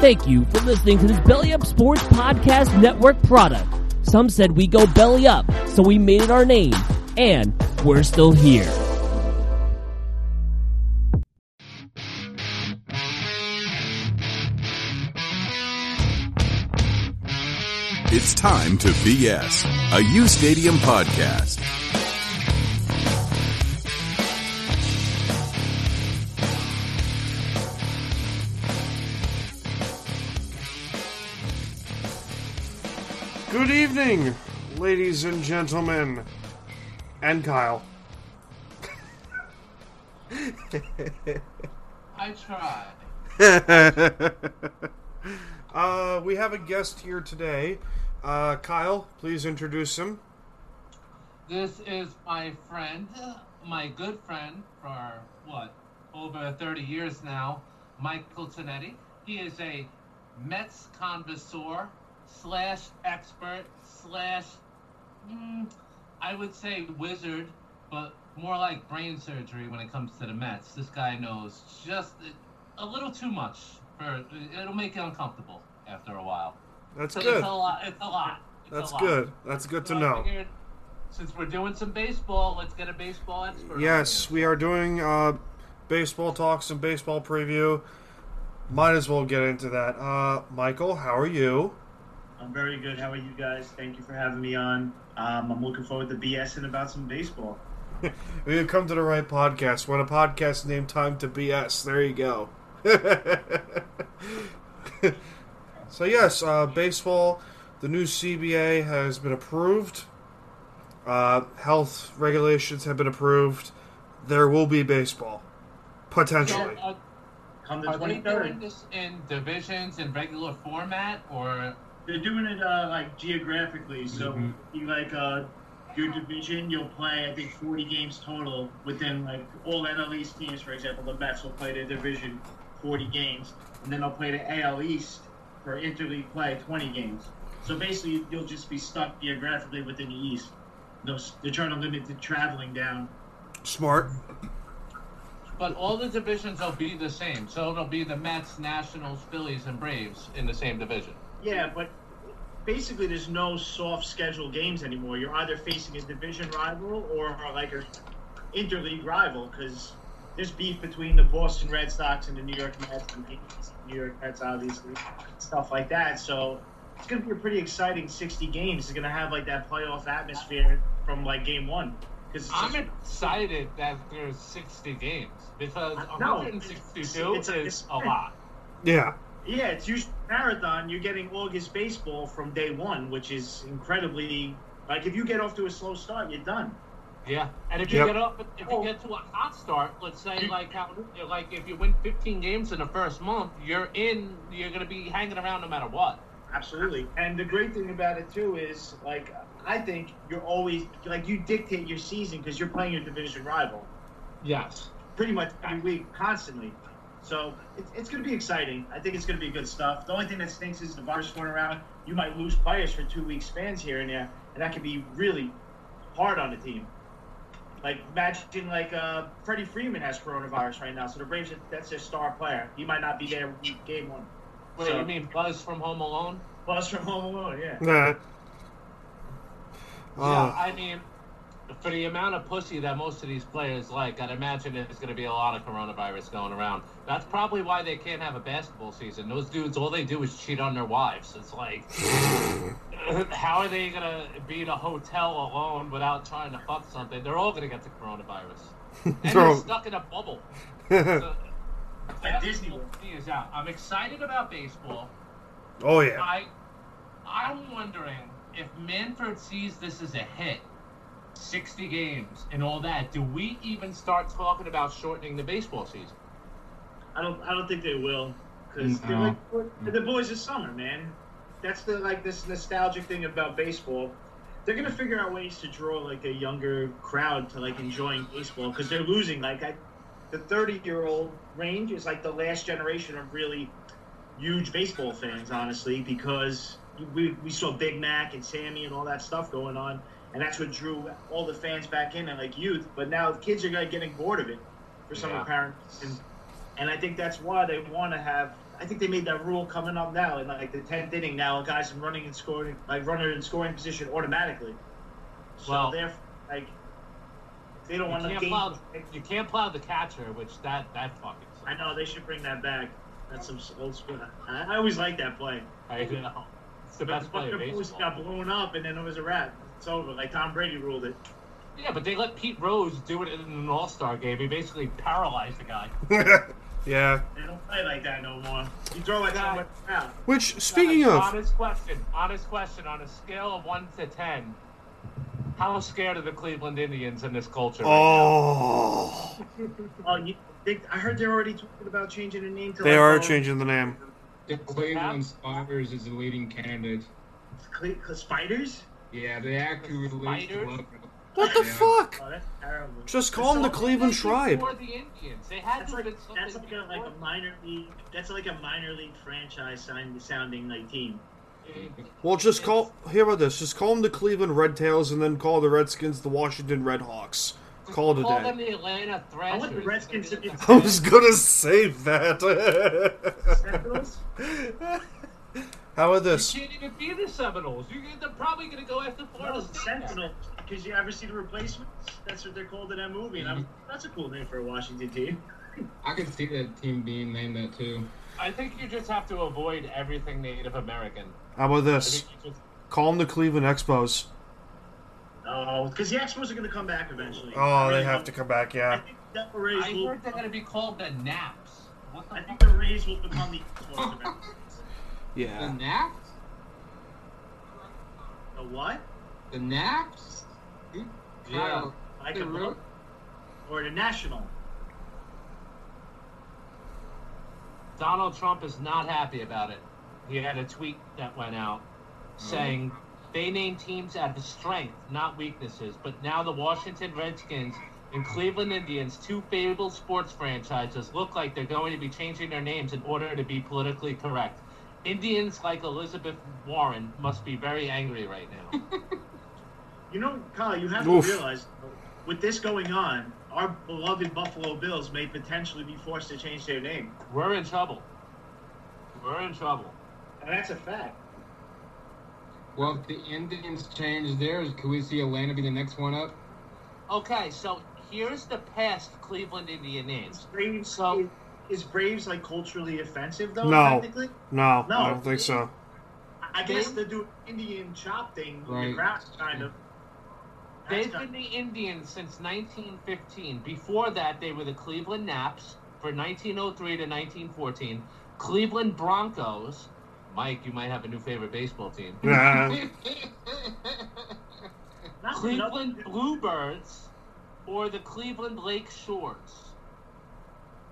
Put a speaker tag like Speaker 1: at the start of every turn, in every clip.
Speaker 1: Thank you for listening to this Belly Up Sports Podcast Network product. Some said we go belly up, so we made it our name, and we're still here.
Speaker 2: It's time to BS, a U Stadium podcast.
Speaker 3: Good evening, ladies and gentlemen, and Kyle.
Speaker 4: I tried.
Speaker 3: Uh, we have a guest here today. Uh, Kyle, please introduce him.
Speaker 4: This is my friend, my good friend for what over 30 years now, Michael Tanetti. He is a Mets connoisseur slash expert slash mm, I would say wizard, but more like brain surgery when it comes to the Mets. This guy knows just a little too much. For it'll make you uncomfortable after a while.
Speaker 3: That's
Speaker 4: So It's
Speaker 3: good.
Speaker 4: a lot. It's a lot. It's
Speaker 3: That's
Speaker 4: a lot.
Speaker 3: good. That's good to
Speaker 4: So I
Speaker 3: know.
Speaker 4: figured, Since we're doing some baseball, let's get a baseball expert.
Speaker 3: Yes,
Speaker 4: on
Speaker 3: we are doing uh, baseball talks and baseball preview. Might as well get into that. Uh, Michael, how are you?
Speaker 5: I'm very good. How are you guys? Thank you for having me on. Um, I'm looking forward to BSing about some baseball.
Speaker 3: We have come to the right podcast. We're on a podcast named Time to BS. There you go. so, yes, uh, baseball, the new CBA has been approved. Uh, health regulations have been approved. There will be baseball.
Speaker 4: here.
Speaker 3: Potentially.
Speaker 4: So, uh,
Speaker 5: Come the
Speaker 4: are they doing
Speaker 5: 23rd,
Speaker 4: this in divisions in regular format or?
Speaker 5: they're doing it uh, like geographically. So you like uh, your division, you'll play I think 40 games total within like all NL East teams. For example, the Mets will play their division 40 games, and then they'll play the AL East for interleague play 20 games. So basically, you'll just be stuck geographically within the East. No, s- they're trying to limit the traveling down.
Speaker 3: Smart.
Speaker 4: But all the divisions will be the same. So it'll be the Mets, Nationals, Phillies, and Braves in the same division.
Speaker 5: Yeah, but basically, there's no soft schedule games anymore. You're either facing a division rival or like a interleague rival because there's beef between the Boston Red Sox and the New York Mets and the New York Mets, obviously, stuff like that. So it's going to be a pretty exciting 60 games. It's going to have like that playoff atmosphere from like game one because
Speaker 4: I'm excited that there's 60 games because
Speaker 5: No,
Speaker 4: 162
Speaker 5: it's- it's-
Speaker 4: is a lot.
Speaker 3: Yeah.
Speaker 5: Yeah, it's usually a marathon. You're getting August baseball from day one, which is incredibly like if you get off to a slow start, you're done.
Speaker 4: Yeah, and if you
Speaker 3: Yep.
Speaker 4: get up, if you get to a hot start, let's say like how, like if you win 15 games in the first month, you're in. You're gonna be hanging around no matter what.
Speaker 5: Absolutely. And the great thing about it too is like I think you're always like you dictate your season because you're playing your division rival
Speaker 4: Yes.
Speaker 5: pretty much every week constantly. So it's, it's going to be exciting. I think it's going to be good stuff. The only thing that stinks is the virus going around. You might lose players for two week spans here and there, and that could be really hard on the team. Like imagine like uh, Freddie Freeman has coronavirus right now, so the Braves that's their star player. He might not be there week- game one.
Speaker 4: Wait,
Speaker 5: So-
Speaker 4: you mean Buzz from Home Alone?
Speaker 5: Plus from Home Alone, yeah.
Speaker 3: Nah.
Speaker 4: yeah,
Speaker 3: Uh,
Speaker 4: I mean, for the amount of pussy that most of these players like, I'd imagine there's gonna be a lot of coronavirus going around. That's probably why they can't have a basketball season. Those dudes, all they do is cheat on their wives. It's like. How are they gonna be in a hotel alone without trying to fuck something? They're all gonna get the coronavirus, and
Speaker 3: So-
Speaker 4: they're stuck in a bubble. So,
Speaker 5: At Disney World.
Speaker 4: basketball is out. I'm excited about baseball.
Speaker 3: oh, yeah.
Speaker 4: I, I'm wondering if Manfred sees this as a hit, 60 games and all that. Do we even start talking about shortening the baseball season?
Speaker 5: I don't I don't think they will because
Speaker 4: No.
Speaker 5: the boys is summer, man. That's the like this nostalgic thing about baseball. They're gonna figure out ways to draw like a younger crowd to like enjoying baseball because they're losing. Like I, the thirty year old range is like the last generation of really huge baseball fans, honestly, because we, we saw Big Mac and Sammy and all that stuff going on, and that's what drew all the fans back in and like youth. But now kids are like, getting bored of it for some
Speaker 4: Yeah.
Speaker 5: apparent reason, and I think that's why they want to have I think they made that rule coming up now in like the tenth inning. Now a guy's in running and scoring, like runner in scoring position automatically. So
Speaker 4: Well-
Speaker 5: they're like, they don't want
Speaker 4: You
Speaker 5: to
Speaker 4: can't,
Speaker 5: game.
Speaker 4: plow, you can't plow the catcher, which that that fucking.
Speaker 5: I
Speaker 4: Sucks.
Speaker 5: know they should bring that back. That's some old school. I, I always like that play.
Speaker 4: I know. It's the
Speaker 5: But
Speaker 4: best play of
Speaker 5: fucking Boost
Speaker 4: baseball.
Speaker 5: got blown up, and then it was a wrap. It's over. Like Tom Brady ruled it.
Speaker 4: Yeah, but they let Pete Rose do it in an All Star game. He basically paralyzed the guy.
Speaker 3: yeah.
Speaker 5: They don't play like that no more. You throw it
Speaker 4: God.
Speaker 5: someone out.
Speaker 3: Which speaking
Speaker 4: Guys,
Speaker 3: of,
Speaker 4: honest question, honest question. On a scale of one to ten, how scared are the Cleveland Indians in this culture?
Speaker 3: oh,
Speaker 5: Oh, you, they, I heard they're already talking about changing the name to.
Speaker 3: they
Speaker 5: like,
Speaker 3: are
Speaker 5: oh,
Speaker 3: changing the name.
Speaker 6: The Cleveland Spiders is the leading candidate.
Speaker 5: Cle- Cle- Spiders.
Speaker 6: Yeah, they actually released the
Speaker 4: Spiders?
Speaker 6: logo.
Speaker 3: What the
Speaker 6: Yeah.
Speaker 3: fuck?
Speaker 5: Oh, that's terrible.
Speaker 3: Just call them the Cleveland Tribe.
Speaker 4: Or the Indians? They had
Speaker 5: That's
Speaker 4: to have
Speaker 5: like
Speaker 4: been
Speaker 5: that's
Speaker 4: something
Speaker 5: like a, like
Speaker 4: before.
Speaker 5: a minor league. That's like a minor league franchise sound, sounding like team.
Speaker 3: Well, just call. Hear about this. Just call them the Cleveland Red Tails, and then call the Redskins the Washington Red Hawks. Call it
Speaker 4: Call
Speaker 3: a
Speaker 4: them
Speaker 3: day.
Speaker 4: the Atlanta Thrashers.
Speaker 5: I want the Redskins to be.
Speaker 3: I was gonna save that.
Speaker 5: Seminoles?
Speaker 3: How about
Speaker 4: You
Speaker 3: this?
Speaker 4: can't even be the Seminoles. You're, gonna- they're probably going to go after Florida
Speaker 5: No,
Speaker 4: State.
Speaker 5: Sentinel. Because you ever see the replacements? That's what they're called in that movie. And I'm, that's a cool name for a Washington team.
Speaker 6: I could see that team being named that too.
Speaker 4: I think you just have to avoid everything Native American.
Speaker 3: How about
Speaker 4: I
Speaker 3: this?
Speaker 4: think you just,
Speaker 3: Call them the Cleveland Expos.
Speaker 5: Oh, because the Expos are going to come back eventually.
Speaker 3: Oh, they have to come back.
Speaker 5: I
Speaker 3: Yeah.
Speaker 5: think that the
Speaker 4: I
Speaker 5: Rays will.
Speaker 4: heard they're going to be called the Naps. What the
Speaker 5: I think
Speaker 4: fuck?
Speaker 5: the Rays will become the Expos. eventually.
Speaker 6: The
Speaker 3: Yeah.
Speaker 6: Naps?
Speaker 5: The what?
Speaker 6: The Naps? Who-
Speaker 4: Yeah.
Speaker 5: I
Speaker 6: The
Speaker 5: can
Speaker 6: Ro-
Speaker 5: look. Or the National.
Speaker 4: Donald Trump is not happy about it. He had a tweet that went out saying they name teams out of strength, not weaknesses. But now the Washington Redskins and Cleveland Indians, two fabled sports franchises, look like they're going to be changing their names in order to be politically correct. Indians like Elizabeth Warren must be very angry right now.
Speaker 5: You know, Kyle, you have
Speaker 3: Oof.
Speaker 5: to realize with this going on, our beloved Buffalo Bills may potentially be forced to change their name.
Speaker 4: We're in trouble. We're in trouble.
Speaker 5: And that's a fact.
Speaker 6: Well, if the Indians change theirs, could we see Atlanta be the next one up?
Speaker 4: Okay, so here's the past Cleveland Indian names.
Speaker 5: Braves
Speaker 4: So-
Speaker 5: is Braves like culturally offensive though,
Speaker 3: No.
Speaker 5: technically?
Speaker 3: No,
Speaker 5: No.
Speaker 3: I don't think so.
Speaker 5: I guess they do Indian chop thing with the
Speaker 6: Right.
Speaker 5: crowd kind of. That's
Speaker 4: They've been
Speaker 5: kind
Speaker 4: the Indians since 1915. Before that, they were the Cleveland Naps for 1903 to 1914. Cleveland Broncos. Mike, you might have a new favorite baseball team.
Speaker 3: Nah.
Speaker 5: not
Speaker 4: Cleveland
Speaker 5: for nothing-
Speaker 4: Bluebirds or the Cleveland Lake Shores.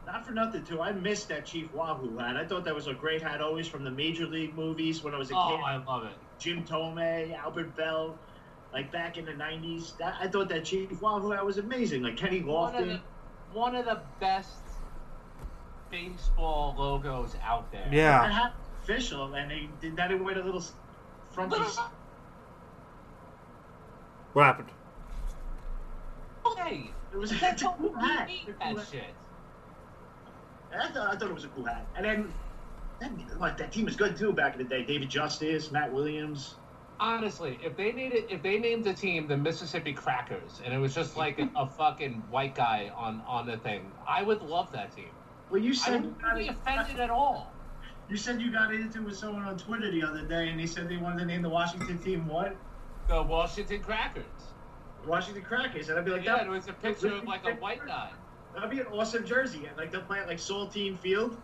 Speaker 5: Not for nothing too. I missed that Chief Wahoo hat. I thought that was a great hat always from the major league movies when I was a
Speaker 4: Oh,
Speaker 5: kid.
Speaker 4: I love it.
Speaker 5: Jim Tomei, Albert Bell, like back in the nineties. That I thought that Chief Wahoo hat was amazing. Like Kenny
Speaker 4: One of,
Speaker 5: Lofton.
Speaker 4: the, one of the best baseball logos out there.
Speaker 5: That
Speaker 3: Yeah.
Speaker 5: hat official and they did that away a little s- frumpy s-
Speaker 3: What happened?
Speaker 4: Hey,
Speaker 5: it was
Speaker 4: that's
Speaker 5: it's a
Speaker 4: what we
Speaker 5: cool hat.
Speaker 4: need,
Speaker 5: It's a cool
Speaker 4: that
Speaker 5: hat.
Speaker 4: shit.
Speaker 5: And I thought I thought it was a cool hat. And then that, like, that team was good too back in the day. David Justice, Matt Williams.
Speaker 4: Honestly, if they needed, if they named the team the Mississippi Crackers, and it was just like a, a fucking white guy on on the thing, I would love that team.
Speaker 5: Well, you
Speaker 4: I
Speaker 5: said you
Speaker 4: wouldn't
Speaker 5: got,
Speaker 4: be offended at all.
Speaker 5: you said you got into it with someone on Twitter the other day, and they said they wanted to name the Washington team what?
Speaker 4: The Washington Crackers.
Speaker 5: Washington Crackers, and I'd be like,
Speaker 4: Yeah,
Speaker 5: that,
Speaker 4: it was a picture of like a white guy.
Speaker 5: that'd be an awesome jersey. And, Like they'll play at like Saltine Field.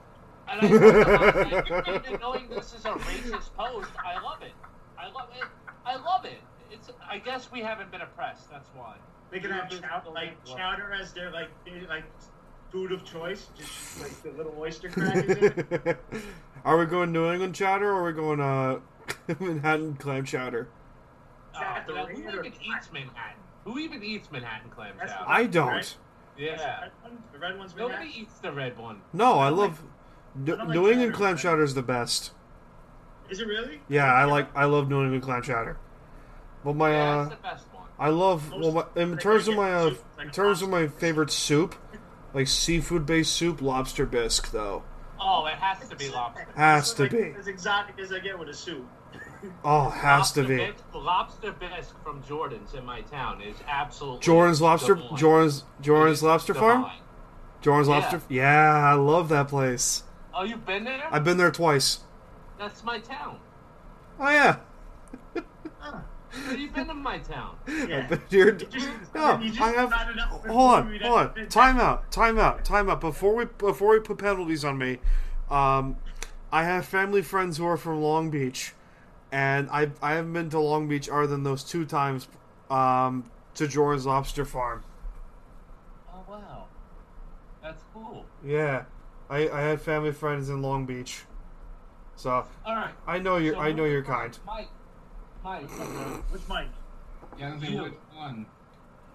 Speaker 4: And I love it. Like, even knowing this is a racist post, I love it. I love it. I love it. It's. I guess we haven't been oppressed. That's why.
Speaker 5: They could have chowder, like
Speaker 4: What?
Speaker 5: chowder as their like their, like food of choice, just like the little oyster crackers. in it.
Speaker 3: are we going New England chowder or are we going uh Manhattan clam chowder?
Speaker 4: Uh,
Speaker 5: Chowder,
Speaker 4: who even
Speaker 5: or-
Speaker 4: eats Manhattan? Who even eats Manhattan clam
Speaker 5: That's
Speaker 4: chowder?
Speaker 5: what-
Speaker 3: I don't.
Speaker 5: Right.
Speaker 4: Yeah.
Speaker 5: The red one- The red one's been
Speaker 4: Nobody eats the red one.
Speaker 3: No, I,
Speaker 5: I don't
Speaker 3: love New,
Speaker 5: I don't like
Speaker 3: New England
Speaker 5: chowder,
Speaker 3: clam
Speaker 5: but-
Speaker 3: chowder is the best.
Speaker 5: Is it really?
Speaker 3: Yeah, I like I love New England clam chowder. But my
Speaker 4: Yeah,
Speaker 3: uh
Speaker 4: that's the best one.
Speaker 3: I love well my, in terms of my uh, in terms of my favorite soup, like seafood based soup, lobster bisque though.
Speaker 4: Oh, it has to be lobster.
Speaker 3: Has
Speaker 5: It's
Speaker 3: to
Speaker 5: like
Speaker 3: be.
Speaker 5: As exotic as I get with a suit.
Speaker 3: Oh, has to be.
Speaker 4: Bisque, lobster bisque from Jordan's in my town is absolutely
Speaker 3: Jordan's Lobster,
Speaker 4: divine.
Speaker 3: Jordan's Jordan's
Speaker 4: It's
Speaker 3: Lobster Farm,
Speaker 4: divine.
Speaker 3: Jordan's Lobster. Yeah, I love that place.
Speaker 4: Oh, you've been there?
Speaker 3: I've been there twice.
Speaker 4: That's my town.
Speaker 3: Oh yeah,
Speaker 4: So you've been to my town.
Speaker 5: Yeah.
Speaker 3: You're-
Speaker 5: just-
Speaker 3: no,
Speaker 5: you just
Speaker 3: I have.
Speaker 5: got it up before
Speaker 3: Hold on,
Speaker 5: we-
Speaker 3: hold on. Time out, time out, time out. Before we before we put penalties on me, um, I have family friends who are from Long Beach, and I I haven't been to Long Beach other than those two times, um, to Jordan's Lobster Farm.
Speaker 4: Oh wow, that's cool.
Speaker 3: Yeah, I I had family friends in Long Beach, so
Speaker 4: All right.
Speaker 3: I know you.
Speaker 4: so
Speaker 3: I know
Speaker 4: who's
Speaker 3: your
Speaker 4: the one?
Speaker 3: kind.
Speaker 4: Mike. Mike.
Speaker 5: Which Mike?
Speaker 6: Yeah, I don't think which one.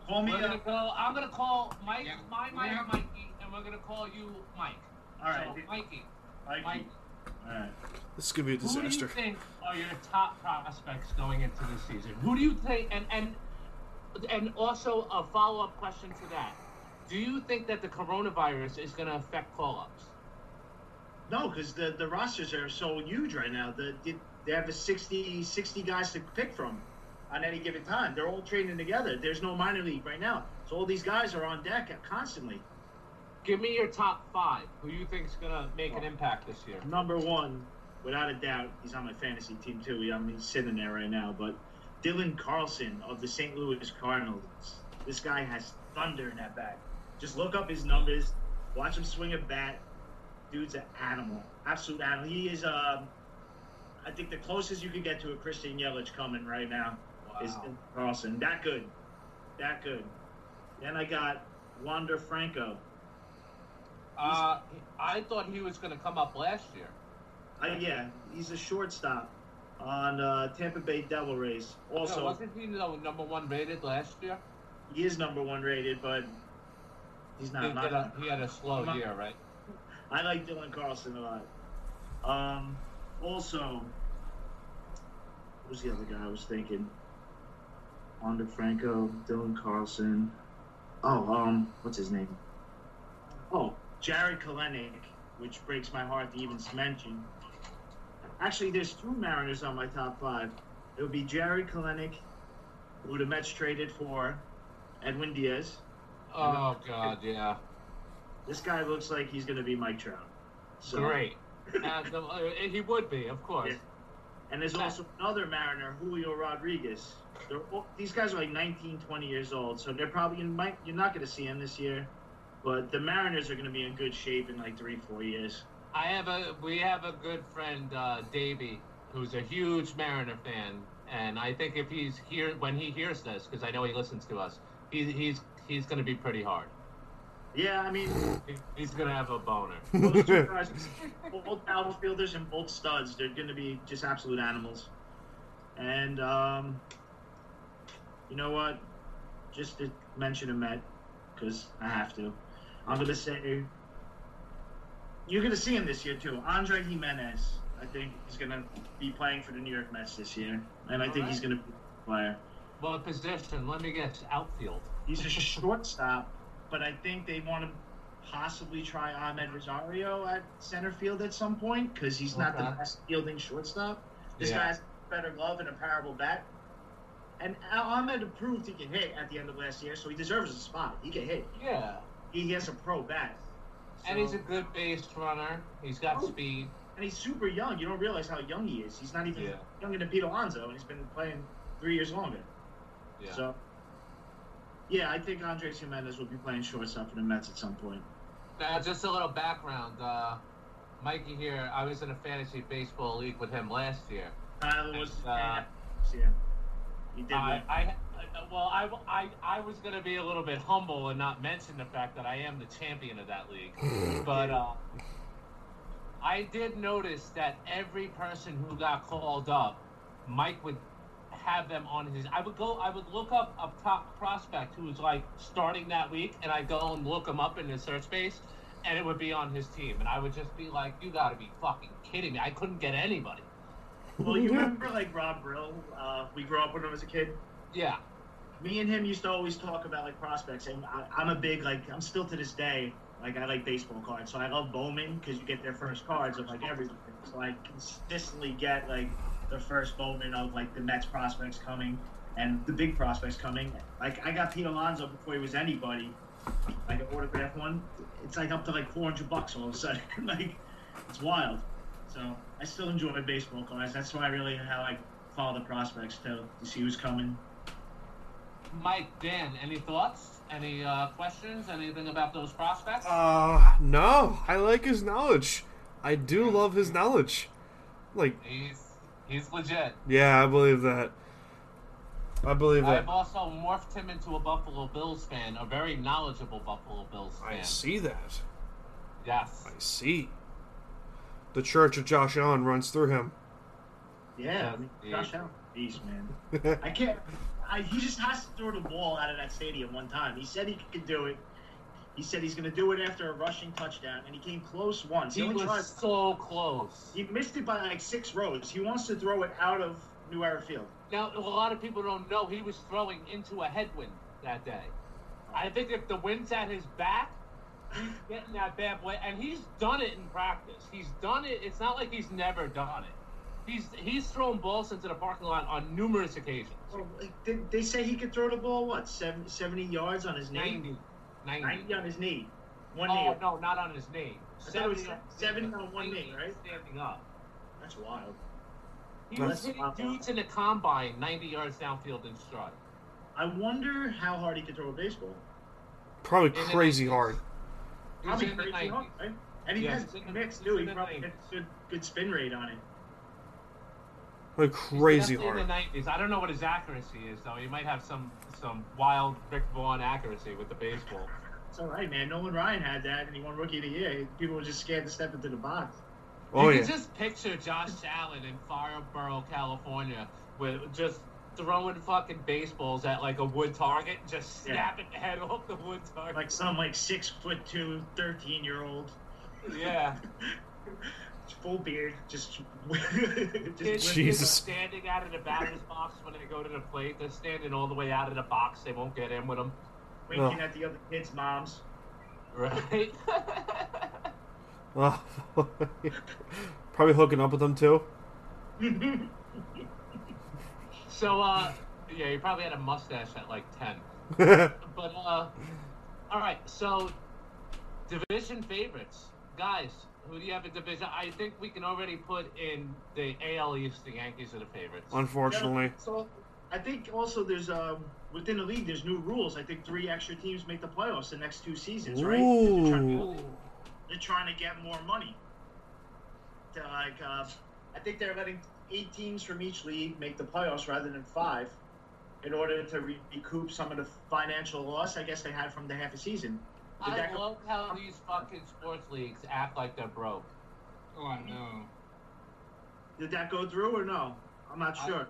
Speaker 5: Call me
Speaker 4: We're gonna
Speaker 5: up.
Speaker 4: go. I'm gonna call Mike.
Speaker 6: Yeah.
Speaker 4: My Mike,
Speaker 6: Yeah.
Speaker 4: Mikey, and we're gonna call you Mike.
Speaker 5: All right.
Speaker 4: So, Mikey.
Speaker 5: Mikey.
Speaker 4: Mike.
Speaker 5: All right.
Speaker 3: This could be a
Speaker 4: Who do you
Speaker 3: disaster.
Speaker 4: think are your top prospects going into this season? Who do you think? And and and also a follow up question to that: Do you think that the coronavirus is going to affect call ups?
Speaker 5: No, because the, the rosters are so huge right now. The, they- they have a 60, 60 guys to pick from on any given time. They're all training together. There's no minor league right now. So all these guys are on deck constantly.
Speaker 4: Give me your top five. Who you think is going to make an impact this year?
Speaker 5: Number one, without a doubt, he's on my fantasy team too. He- I mean, he's sitting there right now. But Dylan Carlson of the St. Louis Cardinals. This guy has thunder in that bat. Just look up his numbers, watch him swing a bat. Dude's an animal, absolute animal. He is, um, I think, the closest you could get to a Christian Yelich coming right now is
Speaker 4: Wow.
Speaker 5: Dylan Carlson. That good, that good. Then I got Wander Franco.
Speaker 4: Uh, I thought he was going to come up last year.
Speaker 5: Uh, yeah, he's a shortstop on uh, Tampa Bay Devil Rays.
Speaker 4: Also,
Speaker 5: Also,
Speaker 4: wasn't he the number one rated last year?
Speaker 5: he is number one rated, but he's
Speaker 4: He
Speaker 5: not.
Speaker 4: had a,
Speaker 5: My,
Speaker 4: he had a slow
Speaker 5: I'm not-
Speaker 4: year, right?
Speaker 5: I like Dylan Carlson a lot. Um, also, who's the other guy I was thinking? Wander Franco, Dylan Carlson. Oh, um, what's his name? Oh, Jared Kalenic, which breaks my heart to even mention. Actually, there's two Mariners on my top five. It would be Jared Kalenic, who the Mets traded for, Edwin Diaz.
Speaker 4: Oh God, yeah,
Speaker 5: This guy looks like he's going to be Mike Trout. So,
Speaker 4: great. Uh, the- uh, he would be, of course.
Speaker 5: And there's also another Mariner, Julio Rodriguez. They're all, these guys are like 19, 20 years old, so they're probably you might you're not going to see him this year, but the Mariners are going to be in good shape in like three, four years.
Speaker 4: I have a we have a good friend uh, Davey who's a huge Mariner fan, and I think if he's here when he hears this, because I know he listens to us, he, he's he's going to be pretty hard.
Speaker 5: Yeah, I mean,
Speaker 4: He, he's going to have a boner.
Speaker 5: those two guys, both outfielders and both studs, they're going to be just absolute animals. And um, you know what? Just to mention a Met, because I have to. I'm going to say you're going to see him this year too. Andre Jimenez, I think, is going to be playing for the New York Mets this year, and I think he's going to be a player.
Speaker 4: What position? Let me guess, outfield.
Speaker 5: He's a shortstop, but I think they want to possibly try Ahmed Rosario at center field at some point because he's not the
Speaker 4: Okay.
Speaker 5: best fielding shortstop. This
Speaker 4: Yeah.
Speaker 5: guy has better glove and a parable bat. And Al- Ahmed proved he can hit at the end of last year, so he deserves a spot. He can hit.
Speaker 4: Yeah,
Speaker 5: He, he has a pro bat.
Speaker 4: and he's a
Speaker 5: So-
Speaker 4: good base runner. He's got speed.
Speaker 5: and he's super young. You don't realize how young he is. He's not even
Speaker 4: Yeah.
Speaker 5: younger than Pete Alonso, and he's been playing three years longer.
Speaker 4: Yeah.
Speaker 5: So, yeah, I think Andres Jimenez will be playing shortstop for the Mets at some point.
Speaker 4: Now, just a little background. Uh, Mikey here, I was in a fantasy baseball league with him last year.
Speaker 5: Tyler was
Speaker 4: Uh,
Speaker 5: yeah, He did.
Speaker 4: I,
Speaker 5: win.
Speaker 4: I, I- uh, well, I, I, I was going to be a little bit humble and not mention the fact that I am the champion of that league. but uh, I did notice that every person who got called up, Mike would have them on his. I would go, I would look up a top prospect who was like starting that week, and I'd go and look him up in the search space, and it would be on his team. And I would just be like, you got to be fucking kidding me. I couldn't get anybody.
Speaker 5: well, you remember like Rob Brill? Uh, we grew up with him as a kid.
Speaker 4: Yeah.
Speaker 5: Me and him used to always talk about like prospects, and I, I'm a big like I'm still to this day Like I like baseball cards, so I love Bowman because you get their first cards of like everything. So I consistently get like the first Bowman of like the Mets prospects coming and the big prospects coming. Like I got Pete Alonso before he was anybody. Like an autograph one, it's like up to like 400 bucks all of a sudden. like it's wild. So I still enjoy baseball cards. That's why really how I follow the prospects too to see who's coming.
Speaker 4: Mike, Dan, any thoughts? Any uh, questions? Anything about those prospects?
Speaker 3: Uh, no, I like his knowledge. I do love his knowledge. Like,
Speaker 4: he's he's legit.
Speaker 3: yeah, I believe that. I believe that.
Speaker 4: I've also morphed him into a Buffalo Bills fan, a very knowledgeable Buffalo Bills fan.
Speaker 3: I see that.
Speaker 4: Yes.
Speaker 3: I see. The church of Josh Allen runs through him.
Speaker 5: Yeah, I mean,
Speaker 4: Yeah.
Speaker 5: Josh Allen, beast man. I can't. I, he just has to throw the ball out of that stadium one time. He said he could do it. He said he's going to do it after a rushing touchdown, and he came close once. He,
Speaker 4: He
Speaker 5: only tried,
Speaker 4: was so close.
Speaker 5: he missed it by like six rows. He wants to throw it out of New Era Field.
Speaker 4: Now, a lot of people don't know he was throwing into a headwind that day. I think if the wind's at his back, he's getting that bad boy, and he's done it in practice. He's done it. It's not like he's never done it. He's he's thrown balls into the parking lot on numerous occasions.
Speaker 5: Well, like, They, they say he could throw the ball what seven, 70 yards on his knee,
Speaker 4: 90. 90.
Speaker 5: 90 on his knee, one knee.
Speaker 4: Oh, no, not on his knee.
Speaker 5: I thought it was
Speaker 4: 70 on-
Speaker 5: 70 on one
Speaker 4: 90
Speaker 5: knee, right?
Speaker 4: Standing up.
Speaker 5: That's wild.
Speaker 4: He was
Speaker 5: That's-
Speaker 4: hitting dudes in the combine 90 yards downfield in stride.
Speaker 5: I wonder how hard he could throw a baseball.
Speaker 3: Probably
Speaker 4: the
Speaker 3: crazy
Speaker 4: 90s.
Speaker 3: hard.
Speaker 4: He was
Speaker 5: Probably
Speaker 4: in the
Speaker 5: crazy
Speaker 4: 90s.
Speaker 5: hard, right? And he
Speaker 4: Yeah,
Speaker 5: has
Speaker 4: he's in the-
Speaker 5: mixed
Speaker 4: he's
Speaker 5: too.
Speaker 4: in
Speaker 5: He
Speaker 4: the
Speaker 5: probably
Speaker 4: 90s.
Speaker 5: gets good, good spin rate on it.
Speaker 3: Like crazy
Speaker 4: Definitely
Speaker 3: hard.
Speaker 4: In the 90s. I don't know what his accuracy is, though. He might have some some wild Rick Vaughn accuracy with the baseball.
Speaker 5: It's all right, man. Nolan Ryan had that, and he won Rookie of the Year. People were just scared to step into the box.
Speaker 3: Oh
Speaker 4: you
Speaker 3: yeah.
Speaker 4: can just picture Josh Allen in Farborough, California, with just throwing fucking baseballs at like a wood target, and just
Speaker 5: Yeah.
Speaker 4: snapping the head off the wood target.
Speaker 5: Like some like six foot two, 13 year old,
Speaker 4: yeah,
Speaker 5: full beard, just,
Speaker 4: Kids
Speaker 5: just
Speaker 4: who are
Speaker 3: Jesus.
Speaker 4: standing out of the batter's box when they go to the plate. They're standing all the way out of the box. They won't get in with them,
Speaker 5: winking
Speaker 3: Oh.
Speaker 5: at the other kids' moms.
Speaker 4: right?
Speaker 3: Oh, probably hooking up with them too.
Speaker 4: so, uh, yeah, he probably had a mustache at like ten. But uh, all right. So, division favorites, guys. Who do you have in division? I think we can already put in the AL East. The Yankees are the favorites.
Speaker 3: Unfortunately.
Speaker 5: So I think also there's um, within the league there's new rules. I think three extra teams make the playoffs the next two seasons, right? 'Cause They're trying,
Speaker 3: Ooh.
Speaker 5: they're trying to get more money. To like, uh, I think they're letting eight teams from each league make the playoffs rather than five, in order to re- recoup some of the financial loss I guess they had from the half a season. Did
Speaker 4: I
Speaker 5: that go-
Speaker 4: love how these fucking sports leagues act like they're broke.
Speaker 6: Oh, I know.
Speaker 5: Did that go through or no? I'm not
Speaker 4: I-
Speaker 5: sure.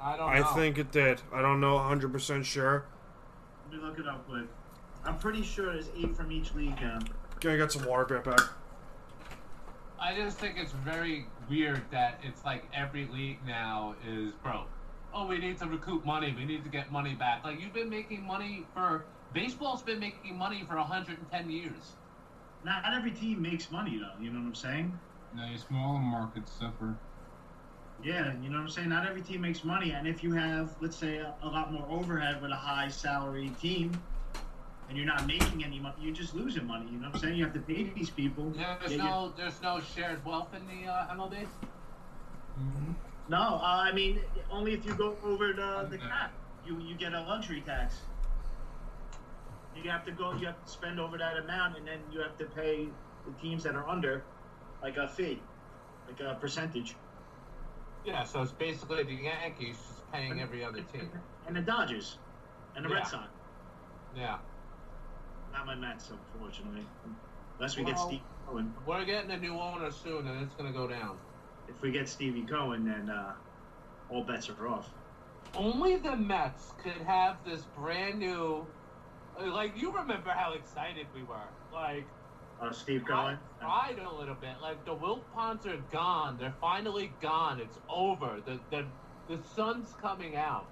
Speaker 4: I don't.
Speaker 3: I
Speaker 4: know.
Speaker 3: think it did. I don't know 100% sure.
Speaker 5: Let me look it up quick. I'm pretty sure there's eight from each league now.
Speaker 3: Gonna get some water right back.
Speaker 4: I just think it's very weird that it's like every league now is broke. Oh, we need to recoup money. We need to get money back. Like you've been making money for baseball's been making money for 110 years.
Speaker 5: Not every team makes money though. You know what I'm saying?
Speaker 6: No, your smaller markets suffer.
Speaker 5: Yeah, you know what I'm saying? Not every team makes money, and if you have, let's say, a, a lot more overhead with a high salary team, and you're not making any money, you're just losing money. You know what I'm saying? You have to pay these people.
Speaker 4: There's
Speaker 5: Yeah, you-
Speaker 4: no there's no shared wealth in the uh, MLB.
Speaker 5: no, uh, I mean, only if you go over the, the cap, you you get a luxury tax. You have to go. You have to spend over that amount, and then you have to pay the teams that are under, like a fee, like a percentage.
Speaker 4: Yeah, so it's basically the Yankees just paying every other team.
Speaker 5: And the Dodgers, and the
Speaker 4: Yeah.
Speaker 5: Red Sox.
Speaker 4: Yeah.
Speaker 5: Not my Mets, unfortunately. Unless we get
Speaker 4: Well-
Speaker 5: Steve Cohen.
Speaker 4: We're getting a new owner soon and it's gonna go down.
Speaker 5: If we get Stevie Cohen, then uh, all bets are off.
Speaker 4: Only the Mets could have this brand new uh, like you remember how excited we were. Like
Speaker 5: Uh, Steve
Speaker 4: I
Speaker 5: Cohen. Uh,
Speaker 4: cried a little bit. Like the Wilpons are gone. They're finally gone. It's over. The the the sun's coming out.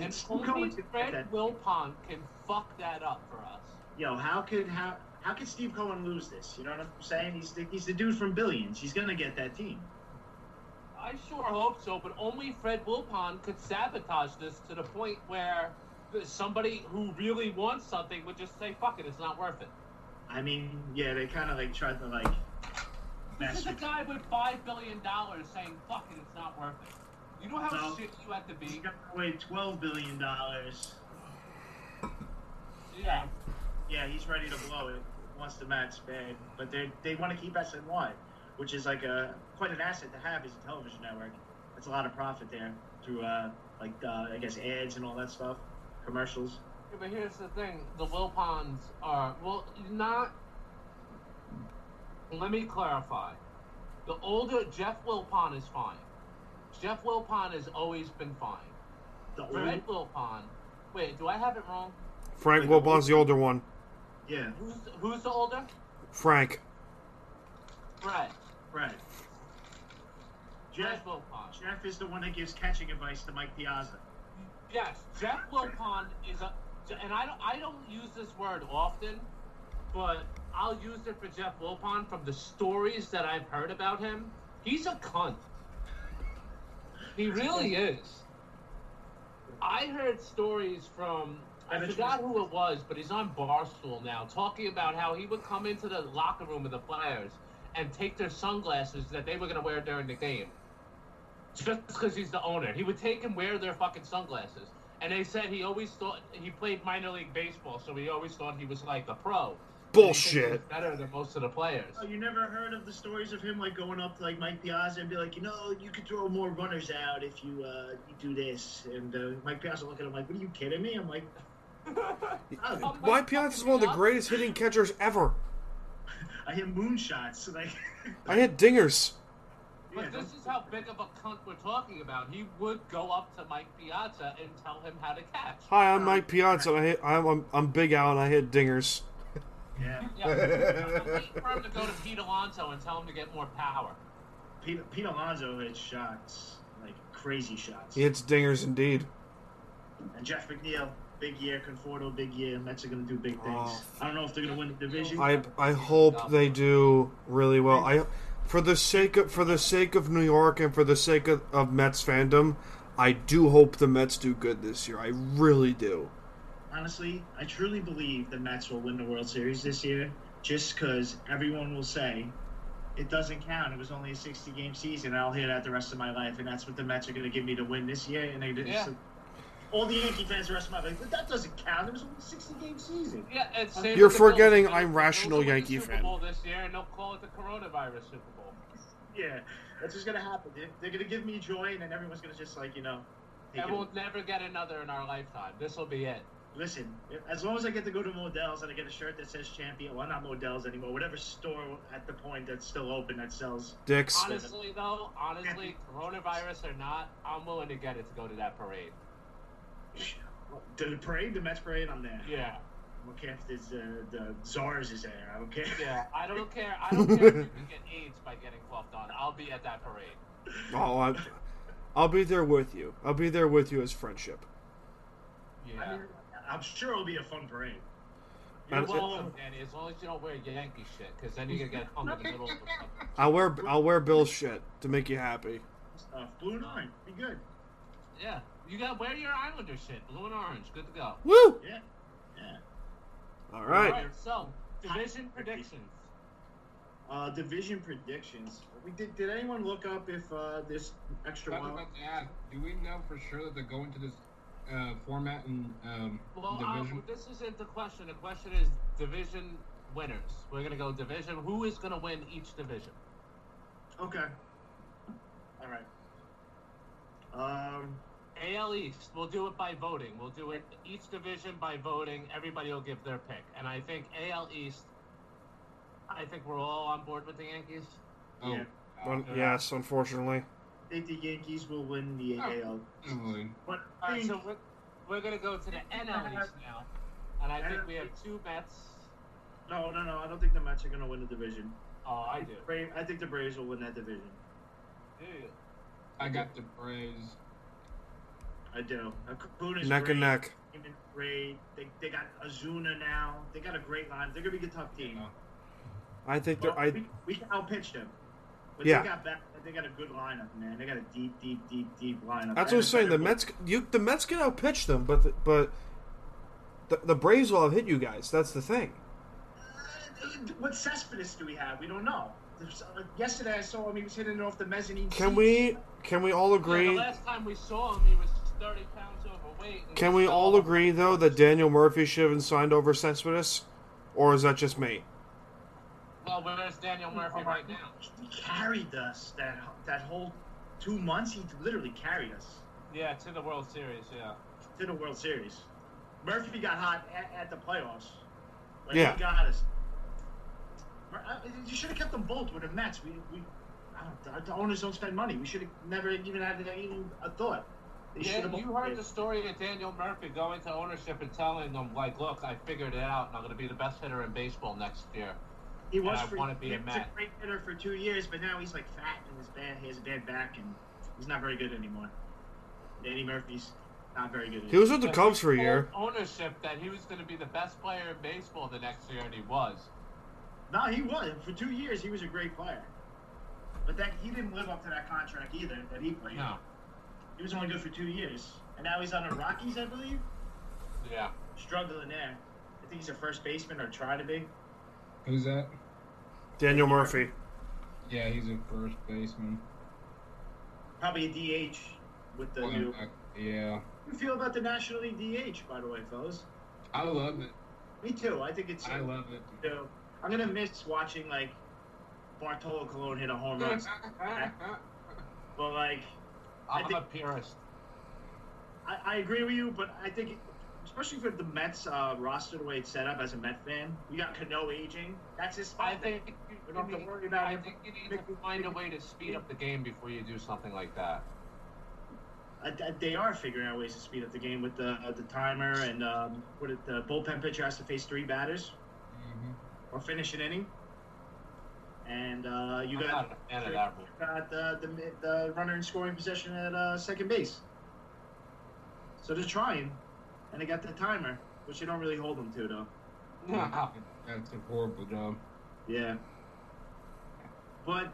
Speaker 4: And
Speaker 5: Steve
Speaker 4: only
Speaker 5: Cohen could get
Speaker 4: Fred
Speaker 5: that-
Speaker 4: Wilpon can fuck that up for us.
Speaker 5: Yo, how could how How could Steve Cohen lose this? You know what I'm saying? He's the, he's the dude from Billions. He's gonna get that team.
Speaker 4: I sure hope so, but only Fred Wilpon could sabotage this to the point where somebody who really wants something would just say, "Fuck it, it's not worth it."
Speaker 5: I mean, yeah, they kind of like tried to like
Speaker 4: This
Speaker 5: mess
Speaker 4: is a
Speaker 5: with.
Speaker 4: guy with five billion dollars saying, "Fuck it, it's not worth it." You know how
Speaker 5: No.
Speaker 4: shit you have to
Speaker 5: He
Speaker 4: be.
Speaker 5: got away twelve billion dollars.
Speaker 4: Yeah.
Speaker 5: Yeah, he's ready to blow it once the match bad. But they they want to keep SNY, which is like a quite an asset to have as a television network. That's a lot of profit there through uh, like uh, I guess ads and all that stuff, commercials.
Speaker 4: Yeah, but here's the thing: the Wilpons are well, not. Let me clarify. The older Jeff Wilpon is fine. Jeff Wilpon has always been fine.
Speaker 5: The
Speaker 4: Fred Wilpon. Wait, do I have it wrong?
Speaker 3: Frank Wilbon's the older one.
Speaker 5: yeah,
Speaker 4: Who's who's the older?
Speaker 3: Frank.
Speaker 4: Fred.
Speaker 5: Fred.
Speaker 4: Jeff
Speaker 5: Jeff
Speaker 4: Wilpon.
Speaker 5: Jeff is the one that gives catching advice to Mike Piazza.
Speaker 4: Yes, Jeff Wilpon is a, and I don't, I don't use this word often, but I'll use it for Jeff Wilpon from the stories that I've heard about him. He's a cunt. He really is. I heard stories from I forgot who it was, but he's on Barstool now, talking about how he would come into the locker room of the players and take their sunglasses that they were going to wear during the game just because he's the owner. He would take and wear their fucking sunglasses. And they said he always thought he played minor league baseball, so he always thought he was like a pro.
Speaker 3: Bullshit.
Speaker 4: He was Better than most of the players.
Speaker 5: Oh, you never heard of the stories of him like going up to like Mike Piazza and be like, you know, you could throw more runners out if you uh, you do this. And uh, Mike Piazza looking at him like, what are you kidding me? I'm like, oh,
Speaker 3: Mike Piazza's one of the greatest hitting catchers ever.
Speaker 5: I hit moonshots. Like,
Speaker 3: I hit dingers.
Speaker 5: yeah,
Speaker 4: But this is how big of a cunt we're talking about. He would go up to Mike Piazza and tell him how to catch.
Speaker 3: Hi, I'm Mike Piazza. I hit, I'm, I'm I'm Big Al and I hit dingers.
Speaker 5: yeah.
Speaker 4: Yeah, I'm waiting for him to go to Pete Alonso and tell him to get more power.
Speaker 5: Pete, Pete Alonso hit shots like crazy shots.
Speaker 3: He hits dingers indeed.
Speaker 5: And Jeff McNeil, big year, Conforto, big year. Mets are gonna do big things.
Speaker 3: Oh.
Speaker 5: I don't know if they're gonna win the division.
Speaker 3: I I hope they do really well. I for the sake of for the sake of New York and for the sake of, of Mets fandom, I do hope the Mets do good this year. I really do.
Speaker 5: honestly, I truly believe the Mets will win the World Series this year just because everyone will say it doesn't count. It was only a 60 game season. I'll hear that the rest of my life. And that's what the Mets are going to give me to win this year. And they just,
Speaker 4: Yeah.
Speaker 5: all the Yankee fans the rest of my life, but that doesn't count. It was only a 60 game season.
Speaker 4: Yeah, it's same
Speaker 3: You're
Speaker 4: with the Bills.
Speaker 3: forgetting
Speaker 4: They'll-
Speaker 3: I'm
Speaker 4: they'll
Speaker 3: rational
Speaker 4: win the
Speaker 3: Yankee
Speaker 4: Super
Speaker 3: fan.
Speaker 4: Bowl this year, and they'll call it the coronavirus Super Bowl.
Speaker 5: Yeah. That's what's going to happen. They're, they're going to give me joy, and then everyone's going to just, like, you know, take
Speaker 4: And
Speaker 5: it.
Speaker 4: we'll never get another in our lifetime. This will be it.
Speaker 5: Listen, as long as I get to go to Modell's and I get a shirt that says champion, well, not Modell's anymore, whatever store at the point that's still open that sells
Speaker 3: Dicks.
Speaker 4: Honestly, though, honestly, coronavirus or not, I'm willing to get it to go to that parade.
Speaker 5: The parade, the Mets parade, I'm there.
Speaker 4: Yeah,
Speaker 5: I don't care if there's, uh, the czars is there. I don't care.
Speaker 4: yeah. I don't care. I don't care if you can get AIDS by getting fluffed on. I'll be at that parade.
Speaker 3: Oh, I, I'll be there with you. I'll be there with you as friendship.
Speaker 4: Yeah.
Speaker 5: I'm sure it'll be a fun parade.
Speaker 4: You're
Speaker 3: And-
Speaker 4: welcome, Danny, as long as you don't wear Yankee shit, because then you're gonna get hung in the middle of the fucking-
Speaker 3: I'll wear I'll wear Bill's shit to make you happy.
Speaker 5: Uh, Blue Nine, be good.
Speaker 4: Yeah. You gotta wear your Islander shit, blue and orange, good to go.
Speaker 3: Woo!
Speaker 5: Yeah, yeah.
Speaker 3: All
Speaker 4: All
Speaker 3: right.
Speaker 4: right, so division predictions.
Speaker 5: Uh, division predictions. We did. Did anyone look up if uh, this extra
Speaker 6: I was
Speaker 5: wild?
Speaker 6: about to ask, do we know for sure that they're going to this uh, format and um,
Speaker 4: Well,
Speaker 6: division?
Speaker 4: um, this isn't the question. The question is division winners. We're gonna go division. Who is gonna win each division?
Speaker 5: Okay. All right. Um,
Speaker 4: AL East. We'll do it by voting. We'll do it each division by voting. Everybody will give their pick. And I think AL East. I think we're all on board with the Yankees.
Speaker 6: oh,
Speaker 5: yeah.
Speaker 3: Well, yes, unfortunately.
Speaker 5: I think the Yankees will win the
Speaker 6: Oh.
Speaker 5: AL.
Speaker 6: absolutely.
Speaker 5: But
Speaker 4: All
Speaker 5: I
Speaker 4: right,
Speaker 5: think
Speaker 4: so we're, we're gonna go to the NL East now, and I think we have two Mets.
Speaker 5: no, no, no. I don't think the Mets are going to win the division.
Speaker 4: Oh, I do.
Speaker 5: Bra- I think the Braves will win that division.
Speaker 4: Dude.
Speaker 6: I got the praise.
Speaker 5: I do. Acuna's
Speaker 3: Neck and
Speaker 5: great.
Speaker 3: neck.
Speaker 5: Raymond great. They, they got Azuna now. They got a great line. They're gonna be a tough team.
Speaker 3: I think
Speaker 5: Well,
Speaker 3: they're. I
Speaker 5: we, we can outpitch them. But
Speaker 3: Yeah.
Speaker 5: they got back. They got a good lineup, man. They got a deep, deep, deep, deep lineup.
Speaker 3: That's what
Speaker 5: And
Speaker 3: I'm
Speaker 5: a
Speaker 3: saying. The
Speaker 5: better-
Speaker 3: Mets, you the Mets can outpitch them, but the, but the, the Braves will have hit you guys. That's the thing.
Speaker 5: What Cespedes do we have? We don't know. There's, uh, yesterday I saw him. He was hitting it off the mezzanine.
Speaker 3: Can
Speaker 5: seats.
Speaker 3: we can we all
Speaker 4: Yeah, the
Speaker 3: agree?
Speaker 4: last time we saw him, he was 30 pounds overweight. and
Speaker 3: Can
Speaker 4: was
Speaker 3: we
Speaker 4: still-
Speaker 3: all agree though that Daniel Murphy should have been signed over Cespedes, or is that just me?
Speaker 4: Well, where's Daniel Murphy right now?
Speaker 5: He carried us that that whole two months. He literally carried us
Speaker 4: Yeah, to the World Series, yeah.
Speaker 5: to the World Series. Murphy got hot at, at the playoffs. Like,
Speaker 3: Yeah.
Speaker 5: he got us. Mur- uh, You should have kept them both with the Mets. We, we I don't, the owners don't spend money. We should have never even had even a thought. They
Speaker 4: Yeah,
Speaker 5: should've-
Speaker 4: you heard the story of Daniel Murphy going to ownership and telling them, like, look, I figured it out, and I'm going to be the best hitter in baseball next year.
Speaker 5: He was
Speaker 4: I
Speaker 5: free-
Speaker 4: wanna be
Speaker 5: he
Speaker 4: a
Speaker 5: was
Speaker 4: Met.
Speaker 5: great hitter for two years, but now he's like fat and his bad. He has a bad back and he's not very good anymore. Danny Murphy's not very good.
Speaker 3: He
Speaker 5: Anymore.
Speaker 3: was with the Cubs for a year.
Speaker 4: Told Ownership that he was going to be the best player in baseball the next year, and he was.
Speaker 5: No, he was for two years. He was a great player, but that he didn't live up to that contract either that he played.
Speaker 4: No.
Speaker 5: He was only good for two years, and now he's on the Rockies, I believe,
Speaker 4: Yeah.
Speaker 5: struggling there. I think he's a first baseman or try to be.
Speaker 6: Who's that?
Speaker 3: Daniel Murphy.
Speaker 6: Yeah, he's a first baseman.
Speaker 5: Probably a DH with the new. How
Speaker 6: Linebacker. Yeah,
Speaker 5: do you feel about the National League DH, by the way, fellas?
Speaker 6: I love it.
Speaker 5: Me too. I think it's.
Speaker 6: I love it.
Speaker 5: So I'm gonna miss watching like Bartolo Colon hit a home run, but like
Speaker 4: I'm
Speaker 5: think-
Speaker 4: a purist.
Speaker 5: I, I agree with you. But I think, especially for the Mets uh, roster the way it's set up as a Met fan, we got Cano aging. That's his spot.
Speaker 4: I think
Speaker 5: We don't have to worry about
Speaker 4: I
Speaker 5: him.
Speaker 4: think you need to find a way to speed up the game before you do something like that.
Speaker 5: I, I- Uh, they are figuring out ways to speed up the game with the uh, the timer and um, what it, the bullpen pitcher has to face three batters Mm-hmm.
Speaker 6: Mhm.
Speaker 5: or finish an inning. And uh, you
Speaker 4: I'm
Speaker 5: got
Speaker 4: not a fan of that rule.
Speaker 5: got the, the the runner in scoring position at uh, second base. So they're trying, and they got the timer, which they don't really hold them to though.
Speaker 4: No.
Speaker 6: That's a horrible job.
Speaker 5: Yeah. But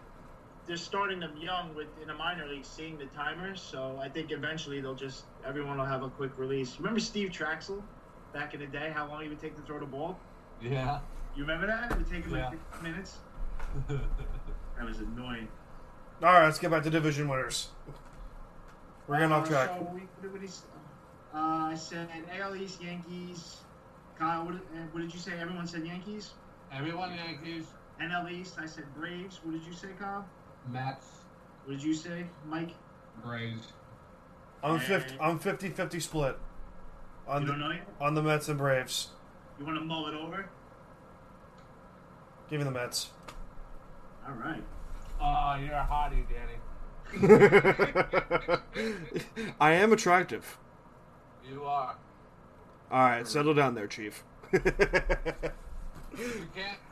Speaker 5: they're starting them young with in the minor league, seeing the timer. So I think eventually they'll just everyone will have a quick release. Remember Steve Traxel back in the day? How long he would take to throw the ball?
Speaker 4: Yeah.
Speaker 5: You remember that? It would take him
Speaker 4: Yeah.
Speaker 5: like 15 minutes. That was annoying.
Speaker 3: All right, let's get back to division winners. We're getting off
Speaker 5: Uh,
Speaker 3: track.
Speaker 5: So we, what did we, s- uh, I said AL East Yankees. Kyle, what did, uh, what did you say? Everyone said Yankees.
Speaker 4: Everyone Yankees,
Speaker 5: NL East. I said Braves. What did you say, Kyle?
Speaker 4: Mets.
Speaker 5: What did you say, Mike?
Speaker 6: Braves.
Speaker 3: I'm 50, I'm 50-50 split on
Speaker 5: You don't
Speaker 3: the,
Speaker 5: know yet.
Speaker 3: on the Mets and Braves.
Speaker 5: You want to mull it over?
Speaker 3: Give me the Mets.
Speaker 5: All right.
Speaker 4: Oh, you're a hottie, Danny.
Speaker 3: I am attractive.
Speaker 4: You are.
Speaker 3: All right, settle down there, Chief.
Speaker 4: You can't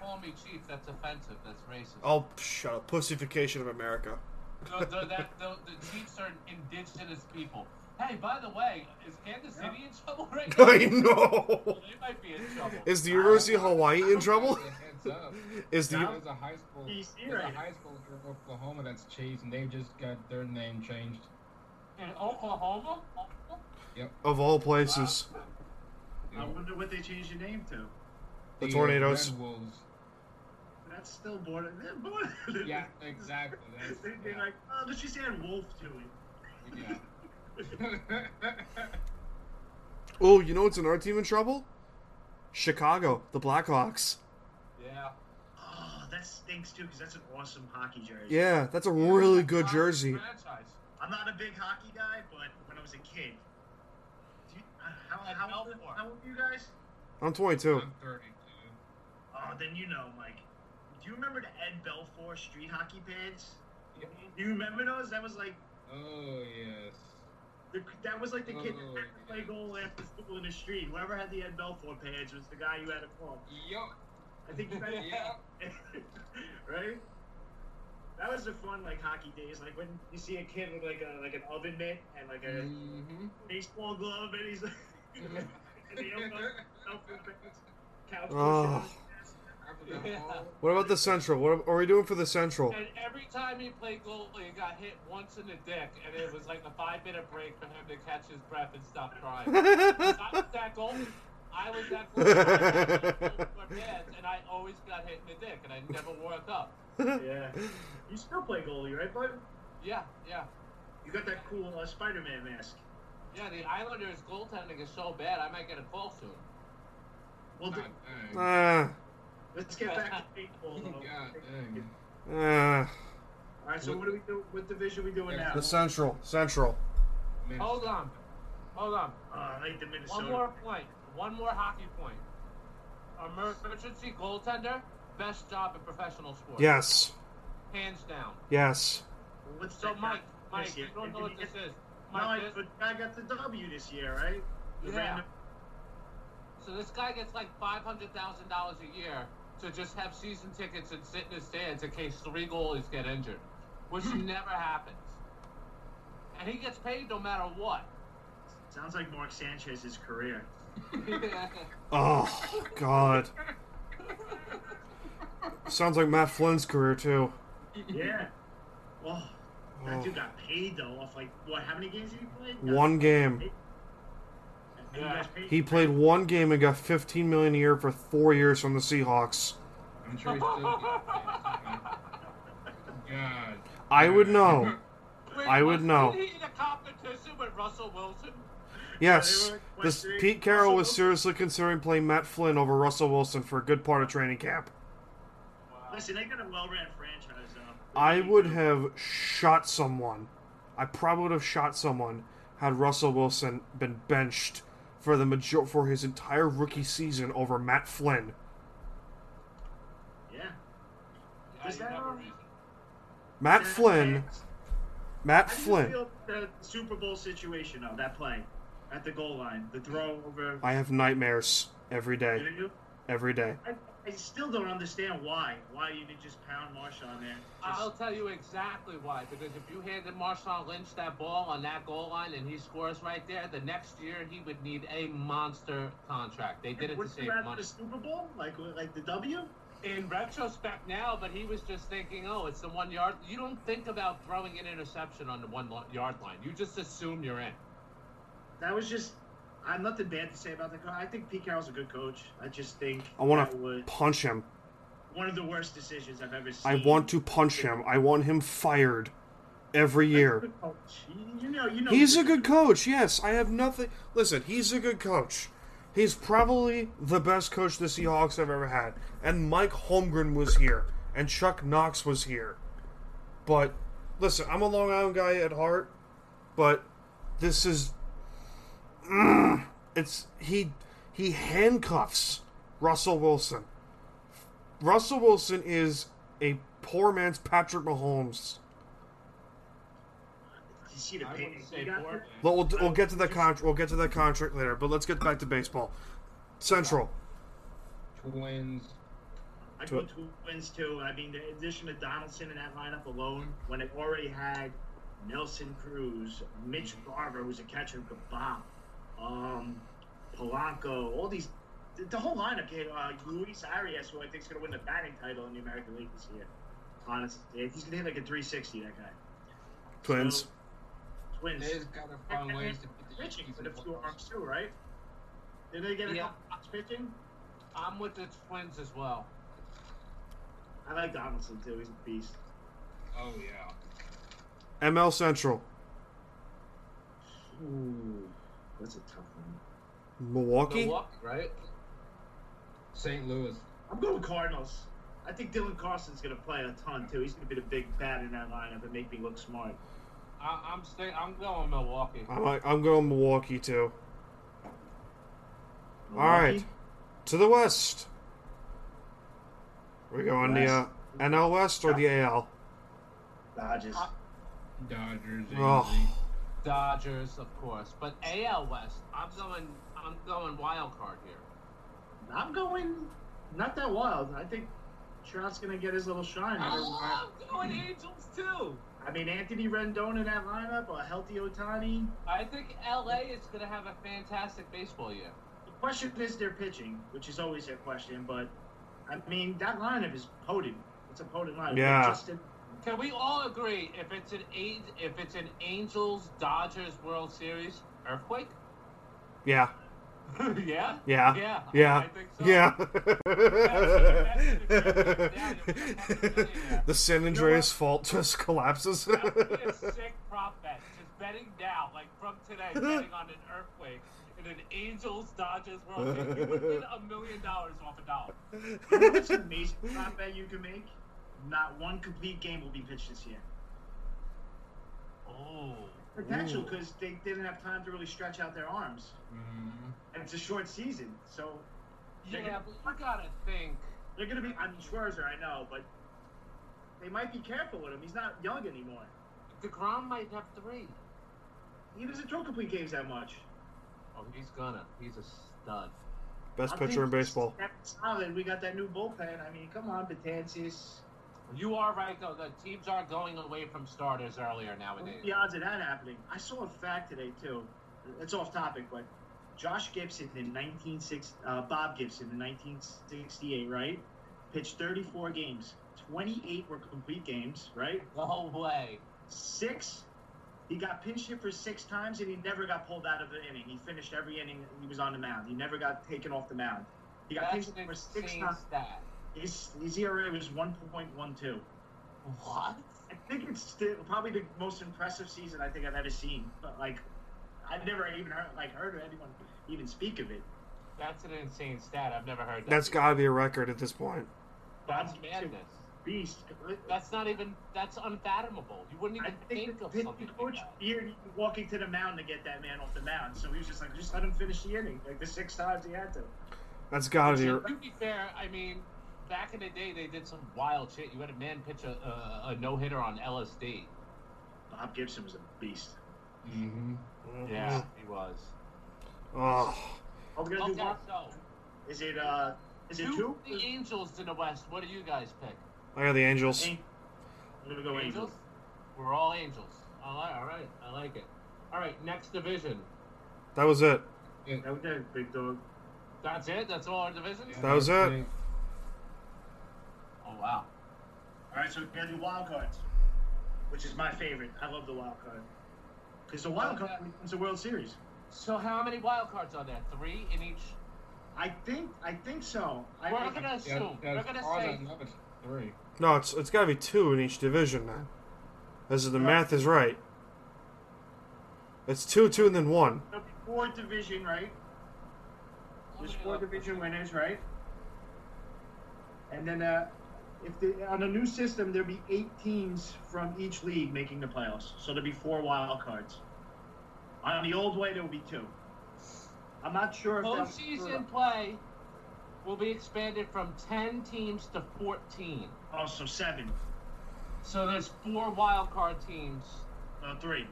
Speaker 4: call me chief. That's offensive. That's racist.
Speaker 3: oh, shut up. Pussification of America.
Speaker 4: the, the, that, the, the Chiefs are indigenous people. Hey, by the way, is Kansas City in trouble right now?
Speaker 3: I know.
Speaker 4: They might be in trouble.
Speaker 3: Is the University of Hawaii in trouble?
Speaker 6: As a heads up,
Speaker 3: Is the
Speaker 6: there's a high school.
Speaker 5: He's
Speaker 6: There's a
Speaker 5: right.
Speaker 6: high school in Oklahoma that's cheese, and they've just got their name changed.
Speaker 4: in Oklahoma?
Speaker 3: of all places?
Speaker 5: I wonder what they changed your name to.
Speaker 3: The tornadoes.
Speaker 6: Red Wolves.
Speaker 5: That's still border. They're border.
Speaker 6: Yeah, exactly. That's,
Speaker 5: They- They're like, oh, let's just add wolf to it.
Speaker 6: yeah.
Speaker 3: Oh, you know what's in our team in trouble? Chicago, the Blackhawks.
Speaker 4: Yeah.
Speaker 5: Oh, that stinks too, because that's an awesome hockey jersey.
Speaker 3: Yeah, that's a really good jersey.
Speaker 4: Franchise.
Speaker 5: I'm not a big hockey guy, but when I was a kid, do you, uh, how,
Speaker 4: At
Speaker 5: how, old,
Speaker 4: Belfort.
Speaker 5: how old were you guys?
Speaker 3: I'm 22.
Speaker 6: I'm 32.
Speaker 5: Oh, then you know, Mike. Do you remember the Ed Belfour street hockey pants? Do you remember those? That was like
Speaker 6: Oh yes.
Speaker 5: The, that was like the kid that
Speaker 6: Oh,
Speaker 5: had to play
Speaker 6: yeah.
Speaker 5: goal after school in the street. Whoever had the Ed Belfour page was the guy you had to call.
Speaker 6: Yup.
Speaker 5: I think you had
Speaker 6: Yeah.
Speaker 5: right? That was the fun like hockey days. Like when you see a kid with like a like an oven mitt and like a
Speaker 6: Mm-hmm.
Speaker 5: baseball glove and he's like And they don't like alphabet couch
Speaker 3: Oh.
Speaker 5: cushions.
Speaker 6: I forgot
Speaker 4: Yeah.
Speaker 6: all-
Speaker 3: What about the Central? What are we doing for the Central?
Speaker 4: And every time he played goalie, he got hit once in the dick, and it was like a five minute break for him to catch his breath and stop crying. 'Cause I was that goalie. I was that goalie. I had my goals were bad, and I always got hit in the dick, and I never wore a cup.
Speaker 5: Yeah. You still play goalie, right, bud?
Speaker 4: Yeah, yeah.
Speaker 5: You got that cool uh, Spider-Man mask.
Speaker 4: Yeah, the Islanders' goaltending is so bad, I might get a call soon.
Speaker 5: Well,
Speaker 6: God
Speaker 5: th-
Speaker 6: dang.
Speaker 3: Ah,
Speaker 5: let's get back to baseball. Though.
Speaker 6: God dang.
Speaker 3: ah.
Speaker 5: All right, so what do we do? What division we doing now?
Speaker 3: The Central. Central.
Speaker 6: Man,
Speaker 4: Hold on. Hold on.
Speaker 5: Uh, I like the
Speaker 4: One
Speaker 5: Minnesota.
Speaker 4: more point. One more hockey point. Emergency goaltender, best job in professional sports.
Speaker 3: Yes.
Speaker 4: Hands down.
Speaker 3: Yes.
Speaker 5: What's
Speaker 4: So,
Speaker 5: that
Speaker 4: Mike,
Speaker 5: guy
Speaker 4: Mike,
Speaker 5: this
Speaker 4: you
Speaker 5: year?
Speaker 4: don't know what
Speaker 5: Did he
Speaker 4: this
Speaker 5: get-
Speaker 4: is.
Speaker 5: No,
Speaker 4: Mike,
Speaker 5: I,
Speaker 4: this-
Speaker 5: but I got the W this year, right? The
Speaker 4: Yeah.
Speaker 5: random-
Speaker 4: so this guy gets like $500,000 a year to just have season tickets and sit in the stands in case three goalies get injured, which never happens. And he gets paid no matter what.
Speaker 5: Sounds like Mark Sanchez's career.
Speaker 3: Oh God. Sounds like Matt Flynn's career too.
Speaker 5: yeah. Well, that
Speaker 3: Oh.
Speaker 5: dude got paid though off like what? How many games did he play?
Speaker 3: One game.
Speaker 5: And
Speaker 4: Yeah.
Speaker 5: got paid-
Speaker 3: He played one game and got 15 million a year for four years from the Seahawks.
Speaker 6: I'm sure he's still God.
Speaker 3: I would know.
Speaker 4: Wait,
Speaker 3: I would
Speaker 4: was-
Speaker 3: know.
Speaker 4: Isn't he in a competition with Russell Wilson?
Speaker 3: Yes, this Pete Carroll was seriously considering playing Matt Flynn over Russell Wilson for a good part of training camp.
Speaker 5: Listen, they got a well-ran franchise though.
Speaker 3: I would have shot someone. I probably would have shot someone had Russell Wilson been benched for the major- for his entire rookie season over Matt Flynn.
Speaker 5: Yeah.
Speaker 4: Yeah,
Speaker 5: Is
Speaker 4: you
Speaker 5: that
Speaker 4: have a
Speaker 5: wrong?
Speaker 4: reason.
Speaker 3: Matt Flynn, Matt
Speaker 5: How do you
Speaker 3: Flynn.
Speaker 5: feel about the Super Bowl situation though? That play at the goal line, the throw over.
Speaker 3: I have nightmares every
Speaker 5: Do
Speaker 3: day,
Speaker 5: you?
Speaker 3: every day.
Speaker 5: I, I still don't understand why. Why you didn't just pound Marshawn there?
Speaker 4: I'll
Speaker 5: Just,
Speaker 4: tell you exactly why. Because if you handed Marshawn Lynch that ball on that goal line and he scores right there, the next year he would need a monster contract. They did it to
Speaker 5: what's the
Speaker 4: save
Speaker 5: rather
Speaker 4: money.
Speaker 5: the Super Bowl? Like like the W?
Speaker 4: In retrospect now, but he was just thinking, oh, it's the one yard. You don't think about throwing an interception on the one lo- yard line. You just assume you're in.
Speaker 5: That was just. I have nothing bad to say about the coach. I think Pete Carroll's a good coach. I just think
Speaker 3: I want
Speaker 5: that
Speaker 3: to
Speaker 5: was
Speaker 3: punch him.
Speaker 5: one of the worst decisions I've ever seen.
Speaker 3: I want to punch him. I want him fired every year.
Speaker 5: Good coach. You- You know, you know.
Speaker 3: He's a good coach. Yes, I have nothing. Listen, he's a good coach. He's probably the best coach the Seahawks have ever had. And Mike Holmgren was here, and Chuck Knox was here. But listen, I'm a Long Island guy at heart, but this is Mm, it's he he handcuffs Russell Wilson. Russell Wilson is a poor man's Patrick Mahomes.
Speaker 5: Did you see the
Speaker 4: I
Speaker 5: pay-
Speaker 4: wouldn't say
Speaker 5: he got
Speaker 4: bored.
Speaker 5: there?
Speaker 4: man.
Speaker 3: Well, we'll, we'll get to that contract. We'll get to that contract later. But let's get back to baseball. Central.
Speaker 6: Twins.
Speaker 5: I go Twins too. I mean, the addition of Donaldson in that lineup alone, when it already had Nelson Cruz, Mitch Garver, who's a catcher who could bomb, um, Polanco, all these, the, the whole lineup. Came, uh, Luis Arias, who I think is going to win the batting title in the American League this year. Honestly, he's going to hit like a 360. That guy.
Speaker 3: Twins.
Speaker 5: Twins.
Speaker 6: They's gotta
Speaker 5: And-
Speaker 6: find
Speaker 5: and
Speaker 6: ways to put the
Speaker 5: pitching
Speaker 6: Yankees in
Speaker 5: with
Speaker 6: the
Speaker 5: a few arms
Speaker 6: playoffs.
Speaker 5: too, right? Did they get a
Speaker 4: Yeah.
Speaker 5: couple arms pitching?
Speaker 4: I'm with the Twins as well.
Speaker 5: I like Donaldson too. He's a beast.
Speaker 6: Oh yeah.
Speaker 3: ML Central.
Speaker 5: Ooh, that's a tough one.
Speaker 3: Milwaukee.
Speaker 4: Milwaukee, right?
Speaker 6: St. Louis.
Speaker 5: I'm going Cardinals. I think Dylan Carson's going to play a ton too. He's going to be the big bat in that lineup and make me look smart.
Speaker 4: I- I'm stay- I'm going Milwaukee.
Speaker 3: I'm, I'm going Milwaukee too. All right. To the West. We're going the uh, NL West or the AL.
Speaker 5: Dodgers.
Speaker 6: Dodgers.
Speaker 3: Oh.
Speaker 4: Dodgers, of course, but AL West. I'm going. I'm going wild card here.
Speaker 5: I'm going not that wild. I think Trout's going to get his little shine.
Speaker 4: Oh, I'm going Angels too.
Speaker 5: I mean, Anthony Rendon in that lineup, a healthy Otani.
Speaker 4: I think LA is going to have a fantastic baseball year.
Speaker 5: The question is their pitching, which is always a question, but I mean, that lineup is potent. It's a potent lineup.
Speaker 3: Yeah.
Speaker 5: Justin,
Speaker 4: Can we all agree if it's an eight, if it's an Angels Dodgers World Series earthquake?
Speaker 3: Yeah.
Speaker 4: yeah.
Speaker 3: Yeah.
Speaker 4: Yeah.
Speaker 3: Yeah.
Speaker 4: I think so.
Speaker 3: Yeah.
Speaker 4: That's-
Speaker 3: the San Andreas fault just collapses.
Speaker 4: That would be a sick prop bet. Just betting now, like from today, betting on an earthquake in an Angels Dodgers World Series. You would win a million dollars off a dollar.
Speaker 5: you know what's an amazing prop bet you can make? Not one complete game will be pitched this year.
Speaker 4: Oh.
Speaker 5: Potential because they didn't have time to really stretch out their arms,
Speaker 3: Mm-hmm.
Speaker 5: and it's a short season, so
Speaker 4: Yeah, but you gotta think.
Speaker 5: they're gonna be. I mean, Schwarzer, I know, but they might be careful with him. He's not young anymore.
Speaker 4: DeGrom might have three.
Speaker 5: He doesn't throw complete games that much.
Speaker 4: Oh, he's gonna. He's a stud.
Speaker 3: Best
Speaker 5: I
Speaker 3: pitcher
Speaker 5: think
Speaker 3: in baseball.
Speaker 5: That's solid. We got that new bullpen. I mean, come on, Betances.
Speaker 4: You are right, though. The teams are going away from starters earlier nowadays.
Speaker 5: What's the odds of that happening? I saw a fact today too. It's off topic, but Josh Gibson in 1960, uh, Bob Gibson in 1968, right? Pitched 34 games. 28 were complete games, right?
Speaker 4: No way.
Speaker 5: Six. He got pinch hit for six times, and he never got pulled out of the inning. He finished every inning he was on the mound. He never got taken off the mound. He got
Speaker 4: That's
Speaker 5: pinch
Speaker 4: an
Speaker 5: hit for six
Speaker 4: insane
Speaker 5: times.
Speaker 4: stat.
Speaker 5: His, his ERA was 1.12.
Speaker 4: What?
Speaker 5: I think it's still probably the most impressive season I think I've ever seen. But like, I've never even heard like heard of anyone even speak of it.
Speaker 4: That's an insane stat. I've never heard that.
Speaker 3: That's gotta be a record at this point.
Speaker 4: That's
Speaker 5: Bob's
Speaker 4: madness.
Speaker 5: beast.
Speaker 4: That's not even. That's unfathomable. You wouldn't
Speaker 5: I
Speaker 4: even
Speaker 5: think
Speaker 4: think
Speaker 5: the
Speaker 4: of
Speaker 5: pitching
Speaker 4: something like
Speaker 5: coach
Speaker 4: that.
Speaker 5: here walking to the mound to get that man off the mound. So he was just like, just let him finish the inning. Like the six times he had to.
Speaker 3: That's gotta be.
Speaker 4: To
Speaker 3: a-
Speaker 4: to be fair, I mean, back in the day, they did some wild shit. You had a man pitch a, a, a no hitter on LSD.
Speaker 5: Bob Gibson was a beast.
Speaker 6: Mm-hmm.
Speaker 4: Yeah, he was.
Speaker 3: Oh,
Speaker 5: Are we gonna do
Speaker 4: Okay,
Speaker 5: one?
Speaker 4: so
Speaker 5: Is it uh? Is it
Speaker 4: two
Speaker 5: two?
Speaker 4: the Angels in the West. What do you guys pick?
Speaker 3: I got the Angels.
Speaker 5: Ang- I'm gonna go Angels.
Speaker 4: We're all angels. All right, all right. I like it. All right, next division.
Speaker 3: That was it.
Speaker 5: That was a big dog.
Speaker 4: That's it. That's all our divisions.
Speaker 3: That was it.
Speaker 4: Oh wow.
Speaker 5: All right, so we gotta do wild cards, which is my favorite. I love the wild card because the wild card wins the World Series.
Speaker 4: So how many wild cards are there? Three in each.
Speaker 5: I think, I think so. I,
Speaker 4: We're
Speaker 5: I-
Speaker 4: gonna
Speaker 6: Yeah,
Speaker 4: assume.
Speaker 6: as
Speaker 4: We're gonna
Speaker 6: far as
Speaker 4: say.
Speaker 6: I know, it's three.
Speaker 3: No, it's it's gotta be two in each division, man. As if the math is right. It's two, two, and then one.
Speaker 5: there'll be four division, right? There's four division winners, right? And then, uh, if the on a new system, there'll be eight teams from each league making the playoffs. So there'll be four wild cards. On the old way, there will be two. I'm not sure if that's
Speaker 4: Postseason play will be expanded from ten teams to fourteen.
Speaker 5: Oh, so seven,
Speaker 4: So there's four wild card teams,
Speaker 5: uh, three.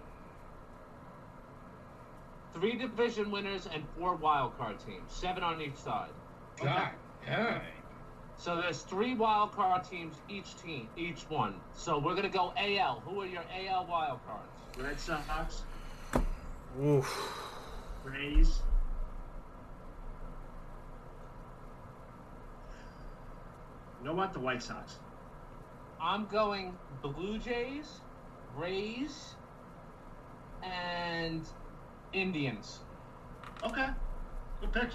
Speaker 4: three division winners, and four wild card teams. Seven on each side.
Speaker 6: God, yeah.
Speaker 4: So there's three wild card teams each team, each one. So we're gonna go AL. Who are your AL wild cards?
Speaker 5: Red Sox,
Speaker 3: Oof.
Speaker 5: Rays. You know what? The White Sox.
Speaker 4: I'm going Blue Jays, Rays, and Indians.
Speaker 5: Okay. Good picks.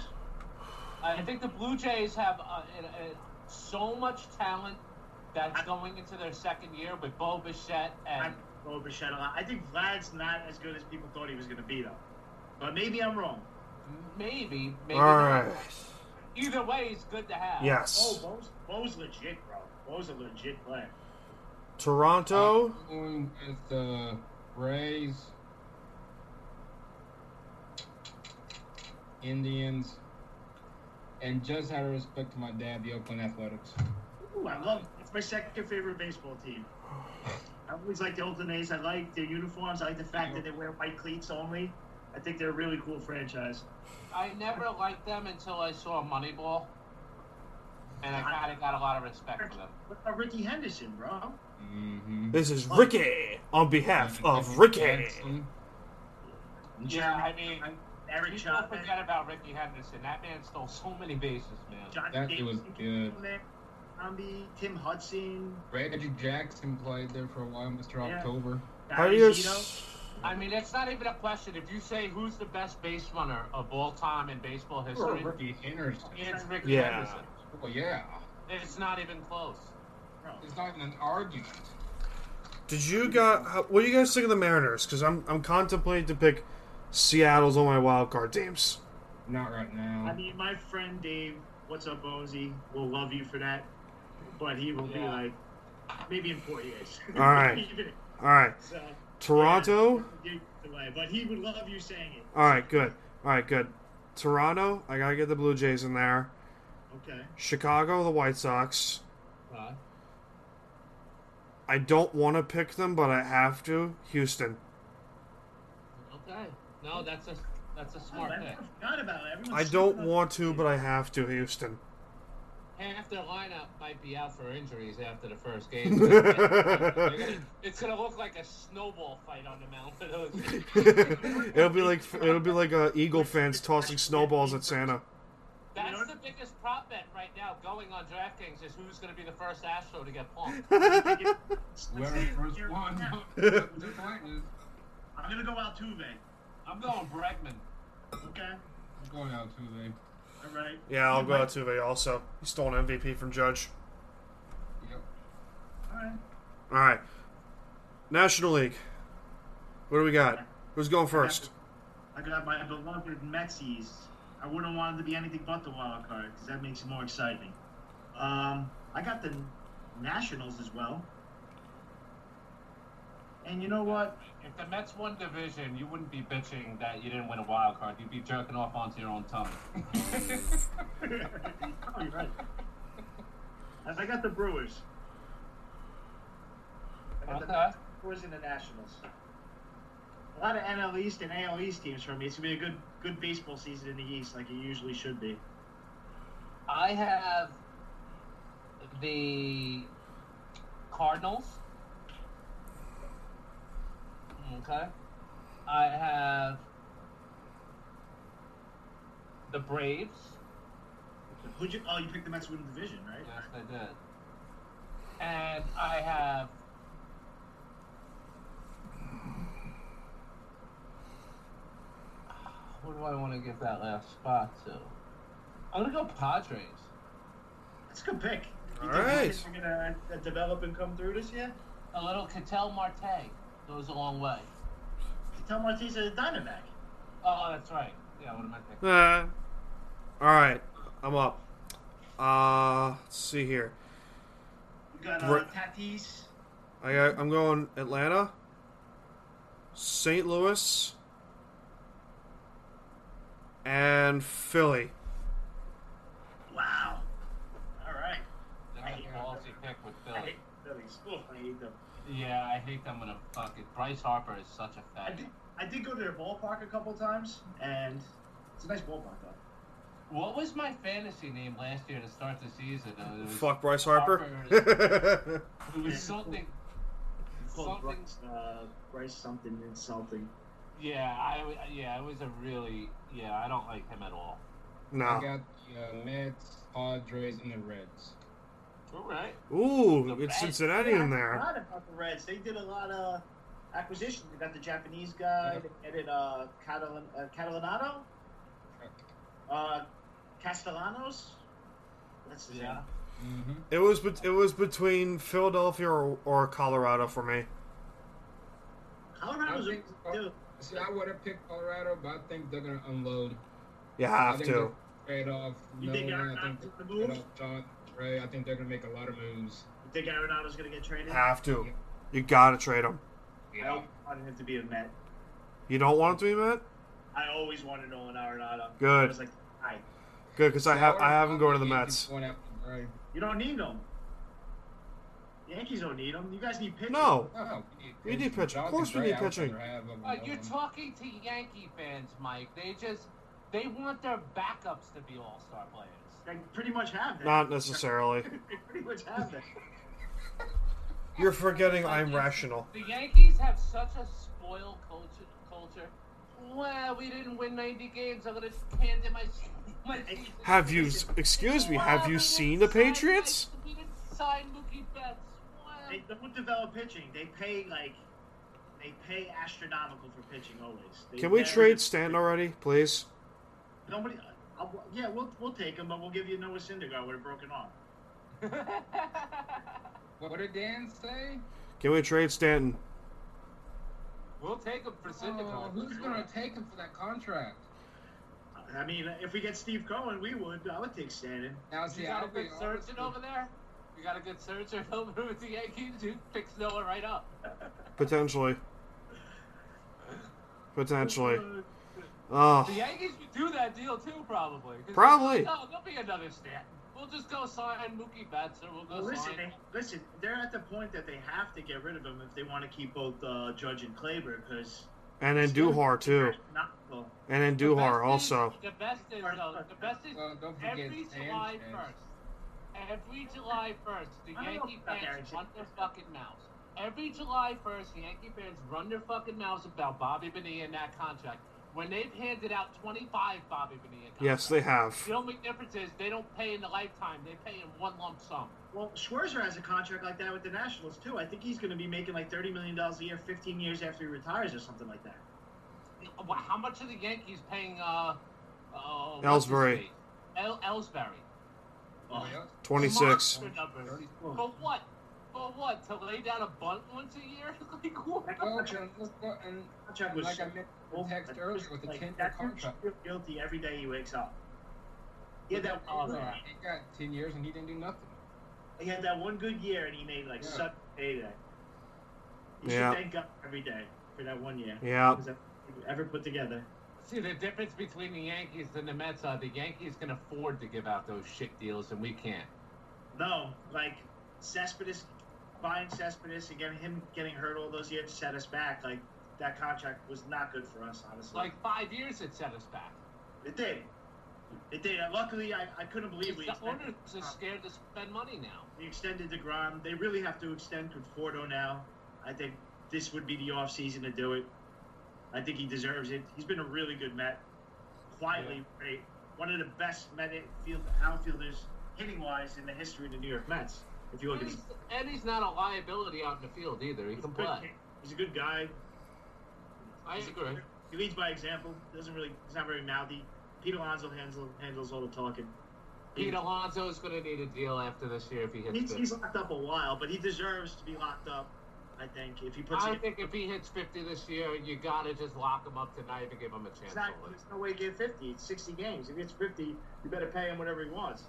Speaker 4: I think the Blue Jays have uh, uh, uh, so much talent that's going into their second year with Bo Bichette
Speaker 5: I
Speaker 4: and
Speaker 5: go Bichette a lot. I think Vlad's not as good as people thought he was going to be, though. But maybe I'm wrong.
Speaker 4: maybe maybe
Speaker 3: All right.
Speaker 4: not. either way it's good to have.
Speaker 5: Oh,
Speaker 3: Yes.
Speaker 5: Bo's, Bo's legit, bro. Bo's a legit player.
Speaker 3: Toronto.
Speaker 6: Going with the uh, Rays, Indians, and just out of respect to my dad, the Oakland Athletics.
Speaker 5: Ooh, I love. It's my second favorite baseball team. I always like the Oakland A's. I like their uniforms. I like the fact that they wear white cleats only. I think they're a really cool franchise.
Speaker 4: I never liked them until I saw Moneyball, and I kind of got a lot of respect for them.
Speaker 5: What about Ricky Henderson, bro?
Speaker 6: Mm-hmm.
Speaker 3: This is Ricky on behalf of Ricky.
Speaker 4: Yeah, I mean,
Speaker 5: Eric
Speaker 4: People
Speaker 5: Chapman,
Speaker 4: forget about Ricky Henderson. That man stole so many bases, man.
Speaker 5: John
Speaker 6: That dude was
Speaker 5: Davidson,
Speaker 6: good.
Speaker 5: man, Zombie, Tim Hudson,
Speaker 6: Reggie Jackson played there for a while, Mr.
Speaker 5: Yeah.
Speaker 6: October.
Speaker 3: How do
Speaker 5: Barry
Speaker 3: you?
Speaker 5: Zito.
Speaker 4: I mean, it's not even a question. If you say who's the best base runner of all time in baseball
Speaker 6: Or
Speaker 4: history,
Speaker 6: Ricky Henderson.
Speaker 4: it's Ricky
Speaker 3: Yeah.
Speaker 4: Henderson.
Speaker 6: Well, yeah.
Speaker 4: It's not even close.
Speaker 6: It's not even an argument.
Speaker 3: Did you got? How, what do you guys think of the Mariners? Because I'm I'm contemplating to pick Seattle's on my wild card teams.
Speaker 6: Not right now.
Speaker 5: I mean, my friend Dave, what's up, Ozzy? Will love you for that, but he will be
Speaker 4: Yeah.
Speaker 5: like, maybe in four years.
Speaker 3: All right.
Speaker 5: Even-
Speaker 3: All right,
Speaker 5: so,
Speaker 3: Toronto.
Speaker 5: yeah, either way, but he would love you saying it.
Speaker 3: All right, good. All right, good. Toronto. I gotta get the Blue Jays in there.
Speaker 5: Okay.
Speaker 3: Chicago, the White Sox.
Speaker 4: Uh,
Speaker 3: I don't want to pick them, but I have to. Houston.
Speaker 4: okay. No, that's a that's a smart
Speaker 5: Oh, I
Speaker 4: pick.
Speaker 5: forgot about it. Everyone's
Speaker 3: I don't
Speaker 5: sleeping on-
Speaker 3: want to, but I have to. Houston.
Speaker 4: Half their lineup might be out for injuries after the first game. They're gonna- it's gonna look like a snowball fight on the mound for those.
Speaker 3: it'll be like it'll be like uh, Eagle fans tossing snowballs at Santa.
Speaker 4: That's the biggest prop bet right now going on DraftKings is who's gonna be the first Astro to get punked.
Speaker 6: Whoever first
Speaker 5: You're-
Speaker 6: one.
Speaker 5: yeah.
Speaker 6: I'm
Speaker 5: I'm gonna go Altuve.
Speaker 4: I'm going Bregman.
Speaker 5: Okay.
Speaker 6: going out Tuesday.
Speaker 5: All right.
Speaker 3: Yeah, I'll
Speaker 5: You
Speaker 3: go
Speaker 5: might-
Speaker 3: Altuve also. He stole an MVP from Judge.
Speaker 6: Yep.
Speaker 5: All right.
Speaker 3: All right. National League. What do we got? Who's going first?
Speaker 5: I got my beloved Metsies. I wouldn't want it to be anything but the wild card because that makes it more exciting. Um, I got the Nationals as well. And you know what?
Speaker 4: If the Mets won division, you wouldn't be bitching that you didn't win a wild card. You'd be jerking off onto your own tongue.
Speaker 5: Oh, you're right. As I got the Brewers. I got
Speaker 4: Okay.
Speaker 5: the Brewers and the Nationals. A lot of NL East and AL East teams for me. It's gonna be a good, good baseball season in the East, like it usually should be.
Speaker 4: I have the Cardinals. Okay. I have the Braves.
Speaker 5: Who'd you? Oh, you picked the Mets to win the division, right?
Speaker 4: Yes, I did. And I have. What do I want to give that last spot to? I'm gonna go Padres.
Speaker 5: That's a good pick. You
Speaker 3: All
Speaker 5: think
Speaker 3: right.
Speaker 5: Rockets are gonna uh, develop and come through this year?
Speaker 4: A little Cattell Marte goes a long way.
Speaker 5: Tell Martinez a Diamondback.
Speaker 4: Oh, that's right. Yeah, what am I thinking?
Speaker 3: Nah. Uh, All right. I'm up. Uh, let's see here.
Speaker 5: You got uh,
Speaker 3: Bra-
Speaker 5: Tatis.
Speaker 3: I got, I'm going Atlanta, St. Louis, and Philly.
Speaker 5: Wow. All right.
Speaker 4: That's a ballsy pick with
Speaker 5: I
Speaker 4: Philly.
Speaker 5: hate Phillies. Oof, I hate them.
Speaker 4: Yeah, I hate them when a fucking Bryce Harper is such a
Speaker 5: I
Speaker 4: fag.
Speaker 5: did, I did go to their ballpark a couple times, and it's a nice ballpark though.
Speaker 4: What was my fantasy name last year to start the season? Uh, it was-
Speaker 3: Fuck Bryce Harper.
Speaker 4: It was something.
Speaker 5: It's
Speaker 4: Something.
Speaker 5: called Bryce, uh, Bryce something and something.
Speaker 4: Yeah, I w- yeah, it was a really yeah. I don't like him at all.
Speaker 6: I
Speaker 3: no.
Speaker 6: got the uh, Mets, Padres, and the Reds.
Speaker 4: All right.
Speaker 3: Ooh,
Speaker 4: The
Speaker 3: it's
Speaker 4: Reds.
Speaker 3: Cincinnati
Speaker 5: Yeah,
Speaker 3: in
Speaker 5: I
Speaker 3: there.
Speaker 5: forgot about the Reds. They did a lot of acquisitions. They got the Japanese guy. They added uh, Catalan, uh, Catalanato. Uh, Castellanos. That's his
Speaker 4: Yeah.
Speaker 5: name.
Speaker 6: Mm-hmm.
Speaker 3: It was bet- it was between Philadelphia or, or Colorado for me.
Speaker 5: Colorado's
Speaker 6: I
Speaker 5: a
Speaker 6: think- See, I would have picked Colorado, but I think they're going to unload.
Speaker 3: You
Speaker 6: I
Speaker 3: have
Speaker 6: think
Speaker 3: to.
Speaker 6: they're Trade off.
Speaker 5: You think
Speaker 6: Nolan, I
Speaker 5: Aaron
Speaker 6: think
Speaker 5: Rodgers
Speaker 6: they're
Speaker 5: will
Speaker 6: trade
Speaker 5: move?
Speaker 6: off John Ray. I think they're going to make a lot of moves.
Speaker 5: You think Arenado's gonna get traded?
Speaker 3: Have to. You gotta trade him.
Speaker 5: I always wanted him to be a Met.
Speaker 3: You don't want him to be Matt?
Speaker 5: I always wanted Nolan Arenado.
Speaker 3: Good.
Speaker 5: I was like, hi.
Speaker 3: Good, because I have I haven't going to the Mets.
Speaker 6: Going after Gray.
Speaker 5: You don't need him. Yankees don't need him. You guys need pitchers.
Speaker 3: No,
Speaker 6: Oh,
Speaker 3: We need pitching. Of course we need pitching.
Speaker 4: Uh, you're talking to Yankee fans, Mike. They just they want their backups to be all star players.
Speaker 5: They pretty much have that.
Speaker 3: not necessarily.
Speaker 5: they pretty much have that.
Speaker 3: You're forgetting I'm
Speaker 4: Yankees-
Speaker 3: rational.
Speaker 4: The Yankees have such a spoil culture. Culture. Well, we didn't win 90 games. I'm gonna hand in my. my season
Speaker 3: Have you?
Speaker 4: to-
Speaker 3: Excuse me.
Speaker 4: Well,
Speaker 3: Have
Speaker 4: we
Speaker 3: you
Speaker 4: didn't
Speaker 3: seen the
Speaker 4: sign Mike-
Speaker 3: Patriots?
Speaker 4: We didn't sign Mookie Betts. Well,
Speaker 5: They don't develop pitching. They pay like they pay astronomical for pitching always. They
Speaker 3: Can we
Speaker 5: never-
Speaker 3: trade Stan already, please?
Speaker 5: Nobody. Uh, uh, yeah, we'll we'll take him, but we'll give you Noah Syndergaard with a broken arm.
Speaker 6: What did Dan say?
Speaker 3: Can we trade Stanton?
Speaker 4: we'll take him for
Speaker 6: Oh,
Speaker 4: Syndergaard.
Speaker 6: who's gonna take him for that contract?
Speaker 5: I mean, if we get Steve Cohen, we would. I would take Stanton.
Speaker 6: Now
Speaker 4: You
Speaker 6: see,
Speaker 4: got
Speaker 6: I'll
Speaker 4: a good
Speaker 6: be honest
Speaker 4: surgeon
Speaker 6: with-
Speaker 4: over there. You got a good surgeon over with the Yankees. You fix Noah right up.
Speaker 3: Potentially. Potentially.
Speaker 5: Uh,
Speaker 3: Oh,
Speaker 4: The Yankees would do that deal too, probably. 'cause they'll
Speaker 3: Probably.
Speaker 4: just- No, there'll be another stand. We'll just go sign Mookie Betts, or we'll go
Speaker 5: Well, listen,
Speaker 4: sign.
Speaker 5: they, listen. They're at the point that they have to get rid of him if they want to keep both uh, Judge and Claber, because
Speaker 3: and then Duhar too,
Speaker 5: astronomical.
Speaker 3: and then
Speaker 4: The best
Speaker 3: Duhar
Speaker 4: is-
Speaker 3: also.
Speaker 4: The best is though. The best is
Speaker 6: Well, don't forget
Speaker 4: every
Speaker 6: Stan's
Speaker 4: July
Speaker 6: best.
Speaker 4: first. Every July first, the
Speaker 5: I don't know
Speaker 4: Yankee
Speaker 5: about that,
Speaker 4: fans
Speaker 5: actually.
Speaker 4: run their fucking mouths. Every July first, the Yankee fans run their fucking mouths about Bobby Bonilla and that contract. When they've handed out twenty-five Bobby Bonilla contracts.
Speaker 3: Yes, they have.
Speaker 4: The only difference is they don't pay in the lifetime. They pay in one lump sum.
Speaker 5: Well, Schwarzer has a contract like that with the Nationals too. I think he's going to be making like thirty million dollars a year, fifteen years after he retires, or something like that.
Speaker 4: Wha- How much are the Yankees paying? Uh, uh, what's
Speaker 3: Ellsbury.
Speaker 4: his name? El- Ellsbury.
Speaker 5: Oh,
Speaker 6: Yep.
Speaker 3: Twenty-six.
Speaker 4: Monster numbers.
Speaker 5: Oh.
Speaker 4: For what? For what? To lay down a bunt once a year? like what?
Speaker 5: That
Speaker 6: Well,
Speaker 5: contract-
Speaker 6: and let's go- and
Speaker 5: contract was
Speaker 6: like I
Speaker 5: so
Speaker 6: mentioned
Speaker 5: Oh,
Speaker 6: in text
Speaker 5: that's
Speaker 6: earlier
Speaker 5: just
Speaker 6: with the
Speaker 5: like-
Speaker 6: ten year
Speaker 5: that dude
Speaker 6: contract.
Speaker 5: should feel guilty every day he wakes up. He
Speaker 6: Yeah,
Speaker 5: had that,
Speaker 6: that
Speaker 5: one,
Speaker 4: yeah.
Speaker 6: he got ten years and he didn't do nothing.
Speaker 5: he had that one good year and he made like
Speaker 6: Yeah.
Speaker 5: such payday. You
Speaker 3: Yeah.
Speaker 5: should thank God every day for that one year.
Speaker 3: Yeah.
Speaker 5: Was that ever put together?
Speaker 4: See, the difference between the Yankees and the Mets are the Yankees can afford to give out those shit deals, and we can't.
Speaker 5: No, like Cespedes buying Cespedes and getting him getting hurt all those years set us back. Like that contract was not good for us, honestly.
Speaker 4: Like five years, it set us back.
Speaker 5: it did. It did. Luckily, I, I couldn't believe we
Speaker 4: The owners
Speaker 5: extended
Speaker 4: are scared to spend money now.
Speaker 5: We extended DeGrom. They really have to extend Conforto now. I think this would be the offseason to do it. I think he deserves it. He's been a really good Met. Quietly great. One of the best Met field outfielders hitting wise in the history of the New York Mets. If you look
Speaker 4: And
Speaker 5: at his
Speaker 4: he's, and he's not a liability out in the field either. He
Speaker 5: he's a
Speaker 4: can
Speaker 5: good
Speaker 4: play.
Speaker 5: kid. He's a good guy.
Speaker 4: I
Speaker 5: He's a-
Speaker 4: agree.
Speaker 5: He leads by example. Doesn't really he's not very mouthy. Pete Alonso handles handles all the talking.
Speaker 4: Pete Alonso is going to need a deal after this year if he hits
Speaker 5: He's, he's
Speaker 4: 50.
Speaker 5: locked up a while, but he deserves to be locked up, I think, if he puts
Speaker 4: I
Speaker 5: it
Speaker 4: think if he hits 50 this year, you got to just lock him up tonight and give him a chance.
Speaker 5: It's
Speaker 4: to
Speaker 5: not,
Speaker 4: win.
Speaker 5: there's no way to get 50. It's 60 games. If he gets 50, you better pay him whatever he wants.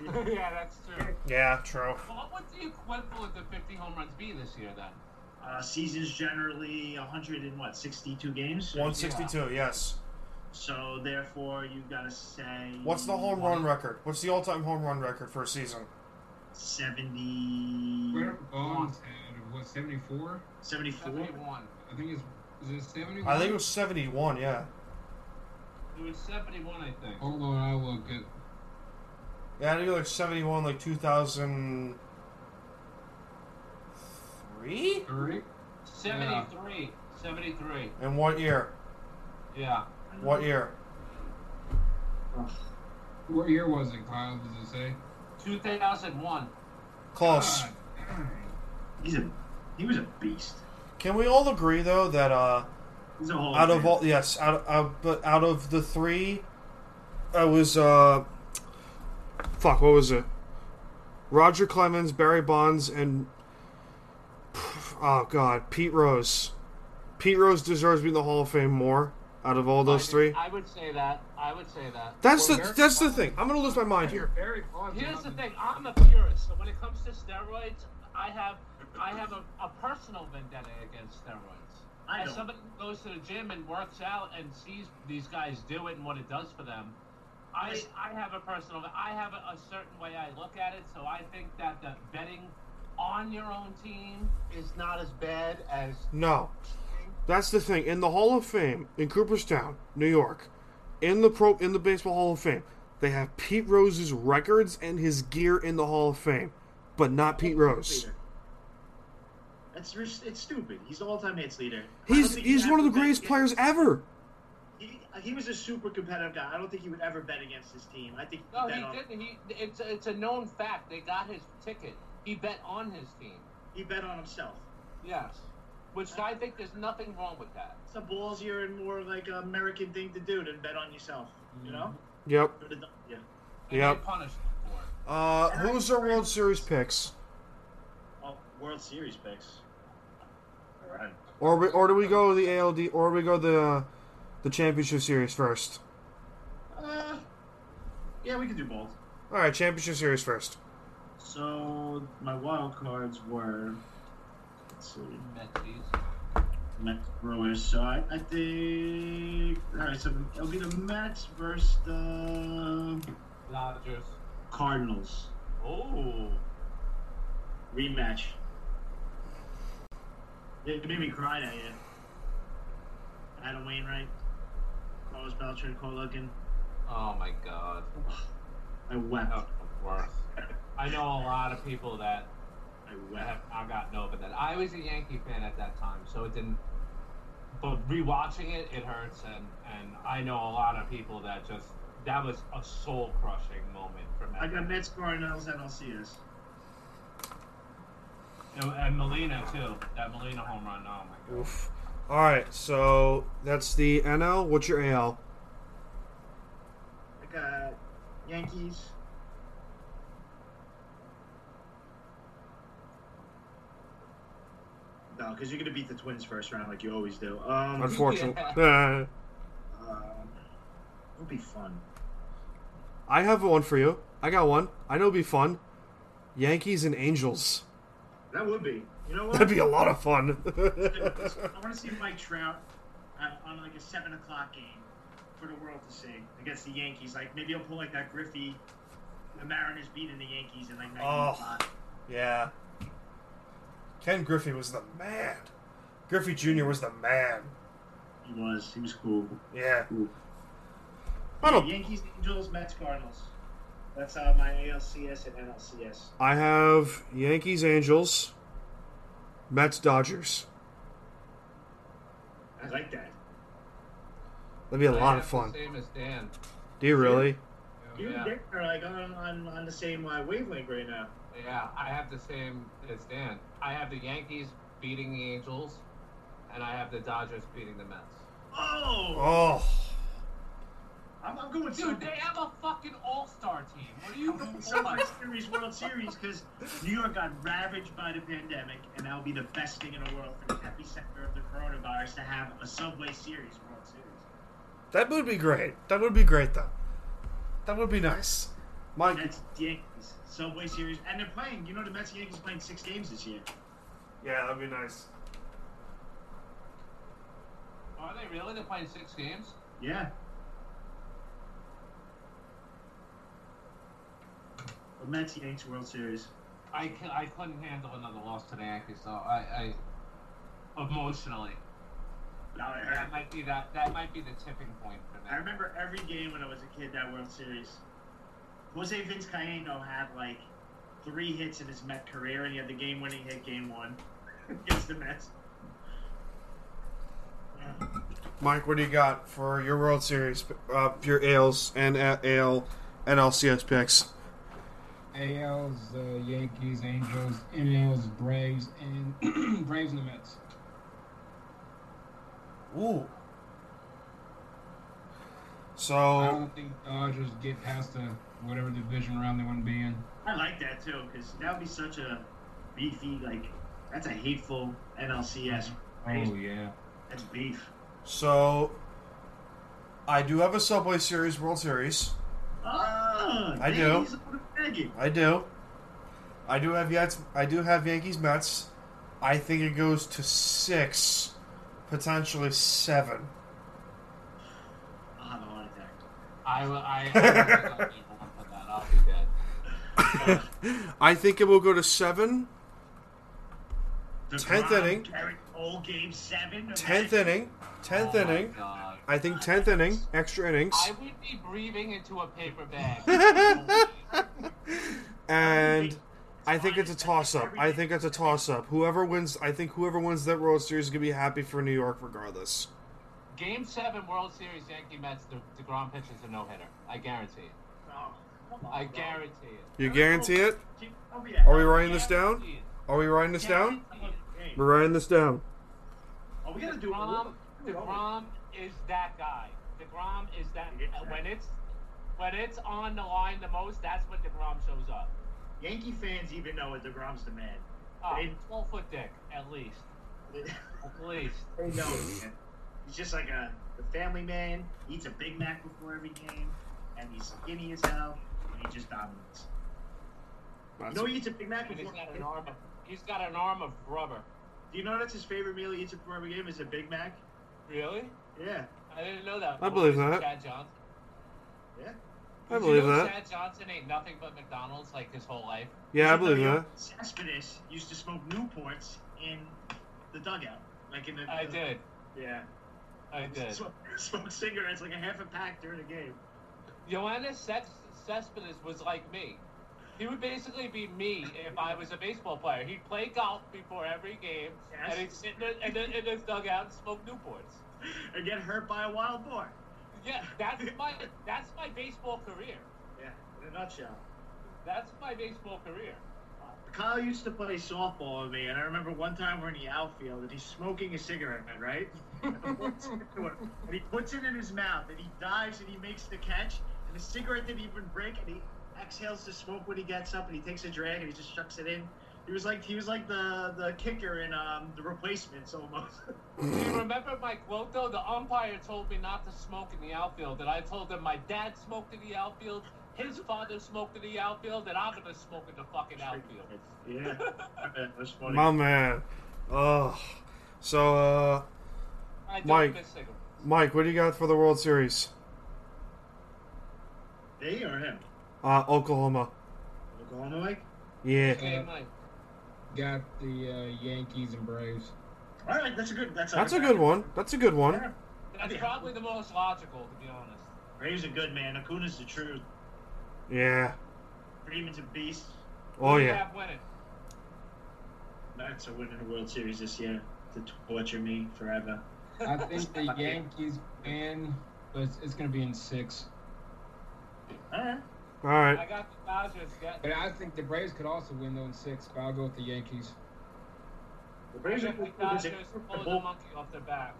Speaker 5: If you-
Speaker 4: yeah, that's true.
Speaker 3: Yeah, true.
Speaker 4: What would the equivalent of 50 home runs be this year then?
Speaker 5: uh, seasons generally 100 and what, 62 games? So,
Speaker 3: One sixty-two. Yes.
Speaker 5: so therefore, you've got to say.
Speaker 3: What's the home run record? What's the all-time home run record for a season?
Speaker 5: 70.
Speaker 6: Whatever Bones had, what seventy four?
Speaker 5: 74?
Speaker 4: 71.
Speaker 6: I think it's is it seventy one?
Speaker 3: I think it was seventy-one. Yeah.
Speaker 4: It was 71, I think.
Speaker 6: Hold on, I will get.
Speaker 3: Yeah, I think like seventy-one, like two thousand three.
Speaker 6: Three?
Speaker 4: 73. 73.
Speaker 3: And what year?
Speaker 4: Yeah.
Speaker 3: What year?
Speaker 6: What year was it, Kyle? Does it say?
Speaker 4: 2001.
Speaker 3: Close.
Speaker 6: God dang.
Speaker 5: He's a, he was a beast.
Speaker 3: Can we all agree though that uh,
Speaker 5: He's a whole.
Speaker 3: out of all yes, out of, out, but out of the three, I was uh, fuck, what was it? Roger Clemens, Barry Bonds, and oh god, Pete Rose. Pete Rose deserves to be in the Hall of Fame more out of all those three.
Speaker 4: I would say that. I would say that.
Speaker 3: That's
Speaker 6: Well,
Speaker 3: the
Speaker 6: Barry
Speaker 3: that's the thing. I'm gonna lose my mind here.
Speaker 6: Barry Bonds.
Speaker 4: Here's
Speaker 6: was
Speaker 4: the
Speaker 6: on
Speaker 4: thing. I'm a purist, so when it comes to steroids, I have I have a, a personal vendetta against steroids.
Speaker 5: I
Speaker 4: As
Speaker 5: don't.
Speaker 4: somebody who goes to the gym and works out and sees these guys do it and what it does for them, I, I have a personal I have a, a certain way I look at it. So I think that the betting on your own team is not as bad as
Speaker 3: No. That's the thing. In the Hall of Fame in Cooperstown, New York, in the pro in the Baseball Hall of Fame, they have Pete Rose's records and his gear in the Hall of Fame, but not Pete Rose.
Speaker 5: That's ris- it's stupid. He's the all-time hits leader. I don't
Speaker 3: He's
Speaker 5: think you
Speaker 3: he's
Speaker 5: have
Speaker 3: one of
Speaker 5: to
Speaker 3: the
Speaker 5: bet
Speaker 3: greatest players
Speaker 5: against-
Speaker 3: ever.
Speaker 5: He, he was a super competitive guy. I don't think he would ever bet against his team. I think
Speaker 4: No,
Speaker 5: bet
Speaker 4: he
Speaker 5: on-
Speaker 4: didn't. He it's a, it's a known fact. They got his ticket. He bet on his team.
Speaker 5: he bet on himself.
Speaker 4: Yes, which I think there's nothing wrong with that.
Speaker 5: It's a ballsier and more like American thing to do than bet on yourself. You know?
Speaker 3: Yep.
Speaker 5: Yeah.
Speaker 4: And
Speaker 3: Yep.
Speaker 4: they punished him for it.
Speaker 3: Uh, who's our World Series picks?
Speaker 5: Well, World Series picks. All right.
Speaker 3: Or we, or do we go the ALD or we go the uh, the championship series first?
Speaker 5: Uh, yeah, we could do both.
Speaker 3: All right, championship series first.
Speaker 5: So my wild cards were let's see,
Speaker 4: Metsies.
Speaker 5: Mets Brewers. So I, I think all right. So it'll be the Mets versus the
Speaker 4: Dodgers.
Speaker 5: Cardinals
Speaker 4: Oh.
Speaker 5: rematch. It made me cry that year. Adam Wainwright, Carlos Beltran, Cole Logan.
Speaker 4: Oh my God.
Speaker 5: I wept.
Speaker 3: Oh.
Speaker 4: That was worse. I know a lot of people that
Speaker 5: I
Speaker 4: have
Speaker 5: wept.
Speaker 4: not gotten over that. I was a Yankee fan at that time, so it didn't. But rewatching it, it hurts, and and I know a lot of people that just that was a soul crushing moment for me.
Speaker 5: I got Mets Cardinals and I'll see us.
Speaker 4: and, and Molina too. That Molina home run. Oh my god.
Speaker 3: Oof. All right, so that's the NL. What's your AL?
Speaker 5: I got Yankees. No, because you're gonna beat the Twins first round like you always do. Um,
Speaker 3: Unfortunately,
Speaker 5: um, it'll be fun.
Speaker 3: I have one for you. I got one. I know it'll be fun. Yankees and Angels.
Speaker 5: That would be. You know what?
Speaker 3: That'd be a lot of fun.
Speaker 5: I want to see Mike Trout at, on like a seven o'clock game for the world to see against the Yankees. Like maybe he'll pull like that Griffey. The Mariners beating the Yankees in like 1985.
Speaker 3: yeah. Ken Griffey was the man. Griffey Jr. was the man.
Speaker 5: He was. He was cool.
Speaker 3: Yeah.
Speaker 5: Cool.
Speaker 3: I don't
Speaker 5: Yankees, Angels, Mets, Cardinals. That's uh, my ALCS and NLCS.
Speaker 3: I have Yankees, Angels, Mets, Dodgers.
Speaker 5: I like that.
Speaker 3: That'd be a
Speaker 4: I
Speaker 3: lot
Speaker 4: have
Speaker 3: of fun.
Speaker 4: The same as Dan.
Speaker 3: Do you really?
Speaker 4: Oh, Yeah,
Speaker 5: You and Dick are like on, on, on the same uh, wavelength right now.
Speaker 4: yeah, I have the same as Dan. I have the Yankees beating the Angels, and I have the Dodgers beating the Mets.
Speaker 5: Oh,
Speaker 3: Oh,
Speaker 5: I'm, I'm going
Speaker 4: Dude, they
Speaker 5: to
Speaker 4: have a fucking all star team. What are you doing?
Speaker 5: Summer Series, World Series, because New York got ravaged by the pandemic, and that'll be the best thing in the world for the epicenter of the coronavirus to have a Subway Series, World Series.
Speaker 3: that would be great. That would be great, though. That would be nice. Mike,
Speaker 5: That's the Yankees Subway Series, and they're playing. You know, the Mets and Yankees playing six games this year.
Speaker 3: yeah, that'd be nice.
Speaker 4: Are they really? They're playing six games?
Speaker 5: Yeah. The Mets Yanks World Series.
Speaker 4: I, can, I couldn't handle another loss to the Yankees, so I, I emotionally.
Speaker 5: No, I,
Speaker 4: That
Speaker 5: I-
Speaker 4: might be that. That might be the tipping point for
Speaker 5: I
Speaker 4: them.
Speaker 5: remember every game when I was a kid that World Series. Jose Vince Cayeno had like three hits in his Met career, and he had the game-winning hit game one against the Mets.
Speaker 3: Mike, what do you got for your World Series, uh, your ALs and uh, AL and LCS picks?
Speaker 6: ALs, uh, Yankees, Angels, NLs, Braves, and Braves and the Mets.
Speaker 3: Ooh.
Speaker 6: I
Speaker 3: So
Speaker 6: don't think Dodgers get past the whatever division round they want to be in.
Speaker 5: I like that too, because that would be such a beefy, like that's a hateful NLCS.
Speaker 6: Oh yeah.
Speaker 5: That's beef.
Speaker 3: so, I do have a Subway Series World Series.
Speaker 5: Ah,
Speaker 3: I do.
Speaker 5: Yankees over Yankees.
Speaker 3: I do. I do have Yanks. I do have Yankees Mets. I think it goes to six, potentially seven.
Speaker 5: I'll have a heart attack.
Speaker 4: I, will- I, I, I don't think I'll be able to put that. I'll be dead.
Speaker 3: I think it will go to seven.
Speaker 5: The
Speaker 3: Tenth
Speaker 5: Grom
Speaker 3: inning.
Speaker 5: carried All game seven.
Speaker 3: Tenth
Speaker 5: Imagine-
Speaker 3: inning. Tenth
Speaker 4: Oh my
Speaker 3: inning.
Speaker 4: God.
Speaker 3: I think tenth inning. Extra innings.
Speaker 4: I would be breathing into a paper bag.
Speaker 3: and I think it's a toss up. I think it's a toss up. Whoever wins, I think whoever wins that World Series is gonna be happy for New York regardless.
Speaker 4: Game seven World Series Yankee Mets. The Degrom pitches a no hitter. I guarantee it.
Speaker 5: Oh, come on,
Speaker 4: I
Speaker 5: bro.
Speaker 4: guarantee it.
Speaker 3: You guarantee it?
Speaker 5: Keep- don't be that-
Speaker 3: Are we writing this down?
Speaker 4: Guarantee it.
Speaker 3: Are we writing this down?
Speaker 5: Hey,
Speaker 3: We're writing this down.
Speaker 5: Are we gonna do
Speaker 4: DeGrom,
Speaker 5: we always-
Speaker 4: DeGrom is that guy. DeGrom is that when it's when it's on the line the most, that's when DeGrom shows up.
Speaker 5: Yankee fans even know that Degrom's the man.
Speaker 4: Uh,
Speaker 5: They-
Speaker 4: twelve foot dick, at least.
Speaker 5: They
Speaker 4: At least.
Speaker 5: they know it, man. He's just like a the family man. He eats a Big Mac before every game, and he's skinny as hell, and he just dominates. You know he eats a Big Mac
Speaker 4: And he's
Speaker 5: before.
Speaker 4: got an arm of, he's got an arm of rubber.
Speaker 5: Do you know that's his favorite meal he eats before every game is a Big Mac?
Speaker 4: Really?
Speaker 5: Yeah,
Speaker 4: I didn't know that.
Speaker 3: I believe
Speaker 4: Well,
Speaker 3: that.
Speaker 4: Chad Johnson.
Speaker 5: yeah.
Speaker 3: I
Speaker 4: Did
Speaker 3: believe
Speaker 4: you know
Speaker 3: that.
Speaker 4: Chad Johnson ate nothing but McDonald's like his whole life.
Speaker 3: Yeah, I believe that.
Speaker 5: Cespedes used to smoke Newports in the dugout, like in the.
Speaker 4: I did.
Speaker 5: Yeah.
Speaker 4: I did.
Speaker 5: Smoke, smoke cigarettes like a half a pack during a game.
Speaker 4: Joannis Sex- Cespedes was like me. He would basically be me if I was a baseball player. He'd play golf before every game,
Speaker 5: Yes.
Speaker 4: and he'd sit in, the- in, the- in his dugout and smoke Newports.
Speaker 5: Or get hurt by a wild boar.
Speaker 4: Yeah, that's my that's my baseball career.
Speaker 5: Yeah, in a nutshell. Uh,
Speaker 4: That's my baseball career.
Speaker 5: Kyle used to play softball with me, and I remember one time we're in the outfield, and he's smoking a cigarette, right? and he puts it in his mouth, and he dives, and he makes the catch, and the cigarette didn't even break, and he exhales the smoke when he gets up, and he takes a drag, and he just chucks it in. He was like he was like the the kicker in um, the replacements almost.
Speaker 4: Do you remember my quote though? The umpire told me not to smoke in the outfield, and I told him my dad smoked in the outfield, his father smoked in the outfield, and I'm gonna smoke in the fucking outfield.
Speaker 5: yeah, that was funny.
Speaker 3: My man. Ugh. So, uh,
Speaker 4: I don't
Speaker 3: Mike.
Speaker 4: miss cigarettes.
Speaker 3: Mike, what do you got for the World Series?
Speaker 5: They or him?
Speaker 3: Uh, Oklahoma.
Speaker 5: Oklahoma, Mike.
Speaker 3: Yeah.
Speaker 4: Okay, Mike.
Speaker 6: Got the uh, Yankees and Braves.
Speaker 5: All right, that's a good. That's,
Speaker 3: That's a good one. That's a good one.
Speaker 5: Yeah.
Speaker 4: That's
Speaker 5: Yeah.
Speaker 4: probably the most logical, to be honest.
Speaker 5: Braves are good, man. Acuna's the truth.
Speaker 3: Yeah.
Speaker 5: Freeman's a beast.
Speaker 3: Oh,
Speaker 4: Who do you
Speaker 3: yeah.
Speaker 4: have winning?
Speaker 5: Mets are winning the World Series this year to torture me forever.
Speaker 6: I think the Yankees win, but it's, it's going to be in six.
Speaker 5: All right.
Speaker 3: All right.
Speaker 4: I got the Dodgers. Got,
Speaker 6: But I think the Braves could also win though in six. But I'll go with the Yankees.
Speaker 5: The
Speaker 4: I
Speaker 5: Braves are
Speaker 4: got the
Speaker 5: good.
Speaker 4: Dodgers
Speaker 5: They're
Speaker 4: pulling the
Speaker 5: both-
Speaker 4: monkey off their back.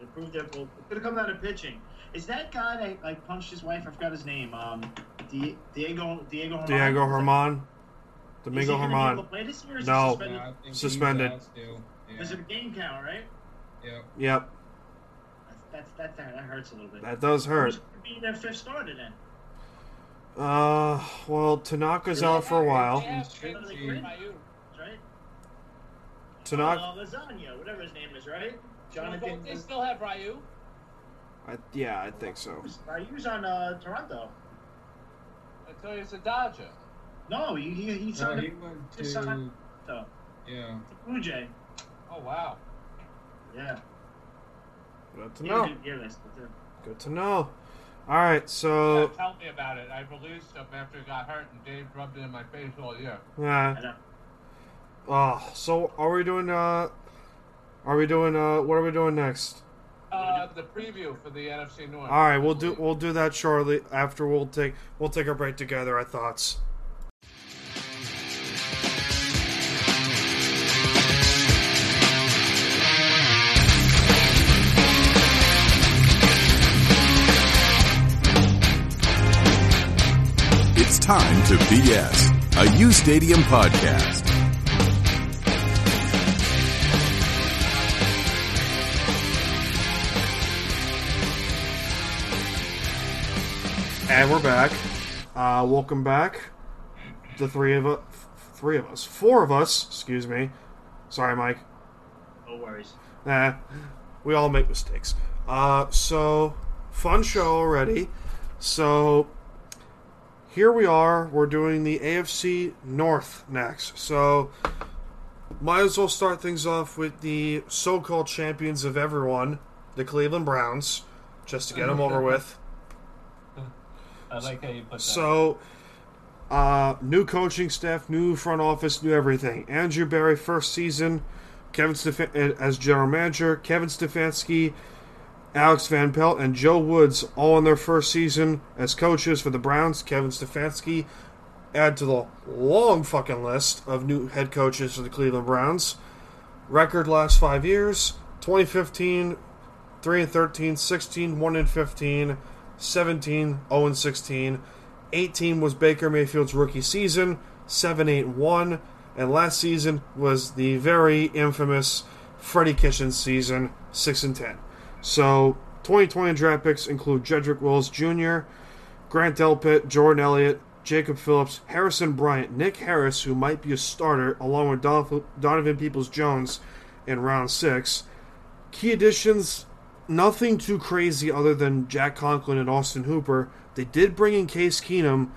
Speaker 5: they proved their both. It's gonna come down to pitching. Is that guy that like punched his wife? I forgot his name. Um, Di- Diego Diego Herman.
Speaker 3: Diego
Speaker 5: Is that-
Speaker 3: Herman.
Speaker 5: is he
Speaker 3: Domingo
Speaker 5: gonna be able
Speaker 3: Herman.
Speaker 5: to play this year or is
Speaker 3: No.
Speaker 5: he suspended?
Speaker 6: Yeah, I think he's
Speaker 3: Suspended.
Speaker 6: out Still.
Speaker 5: There's
Speaker 6: Yeah.
Speaker 5: a game count, right?
Speaker 6: yeah.
Speaker 3: Yep.
Speaker 5: That's, that's that, that that hurts a little bit.
Speaker 3: That does
Speaker 5: Who's
Speaker 3: hurt.
Speaker 5: gonna be their fifth starter then?
Speaker 3: Uh, well, Tanaka's out for a
Speaker 4: They
Speaker 3: while.
Speaker 4: have
Speaker 6: Should
Speaker 4: Vince
Speaker 6: be.
Speaker 4: Mayu.
Speaker 5: Right?
Speaker 3: Tanaka.
Speaker 5: Uh, Lasagna, whatever his name is, right?
Speaker 4: Don't
Speaker 5: Jonathan.
Speaker 4: They still have Ryu.
Speaker 3: I, yeah, I think so.
Speaker 5: Ryu's on uh, Toronto.
Speaker 4: Until he's a Dodger.
Speaker 5: No, he he, he
Speaker 6: No,
Speaker 5: signed
Speaker 6: he
Speaker 5: a-
Speaker 6: went
Speaker 5: he signed
Speaker 6: to
Speaker 5: a-
Speaker 6: yeah.
Speaker 5: the Blue Jay.
Speaker 4: Oh wow.
Speaker 5: Yeah.
Speaker 3: Good to
Speaker 5: He
Speaker 3: know.
Speaker 5: didn't give us the tip.
Speaker 3: Good to know. All right. So,
Speaker 4: Yeah, tell me about it. I released him after he got hurt, and Dave rubbed it in my face all year.
Speaker 3: yeah.
Speaker 5: I know.
Speaker 3: Oh, so are we doing? Uh, are we doing? Uh, what are we doing next?
Speaker 4: Uh, the preview for the NFC North.
Speaker 3: All right, we'll do we'll do that shortly after we'll take we'll take a break together. Our thoughts.
Speaker 2: It's time to BS, a U Stadium podcast.
Speaker 3: And we're back. Uh, welcome back. The three of us, three of us, four of us. Excuse me. Sorry, Mike.
Speaker 5: No worries.
Speaker 3: Nah, we all make mistakes. Uh, so fun show already. So here we are. We're doing the AFC North next. So might as well start things off with the so-called champions of everyone, the Cleveland Browns, just to get them over with.
Speaker 4: I like how you put that.
Speaker 3: So Uh, new coaching staff, new front office, new everything. Andrew Barry, first season. Kevin Stef- as general manager. Kevin Stefanski, Alex Van Pelt, and Joe Woods all in their first season as coaches for the Browns. Kevin Stefanski add to the long fucking list of new head coaches for the Cleveland Browns. Record last five years 2015, 3 and 13, 16, 1 and 15, 17, 0 and 16. 18 was Baker Mayfield's rookie season, 7 8 1. And last season was the very infamous Freddie Kitchens season, 6 and 10. So 2020 draft picks include Jedrick Wills Jr., Grant Delpit, Jordan Elliott, Jacob Phillips, Harrison Bryant, Nick Harris, who might be a starter, along with Don- Donovan Peoples Jones in round six. Key additions nothing too crazy other than Jack Conklin and Austin Hooper. They did bring in Case Keenum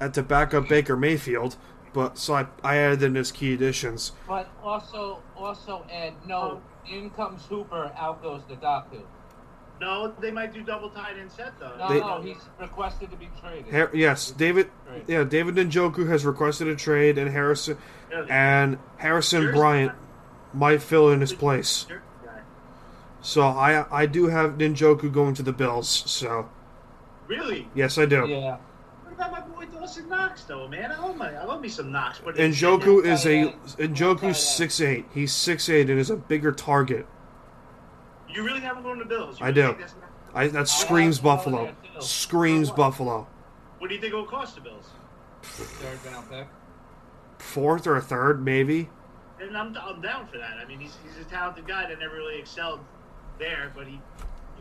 Speaker 3: at to back up Baker Mayfield, but so I, I added in as key additions.
Speaker 4: But also, also add no.
Speaker 3: Oh.
Speaker 4: In comes Hooper, out goes the doctor.
Speaker 5: No, they might do double tight end set though.
Speaker 4: No,
Speaker 3: They-
Speaker 4: no, he's requested to be traded.
Speaker 3: Har- yes, David.
Speaker 4: Right.
Speaker 3: Yeah, David Njoku has requested a trade, and Harrison and Harrison
Speaker 5: There's-
Speaker 3: Bryant might fill in his place. So I I do have Ninjoku going to the Bills. So
Speaker 5: Really?
Speaker 3: yes, I do.
Speaker 4: yeah.
Speaker 5: What about my boy Dawson Knox though, man? I love my, I love me some Knox, but
Speaker 3: And Njoku
Speaker 4: Yeah,
Speaker 3: is
Speaker 4: yeah.
Speaker 3: a Njoku's six eight. He's six eight and is a bigger target.
Speaker 5: you really haven't going to the Bills. You
Speaker 3: I
Speaker 5: really
Speaker 3: do.
Speaker 5: think that's not-
Speaker 3: I, that screams
Speaker 4: have him
Speaker 3: Buffalo.
Speaker 4: on there, too.
Speaker 3: Screams
Speaker 5: For what?
Speaker 3: Buffalo.
Speaker 5: What do you think it will cost the Bills?
Speaker 4: Third round pick.
Speaker 3: Fourth or a third, maybe.
Speaker 5: And I'm, I'm down for that. I mean, he's, he's a talented guy that never really excelled there, but he,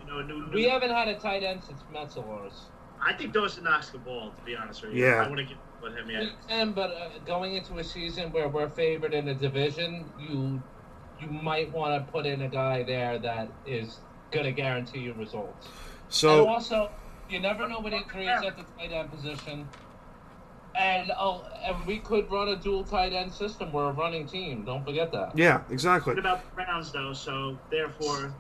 Speaker 5: you know, new.
Speaker 4: We haven't had a tight end since Metzelors.
Speaker 5: I think Dawson Knox could ball, to be honest with you.
Speaker 3: Yeah.
Speaker 5: I want to get with him yet.
Speaker 4: We can, but uh, going into a season where we're favored in a division, you you might want to put in a guy there that is going to guarantee you results. and
Speaker 3: So
Speaker 4: also, you never know what injuries at the tight end position. And oh, and we could run a dual tight end system. We're a running team. Don't forget that.
Speaker 3: yeah, exactly.
Speaker 5: What about the Browns though? So therefore,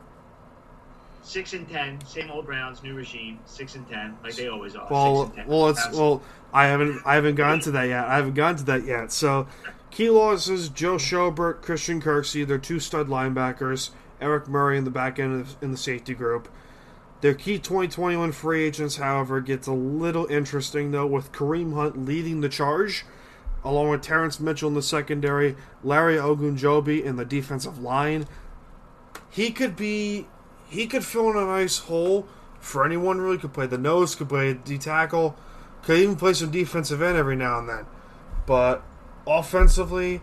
Speaker 5: six and ten, same old Browns, new regime, six and ten, like they always are.
Speaker 3: Well,
Speaker 5: six and 10.
Speaker 3: well, it's
Speaker 5: Browns.
Speaker 3: well. I haven't I haven't gotten to that yet. I haven't gotten to that yet. So, key losses: Joe Schobert, Christian Kirksey, their two stud linebackers, Eric Murray in the back end of, in the safety group. Their key 2021 free agents, however, gets a little interesting though, with Kareem Hunt leading the charge, along with Terrence Mitchell in the secondary, Larry Ogunjobi in the defensive line. He could be he could fill in a nice hole for anyone really. Could play the nose, could play D tackle, could even play some defensive end every now and then. But offensively,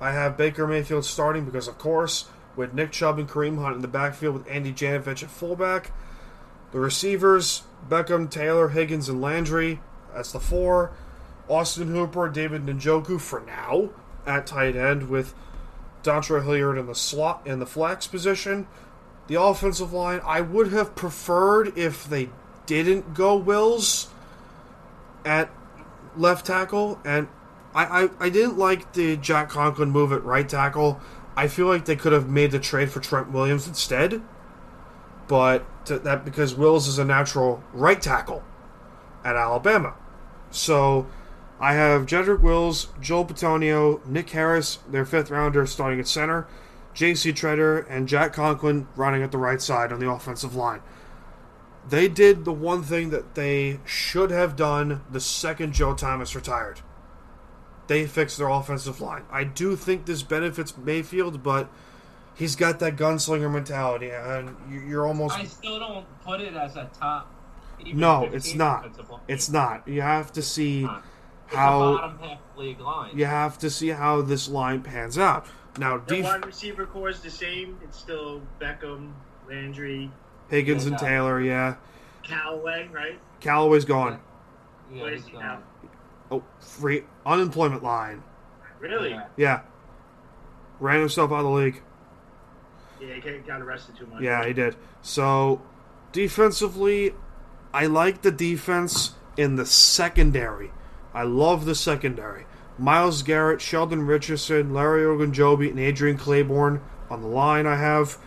Speaker 3: I have Baker Mayfield starting because, of course, with Nick Chubb and Kareem Hunt in the backfield with Andy Janovich at fullback. The receivers, Beckham, Taylor, Higgins, and Landry. That's the four. Austin Hooper, David Njoku for now at tight end with Dontre Hilliard in the slot in the flex position. The offensive line, I would have preferred if they didn't go Wills at left tackle, and I, I, I didn't like the Jack Conklin move at right tackle. I feel like they could have made the trade for Trent Williams instead, but to, that because Wills is a natural right tackle at Alabama. So I have Jedrick Wills, Joel Petonio, Nick Harris, their fifth rounder starting at center, J.C. Treader, and Jack Conklin running at the right side on the offensive line. They did the one thing that they should have done the second Joe Thomas retired. They fixed their offensive line. I do think this benefits Mayfield, but he's got that gunslinger mentality, and you- you're almost.
Speaker 4: I still don't put it as a top. even
Speaker 3: No,
Speaker 4: 15
Speaker 3: it's not.
Speaker 4: defensive line.
Speaker 3: It's not. You have to see
Speaker 4: It's It's a
Speaker 3: how
Speaker 4: bottom half league line.
Speaker 3: you have to see how this line pans out. Now,
Speaker 5: the
Speaker 3: def-
Speaker 5: wide receiver core is the same. It's still Beckham, Landry,
Speaker 3: Higgins and Taylor, yeah.
Speaker 5: Callaway, right?
Speaker 3: Callaway's gone.
Speaker 4: Yeah,
Speaker 5: Where
Speaker 4: he's
Speaker 5: is he
Speaker 4: gone.
Speaker 5: now?
Speaker 3: Oh, free unemployment line.
Speaker 5: Really?
Speaker 4: Yeah.
Speaker 5: Yeah,
Speaker 3: Yeah, ran himself out of the league.
Speaker 5: he got- got arrested too much.
Speaker 3: Yeah, he did. So, defensively, I like the defense in the secondary. I love the secondary. Miles Garrett, Sheldon Richardson, Larry Ogunjobi, and Adrian Claiborne on the line. I have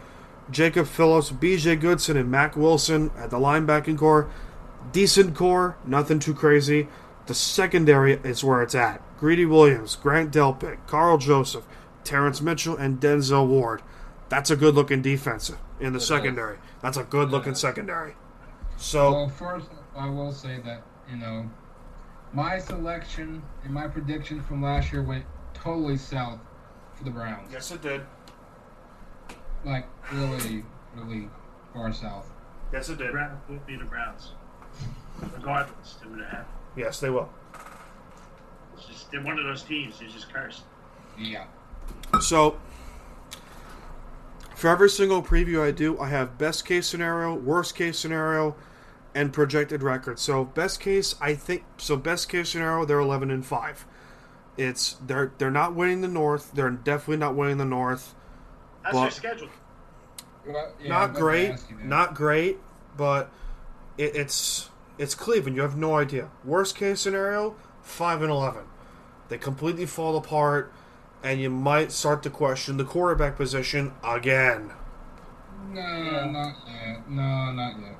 Speaker 3: Jacob Phillips, B.J. Goodson, and Mac Wilson at the linebacking core. Decent core, nothing too crazy. The secondary is where it's at. Greedy Williams, Grant Delpit, Carl Joseph, Terrence Mitchell, and Denzel Ward. That's a good looking defense in the secondary. That's a good looking secondary. So
Speaker 6: Well, first, I will say that, you know, my selection and my prediction from last year went totally south for the Browns.
Speaker 3: yes, it did.
Speaker 6: Like, really, really far south.
Speaker 3: Yes, it
Speaker 5: The
Speaker 3: did.
Speaker 5: Browns will be the Browns, regardless. They're gonna have.
Speaker 3: Yes, they will.
Speaker 5: It's just they're one of those teams. They're just cursed.
Speaker 6: Yeah.
Speaker 3: So, for every single preview I do, I have best case scenario, worst case scenario, and projected record. So, best case, I think so. Best case scenario, they're eleven and five. It's they're they're not winning the North. They're definitely not winning the North.
Speaker 5: That's
Speaker 3: Well-
Speaker 5: their schedule.
Speaker 6: Well, yeah, I was
Speaker 3: not
Speaker 6: about to
Speaker 3: great,
Speaker 6: ask you that.
Speaker 3: not great, but it, it's it's Cleveland. You have no idea. Worst case scenario, five and eleven. They completely fall apart, and you might start to question the quarterback position again.
Speaker 6: No, not
Speaker 4: Uh,
Speaker 6: yet. No, not yet.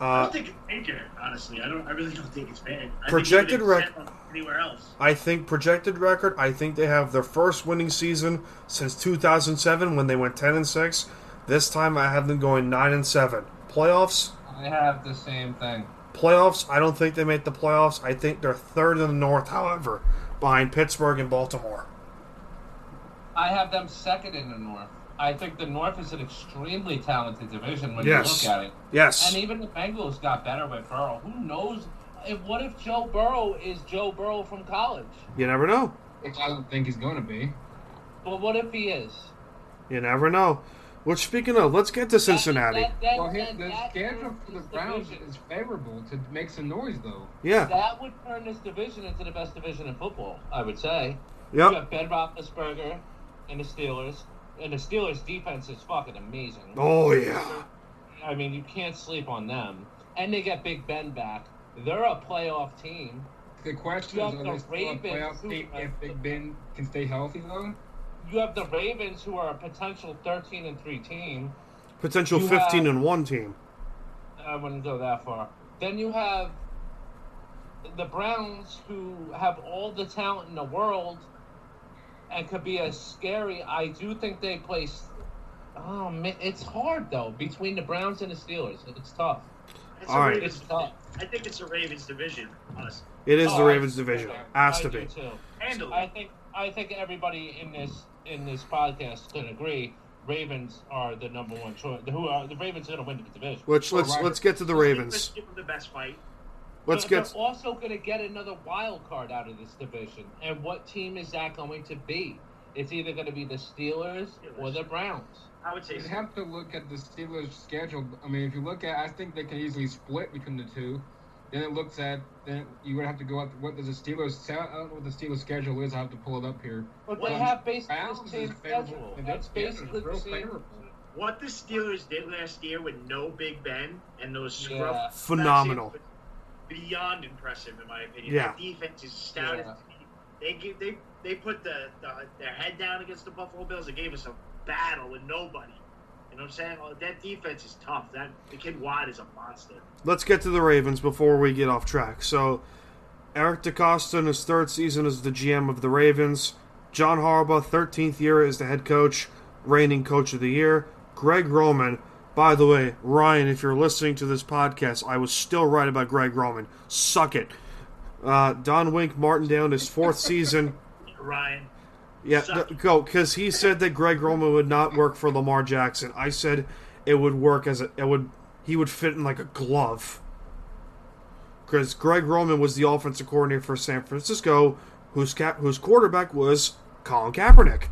Speaker 5: I
Speaker 3: Uh,
Speaker 5: don't think it's major, honestly. I don't. I really don't think it's bad. I
Speaker 3: Projected
Speaker 5: think even if
Speaker 3: rec-
Speaker 5: it's set anywhere else.
Speaker 3: I think projected record. I think they have their first winning season since 2007 when they went 10 and six. This time I have them going nine and seven. Playoffs,
Speaker 6: I have the same thing.
Speaker 3: playoffs. I don't think they make the playoffs. I think they're third in the North, however, behind Pittsburgh and Baltimore.
Speaker 4: I have them second in the North. I think the North is an extremely talented division when
Speaker 3: Yes.
Speaker 4: you look at it.
Speaker 3: Yes.
Speaker 4: And even the Bengals got better with Burrow. Who knows? If, what if Joe Burrow is Joe Burrow from college?
Speaker 3: You never know.
Speaker 6: Which I don't think he's going to be.
Speaker 4: Well, what if he is?
Speaker 3: You never know. Which, speaking of, let's get to Cincinnati.
Speaker 4: That, that,
Speaker 6: Well,
Speaker 4: that,
Speaker 6: here,
Speaker 4: that,
Speaker 6: the
Speaker 4: that
Speaker 6: schedule
Speaker 4: turns
Speaker 6: for the
Speaker 4: this
Speaker 6: Browns
Speaker 4: division-
Speaker 6: is favorable to make some noise, though.
Speaker 3: yeah.
Speaker 4: That would turn this division into the best division in football, I would say. You
Speaker 3: Yep.
Speaker 4: have Ben Roethlisberger and the Steelers, and the Steelers' defense is fucking amazing.
Speaker 3: Oh yeah.
Speaker 4: I mean, you can't sleep on them. And they get Big Ben back. They're a playoff team.
Speaker 6: The question
Speaker 4: You
Speaker 6: is,
Speaker 4: have
Speaker 6: are
Speaker 4: the
Speaker 6: they still a
Speaker 4: Ravens uh,
Speaker 6: playoff
Speaker 4: who
Speaker 6: team
Speaker 4: have-
Speaker 6: if Big Ben can stay healthy, though?
Speaker 4: You have the Ravens, who are a potential 13 and 3 team.
Speaker 3: Potential
Speaker 4: You uh,
Speaker 3: 15
Speaker 4: have-
Speaker 3: and one team.
Speaker 4: I wouldn't go that far. Then you have the Browns, who have all the talent in the world and could be as scary. I do think they place. Oh, man, it's hard, though, between the Browns and the Steelers. It's tough.
Speaker 5: It's
Speaker 3: All
Speaker 5: a
Speaker 3: right.
Speaker 5: Ravens
Speaker 4: It's tough.
Speaker 5: division. I think it's a Ravens division, honestly.
Speaker 3: It is
Speaker 4: Oh,
Speaker 3: the
Speaker 4: I-
Speaker 3: Ravens division. Has
Speaker 4: I
Speaker 3: to
Speaker 4: do
Speaker 3: be.
Speaker 4: too.
Speaker 5: Handily.
Speaker 4: I think I think everybody in this in this podcast can agree. Ravens are the number one choice. Who are the Ravens are going to win the division?
Speaker 3: Which
Speaker 6: All
Speaker 3: let's
Speaker 6: right.
Speaker 3: let's get to the
Speaker 5: Let's
Speaker 3: Ravens.
Speaker 5: give them the best fight.
Speaker 3: Let's
Speaker 4: But
Speaker 3: get
Speaker 4: They're also going to get another wild card out of this division. And what team is that going to be? It's either going to be the Steelers or the Browns.
Speaker 5: I would say
Speaker 6: You have to look at the Steelers' schedule. I mean, if you look at, I think they can easily split between the two. Then it looks at, then you would have to go up. What does the Steelers? sa- I don't know what the Steelers' schedule is. I have to pull it up here.
Speaker 4: But
Speaker 6: Well,
Speaker 4: they have basically the
Speaker 6: Browns is
Speaker 4: same
Speaker 6: favorable.
Speaker 4: schedule.
Speaker 6: and
Speaker 4: That's
Speaker 6: their schedule
Speaker 4: basically
Speaker 6: is
Speaker 4: the
Speaker 6: real
Speaker 4: same.
Speaker 6: favorable.
Speaker 5: what the Steelers did last year with no Big Ben and those
Speaker 4: Yeah.
Speaker 5: scrub
Speaker 3: Phenomenal.
Speaker 5: was beyond impressive in my opinion.
Speaker 3: Yeah.
Speaker 5: The defense is stout. as
Speaker 4: Yeah.
Speaker 5: They give, they they put the, the their head down against the Buffalo Bills. They gave us a battle with nobody. You know what I'm saying? Well, that defense is tough. That the kid Watt is a monster.
Speaker 3: let's get to the Ravens before we get off track. So, Eric DaCosta in his third season as the GM of the Ravens. John Harbaugh, 13th year as the head coach, reigning coach of the year. Greg Roman, by the way, Ryan, if you're listening to this podcast, I was still right about Greg Roman. Suck it. Uh, Don Wink Martindale in his fourth season.
Speaker 5: Ryan,
Speaker 3: Yeah,
Speaker 5: Suck.
Speaker 3: th- go because he said that Greg Roman would not work for Lamar Jackson. I said it would work as a, it would he would fit in like a glove. Because Greg Roman was the offensive coordinator for San Francisco, whose cap whose quarterback was Colin Kaepernick,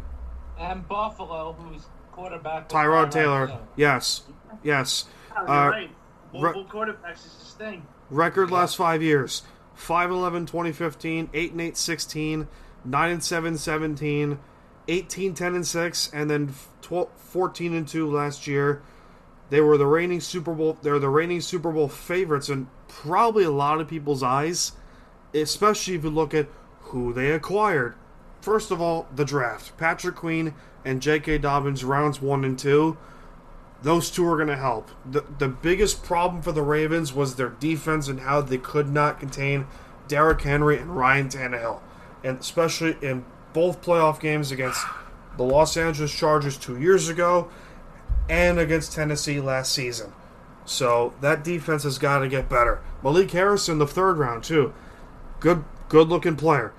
Speaker 4: And Buffalo, who's quarterback was
Speaker 3: Tyrod Taylor. Yes, yes. Uh,
Speaker 5: oh, you're right. Multiple quarterbacks is his thing.
Speaker 3: Record last five years 5 11 2015, 8 8 16, 9 7 17, 18 10 and 6, and then 12, 14 and 2 last year. They were the reigning Super Bowl. They're the reigning Super Bowl favorites in probably a lot of people's eyes, especially if you look at who they acquired. First of all, the draft. Patrick Queen and J.K. Dobbins, rounds one and two those two are going to help. The, the biggest problem for the Ravens was their defense and how they could not contain Derrick Henry and Ryan Tannehill, and especially in both playoff games against the Los Angeles Chargers two years ago and against Tennessee last season. So that defense has got to get better. Malik Harris in the third round too, good good looking player.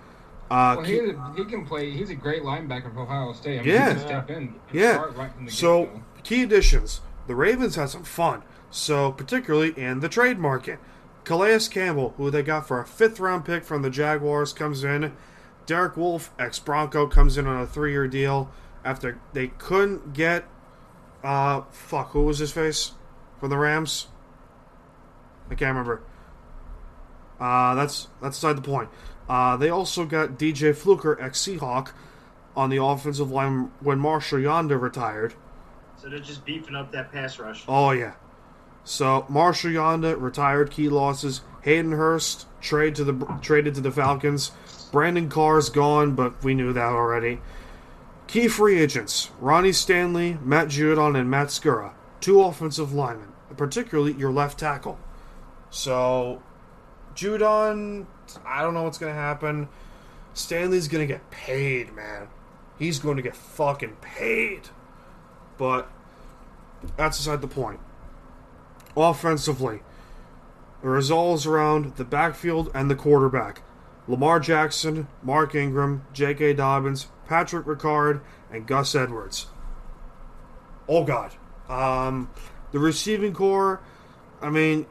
Speaker 3: Uh,
Speaker 6: Well,
Speaker 3: keep-
Speaker 6: he, he can play. He's a great linebacker for Ohio State. I mean,
Speaker 3: Yeah.
Speaker 6: he can step in. and
Speaker 3: Yeah.
Speaker 6: start right from the
Speaker 3: so
Speaker 6: get-go.
Speaker 3: key additions. The Ravens had some fun. So particularly in the trade market, Calais Campbell, who they got for a fifth round pick from the Jaguars, comes in. Derek Wolf, ex Bronco, comes in on a three year deal after they couldn't get. Uh, fuck, who was his face from the Rams? I can't remember. Uh, that's that's beside the point. Uh, they also got DJ Fluker, ex Seahawk, on the offensive line when Marshall Yonder retired.
Speaker 5: So they're just beefing up that pass rush.
Speaker 3: Oh yeah. So Marshall Yonda retired key losses. Hayden Hurst trade to the traded to the Falcons. Brandon Carr's gone, but we knew that already. Key free agents: Ronnie Stanley, Matt Judon, and Matt Skura. Two offensive linemen, particularly your left tackle. So Judon, I don't know what's gonna happen. Stanley's gonna get paid, man. He's going to get fucking paid. But that's beside the point. Offensively, the results around the backfield and the quarterback. Lamar Jackson, Mark Ingram, J.K. Dobbins, Patrick Ricard, and Gus Edwards. Oh, God. Um, the receiving core, I mean,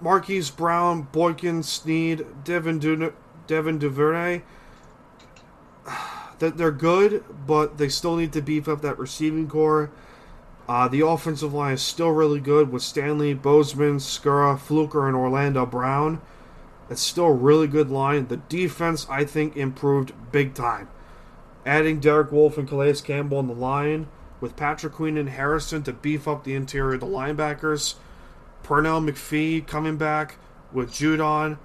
Speaker 3: Marquise Brown, Boykin, Sneed, Devin, Dun- Devin Duvernay, that they're good, but they still need to beef up that receiving core. Uh, the offensive line is still really good with Stanley, Bozeman, Skura, Fluker, and Orlando Brown. It's still a really good line. The defense, I think, improved big time. Adding Derek Wolf and Calais Campbell on the line, with Patrick Queen and Harrison to beef up the interior of the linebackers. Pernell McPhee coming back with Judon,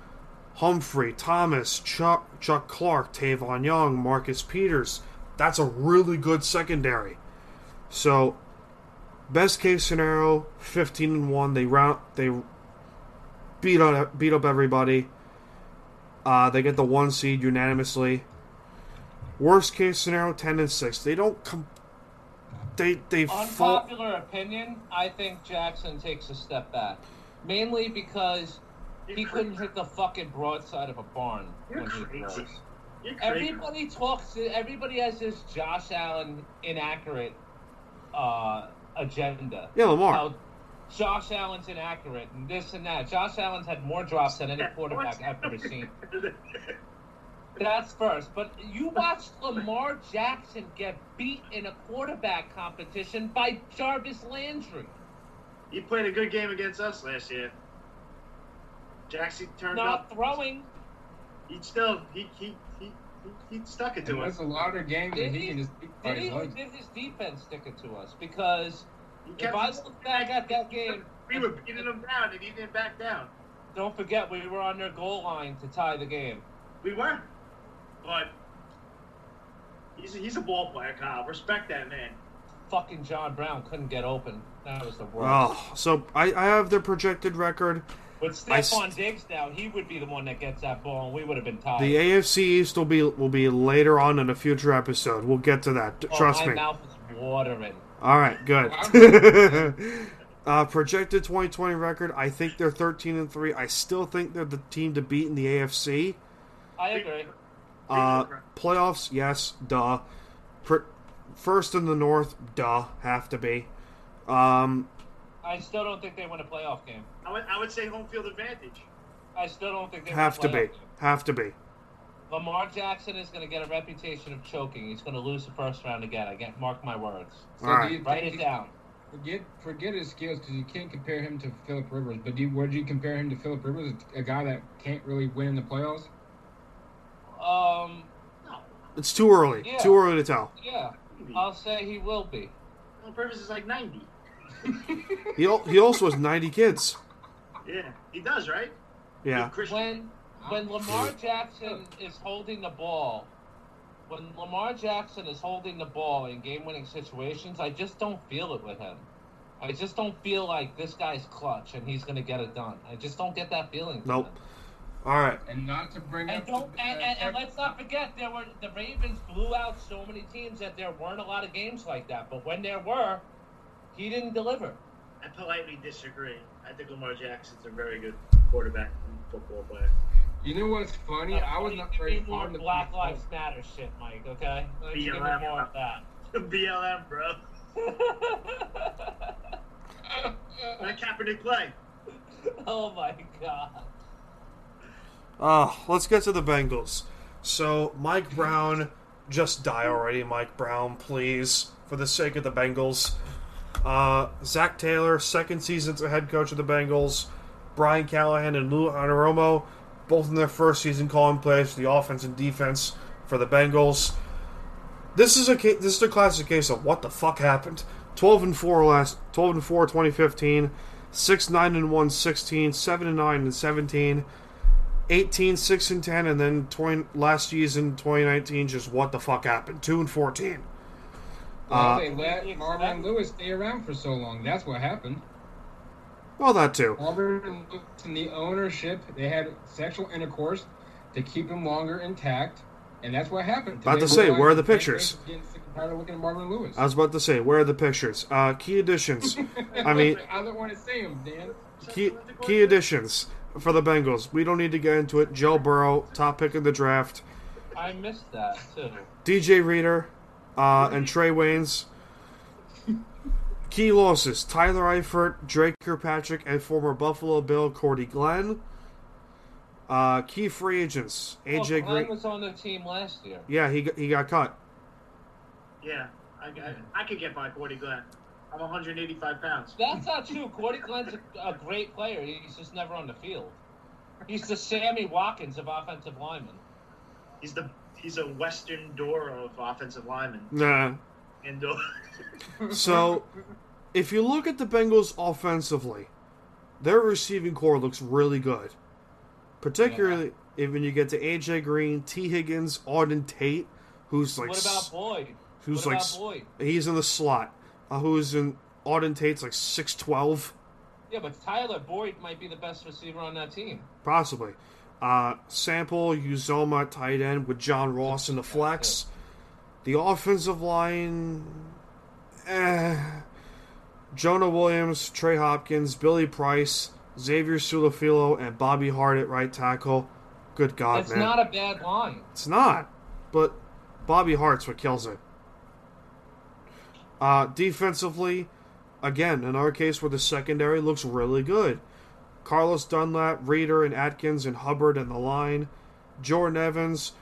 Speaker 3: Humphrey, Thomas, Chuck, Chuck Clark, Tavon Young, Marcus Peters. That's a really good secondary. So best case scenario, fifteen and one. They round they beat up beat up everybody. Uh, they get the one seed unanimously. Worst case scenario, ten and six. They don't com- they they fall.
Speaker 4: Unpopular opinion, I think Jackson takes a step back. Mainly because he couldn't hit the fucking broadside of a barn
Speaker 5: You're
Speaker 4: when he
Speaker 5: crazy.
Speaker 4: throws.
Speaker 5: You're crazy.
Speaker 4: Everybody talks, everybody has this Josh Allen inaccurate uh, agenda.
Speaker 3: Yeah, Lamar.
Speaker 4: How Josh Allen's inaccurate and this and that. Josh Allen's had more drops than any quarterback I've ever seen. That's first. But you watched Lamar Jackson get beat in a quarterback competition by Jarvis Landry.
Speaker 5: He played a good game against us last year. Jackson turned
Speaker 4: Not
Speaker 5: up.
Speaker 4: throwing.
Speaker 5: He still he he he he, he stuck it
Speaker 6: And
Speaker 5: to us.
Speaker 6: that's a lot of games that
Speaker 4: Did
Speaker 6: he
Speaker 4: he,
Speaker 6: can
Speaker 4: did
Speaker 6: just beat by
Speaker 4: he
Speaker 6: his
Speaker 4: or
Speaker 6: legs.
Speaker 4: did his defense stick it to us? Because
Speaker 5: He
Speaker 4: if I look back at that game,
Speaker 5: we were beating him down and he didn't back down.
Speaker 4: don't forget we were on their goal line to tie the game.
Speaker 5: We were, but he's a, he's a ball player, Kyle. Respect that man.
Speaker 4: Fucking John Brown couldn't get open. That was the worst.
Speaker 3: Oh, so I, I have their projected record.
Speaker 4: With
Speaker 3: I
Speaker 4: Stephon Diggs now, he would be the one that gets that ball, and we would have been tied. Oh,
Speaker 3: The AFC East will be will be later on in a future episode. We'll get to that.
Speaker 4: Oh,
Speaker 3: Trust
Speaker 4: my
Speaker 3: me.
Speaker 4: mouth is watering.
Speaker 3: All right, good.
Speaker 6: Wow.
Speaker 3: uh, projected 2020 record. I think they're 13 and three. I still think they're the team to beat in the AFC.
Speaker 4: I agree.
Speaker 3: Uh, playoffs, yes, duh. Pr- first in the North, duh, have to be. Um,
Speaker 4: I still don't think they win a playoff game.
Speaker 5: I would I would say home field advantage.
Speaker 4: I still don't think they
Speaker 3: have to
Speaker 4: win a
Speaker 3: be,
Speaker 4: playoff game.
Speaker 3: have to be.
Speaker 4: Lamar Jackson is going to get a reputation of choking. He's going to lose the first round again. I get mark my words.
Speaker 6: So
Speaker 3: All right.
Speaker 6: do you
Speaker 4: Write
Speaker 6: think
Speaker 4: it
Speaker 6: he-
Speaker 4: down.
Speaker 6: Forget forget his skills because you can't compare him to Philip Rivers. But do you, would you compare him to Philip Rivers, a guy that can't really win in the playoffs?
Speaker 4: Um,
Speaker 3: It's too early.
Speaker 4: Yeah.
Speaker 3: Too early to tell.
Speaker 4: yeah, I'll say he will be.
Speaker 5: Phil Rivers is like ninety.
Speaker 3: He al- he also has 90 kids.
Speaker 5: Yeah, he does, right?
Speaker 3: Yeah.
Speaker 5: Christian.
Speaker 4: When when Lamar Jackson is holding the ball, when Lamar Jackson is holding the ball in game-winning situations, I just don't feel it with him. I just don't feel like this guy's clutch and he's going to get it done. I just don't get that feeling. from
Speaker 3: Nope.
Speaker 4: him.
Speaker 3: All right.
Speaker 6: and not to bring
Speaker 7: And
Speaker 6: up.
Speaker 7: don't
Speaker 6: the-
Speaker 7: and,
Speaker 6: uh,
Speaker 7: and, and
Speaker 6: Tech-
Speaker 7: let's not forget there were the Ravens blew out so many teams that there weren't a lot of games like that. But when there were, he didn't deliver.
Speaker 5: I politely disagree. I think Lamar Jackson's a very good quarterback and football player.
Speaker 6: You know what's funny? I was not
Speaker 7: Give me
Speaker 6: very
Speaker 7: more
Speaker 6: fond of
Speaker 7: Black
Speaker 6: Pete
Speaker 7: Lives
Speaker 6: Carroll.
Speaker 7: Matter shit, Mike. Okay, let's
Speaker 5: Yeah,
Speaker 7: give me
Speaker 5: right.
Speaker 7: more of that.
Speaker 5: BLM, bro. Let Uh, Kaepernick play.
Speaker 7: oh my god.
Speaker 3: Uh, let's get to the Bengals. So Mike Brown, just die already, Mike Brown, please, for the sake of the Bengals. Uh, Zach Taylor, second season as head coach of the Bengals. Brian Callahan and Lou Anaromo, both in their first season calling plays for the offense and defense for the Bengals. This is a ca- this is a classic case of what the fuck happened. 12 and 4 last 12 and 4 2015, 6 9 and 1 16, 7 and 9 and 17. 18 6 and 10 and then 20, last season 2019 just what the fuck happened 2 and 14
Speaker 6: Well,
Speaker 3: Uh,
Speaker 6: they let Marvin Lewis stay around for so long. That's what happened.
Speaker 3: well that too
Speaker 6: Marvin Lewis and the ownership, they had sexual intercourse to keep him longer intact, and that's what happened.
Speaker 3: About to
Speaker 6: They
Speaker 3: say, where are the
Speaker 6: realized that
Speaker 3: pictures?
Speaker 6: they're Getting sick and tired of looking at Marvin Lewis.
Speaker 3: i was about to say where are the pictures uh, key additions i mean
Speaker 6: I don't want to say him, Dan.
Speaker 3: key, key additions for the bengals we don't need to get into it joe burrow top pick in the draft
Speaker 7: I missed that too.
Speaker 3: dj reader uh, and trey waynes key losses tyler eifert drake kirkpatrick and former buffalo bill cordy glenn uh, key free agents aj
Speaker 7: Well, Glenn
Speaker 3: green
Speaker 7: was on the team last year.
Speaker 3: Yeah, he got, he got cut.
Speaker 5: Yeah, I, I, I could get by Gordy Glenn. I'm 185 pounds.
Speaker 7: That's not true. Cordy Glenn's a, a great player. He's just never on the field. He's the Sammy Watkins of offensive linemen.
Speaker 5: He's the he's a Western door of offensive linemen.
Speaker 3: Nah.
Speaker 5: Indoor.
Speaker 3: So, if you look at the Bengals offensively, their receiving core looks really good. Particularly if when you get to AJ Green, T Higgins, Auden Tate, who's like
Speaker 7: what
Speaker 3: s-
Speaker 7: about Boyd? what
Speaker 3: who's like
Speaker 7: about
Speaker 3: s-
Speaker 7: Boyd?
Speaker 3: he's in the slot. Uh, who's in Auden Tate's like six twelve,
Speaker 7: Yeah, but Tyler Boyd might be the best receiver on that team.
Speaker 3: possibly. Uh, Sample Uzoma at tight end with John Ross in the flex. The offensive line Eh. Jonah Williams, Trey Hopkins, Billy Price, Xavier Sulafilo, and Bobby Hart at right tackle. Good God,
Speaker 7: That's
Speaker 3: man.
Speaker 7: not a bad line.
Speaker 3: it's not. But Bobby Hart's what kills it. Uh, defensively, again, in our case where the secondary looks really good. Carlos Dunlap, Reader, and Atkins, and Hubbard in the line. Jordan Evans,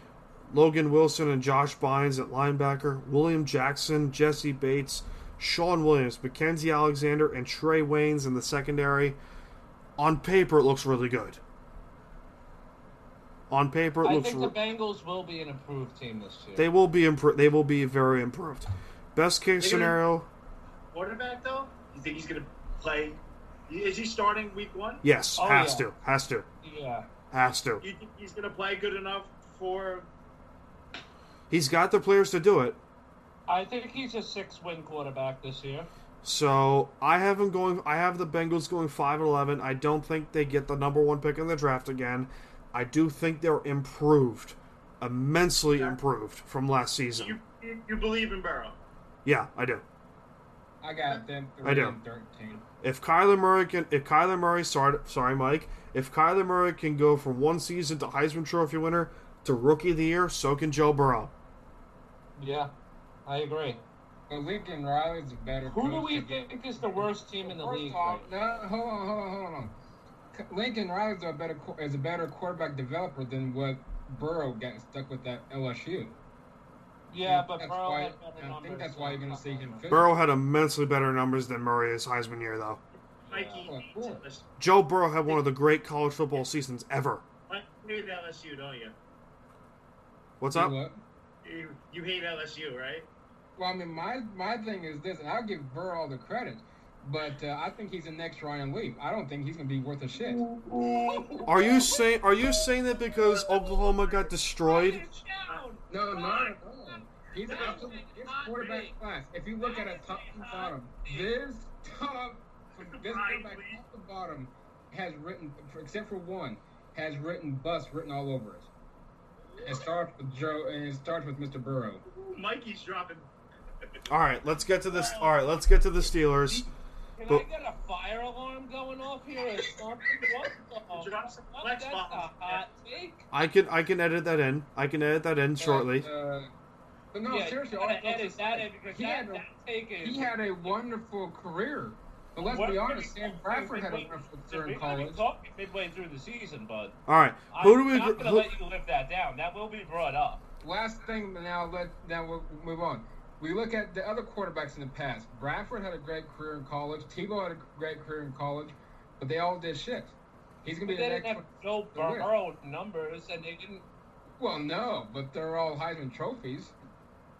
Speaker 3: Logan Wilson and Josh Bynes at linebacker, William Jackson, Jesse Bates, Sean Williams, Mackenzie Alexander, and Trey Waynes in the secondary. On paper, it looks really good. On paper, it
Speaker 7: I
Speaker 3: looks.
Speaker 7: think the
Speaker 3: Re-
Speaker 7: Bengals will be an improved team this year.
Speaker 3: they will be impro- They will be very improved. Best case
Speaker 5: They're gonna-
Speaker 3: scenario,
Speaker 5: Quarterback though, you think he's gonna play? Is he starting week one?
Speaker 3: yes,
Speaker 7: Oh,
Speaker 3: has
Speaker 7: yeah.
Speaker 3: to, has to,
Speaker 7: yeah.
Speaker 3: has to.
Speaker 5: You think he's gonna play good enough for?
Speaker 3: He's got the players to do it.
Speaker 7: I think he's a six-win quarterback this year.
Speaker 3: So I have them going. I have the Bengals going five and eleven. I don't think they get the number one pick in the draft again. I do think they're improved, immensely improved from last
Speaker 5: You
Speaker 3: season.
Speaker 5: you, you believe in Burrow?
Speaker 3: Yeah, I do.
Speaker 6: I got them.
Speaker 3: I do.
Speaker 6: 3 and 13.
Speaker 3: If Kyler Murray can, if Kyler Murray, sorry, sorry, Mike, if Kyler Murray can go from one season to Heisman Trophy winner to Rookie of the Year, so can Joe Burrow.
Speaker 7: Yeah, I agree.
Speaker 6: But Lincoln Riley's a better.
Speaker 7: Who do
Speaker 6: coach
Speaker 7: we
Speaker 6: than Dan
Speaker 7: think is the worst team in the
Speaker 6: First
Speaker 7: league?
Speaker 6: off,
Speaker 7: right
Speaker 6: no, hold on, hold on, hold on. C- Lincoln Riley's a better qu- is a better quarterback developer than what Burrow got stuck with at LSU.
Speaker 7: now? Yeah,
Speaker 6: And
Speaker 7: but
Speaker 6: that's
Speaker 7: Burrow
Speaker 6: why-
Speaker 7: had better
Speaker 6: and I
Speaker 7: numbers.
Speaker 6: think that's why you're going to see him. finish.
Speaker 3: Burrow had immensely better numbers than Murray his Heisman year, though.
Speaker 5: Mikey
Speaker 6: Yeah.
Speaker 5: hates LSU.
Speaker 3: Joe Burrow had one of the great college football seasons ever.
Speaker 5: Mike, You hate LSU, don't you?
Speaker 3: What's
Speaker 6: You
Speaker 3: up?
Speaker 6: know what?
Speaker 5: You, you hate LSU, right?
Speaker 6: Well, I mean, my my thing is this, and I'll give Burrow all the credit, but uh, I think he's the next Ryan Leaf. I don't think he's going to be worth a shit.
Speaker 3: Are you saying are you saying that because Oklahoma got destroyed?
Speaker 6: No, not at all. He's absolutely his quarterback class. If you look at it top to bottom, this top, this quarterback top to bottom has written, except for one, has written bus written all over it. It starts with Joe and it starts with Mr. Burrow.
Speaker 5: Mikey's dropping.
Speaker 3: All right, let's get to this. All right, let's get to the Steelers.
Speaker 7: Can
Speaker 3: But-
Speaker 7: I get a fire alarm going off here or something? What the?
Speaker 5: Drop some
Speaker 7: fuck?
Speaker 5: flex
Speaker 7: That's a
Speaker 5: bombs.
Speaker 7: hot take.
Speaker 3: I can I can edit that in. I can edit that in shortly.
Speaker 6: Uh, but no,
Speaker 7: yeah,
Speaker 6: seriously,
Speaker 7: you
Speaker 6: all
Speaker 7: gotta
Speaker 6: I thought
Speaker 7: edit
Speaker 6: was-
Speaker 7: that in because
Speaker 6: he
Speaker 7: that,
Speaker 6: had a-
Speaker 7: that take is.
Speaker 6: he had a wonderful career. But let's
Speaker 7: What-
Speaker 6: be honest, Sam Bradford had a wonderful
Speaker 7: We're
Speaker 6: career in
Speaker 7: gonna be
Speaker 6: college.
Speaker 7: talking midway through the season, bud.
Speaker 3: All right,
Speaker 7: I'm
Speaker 3: who do we?
Speaker 7: not gonna
Speaker 3: Who,
Speaker 7: let you live that down. That will be brought up.
Speaker 6: Last thing, now let now we'll move on. We look at the other quarterbacks in the past. Bradford had a great career in college. Tebow had a great career in college, but they all did shit. He's gonna
Speaker 7: But
Speaker 6: be
Speaker 7: they
Speaker 6: the
Speaker 7: didn't
Speaker 6: next.
Speaker 7: have
Speaker 6: One.
Speaker 7: Joe
Speaker 6: win.
Speaker 7: Burrow numbers, and they didn't.
Speaker 6: Well, no, but they're all Heisman trophies.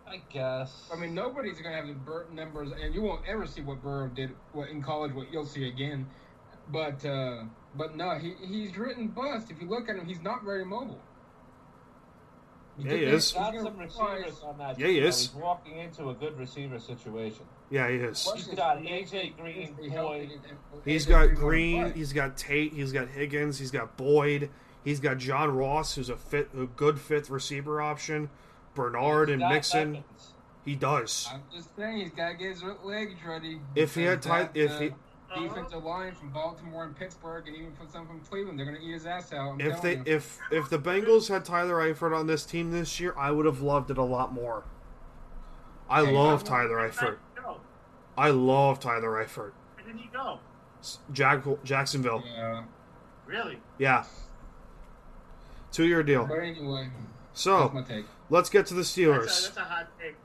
Speaker 7: I guess.
Speaker 6: I mean, nobody's gonna have the Bur- numbers, and you won't ever see what Burrow did what, in college. What you'll see again, but uh, but no, he he's written bust. If you look at him, he's not very mobile.
Speaker 3: Yeah, he
Speaker 6: He's
Speaker 3: is.
Speaker 7: got
Speaker 6: gonna
Speaker 7: some
Speaker 6: realize-
Speaker 7: receivers on that.
Speaker 3: Yeah,
Speaker 7: team,
Speaker 3: he
Speaker 7: though.
Speaker 3: is.
Speaker 7: He's walking into a good receiver situation.
Speaker 3: yeah, he is.
Speaker 7: He's got AJ Green,
Speaker 6: He's healthy.
Speaker 7: Boyd.
Speaker 3: He's
Speaker 6: AJ
Speaker 3: got
Speaker 6: Green on
Speaker 3: Green.
Speaker 6: the
Speaker 3: He's got Tate. He's got Higgins. He's got Boyd. He's got John Ross, who's a fit, a good fifth receiver option. Bernard and
Speaker 7: Got
Speaker 3: Mixon.
Speaker 7: weapons.
Speaker 3: He does.
Speaker 6: play. I'm just saying, he's got to get his legs ready.
Speaker 3: If he had
Speaker 6: Because
Speaker 3: time,
Speaker 6: that,
Speaker 3: if
Speaker 6: uh,
Speaker 3: he
Speaker 6: defensive line from Baltimore and Pittsburgh, and even from some from Cleveland, they're gonna eat his ass out. I'm
Speaker 3: if
Speaker 6: telling
Speaker 3: they
Speaker 6: you.
Speaker 3: if if the Bengals had Tyler Eifert on this team this year, I would have loved it a lot more. I
Speaker 6: Hey,
Speaker 3: love
Speaker 5: Where
Speaker 3: Tyler
Speaker 5: did
Speaker 3: Eifert.
Speaker 5: he go?
Speaker 3: I love Tyler Eifert.
Speaker 5: Where did he go?
Speaker 3: S- Jack Jacksonville.
Speaker 6: yeah.
Speaker 5: Really?
Speaker 3: Yeah. Two year deal.
Speaker 6: But anyway, that's my
Speaker 3: So
Speaker 6: take.
Speaker 3: let's get to the
Speaker 5: That's a,
Speaker 3: Steelers.
Speaker 5: that's a hot take.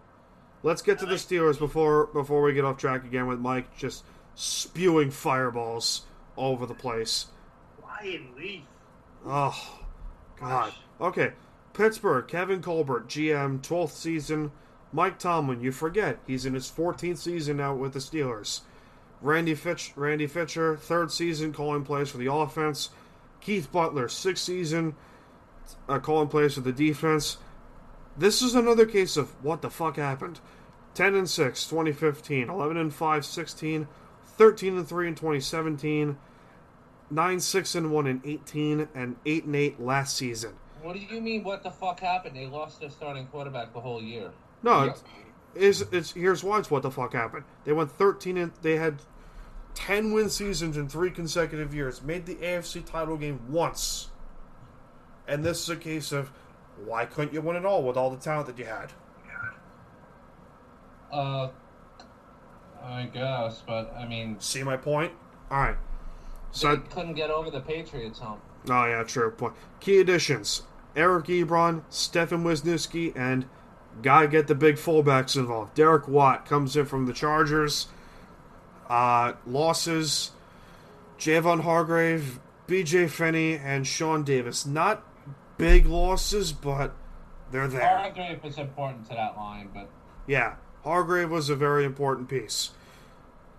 Speaker 3: Let's get to the Steelers before before we get off track again with Mike just spewing fireballs all over the place.
Speaker 5: Ryan Leaf.
Speaker 3: Oh, God. Okay. Pittsburgh, Kevin Colbert, GM, 12th season. Mike Tomlin, you forget, he's in his 14th season now with the Steelers. Randy Fitch, Randy Fitcher, third season calling plays for the offense. Keith Butler, sixth season uh, calling plays for the defense. This is another case of what the fuck happened. 10 and 6, 2015, 11 and 5, 16, 13 and 3 in 2017 nine six and one in eighteen and eight and eight last season.
Speaker 7: What do you mean? What the fuck happened? They lost their starting quarterback the whole year.
Speaker 3: No,
Speaker 6: Yep.
Speaker 3: it's, is it's here's why it's what the fuck happened. They went thirteen and they had ten win seasons in three consecutive years. Made the AFC title game once, and this is a case of why couldn't you win it all with all the talent that you had?
Speaker 7: Uh, I guess, but I mean,
Speaker 3: See my point? All right. So
Speaker 7: they couldn't get over the Patriots hump.
Speaker 3: Oh yeah, true point. Key additions: Eric Ebron, Stefan Wisniewski, and gotta get the big fullbacks involved. Derek Watt comes in from the Chargers. Uh, losses: Javon Hargrave, B.J. Finney, and Sean Davis. Not big losses, but they're there.
Speaker 7: Hargrave was important to that line, but
Speaker 3: Yeah, Hargrave was a very important piece.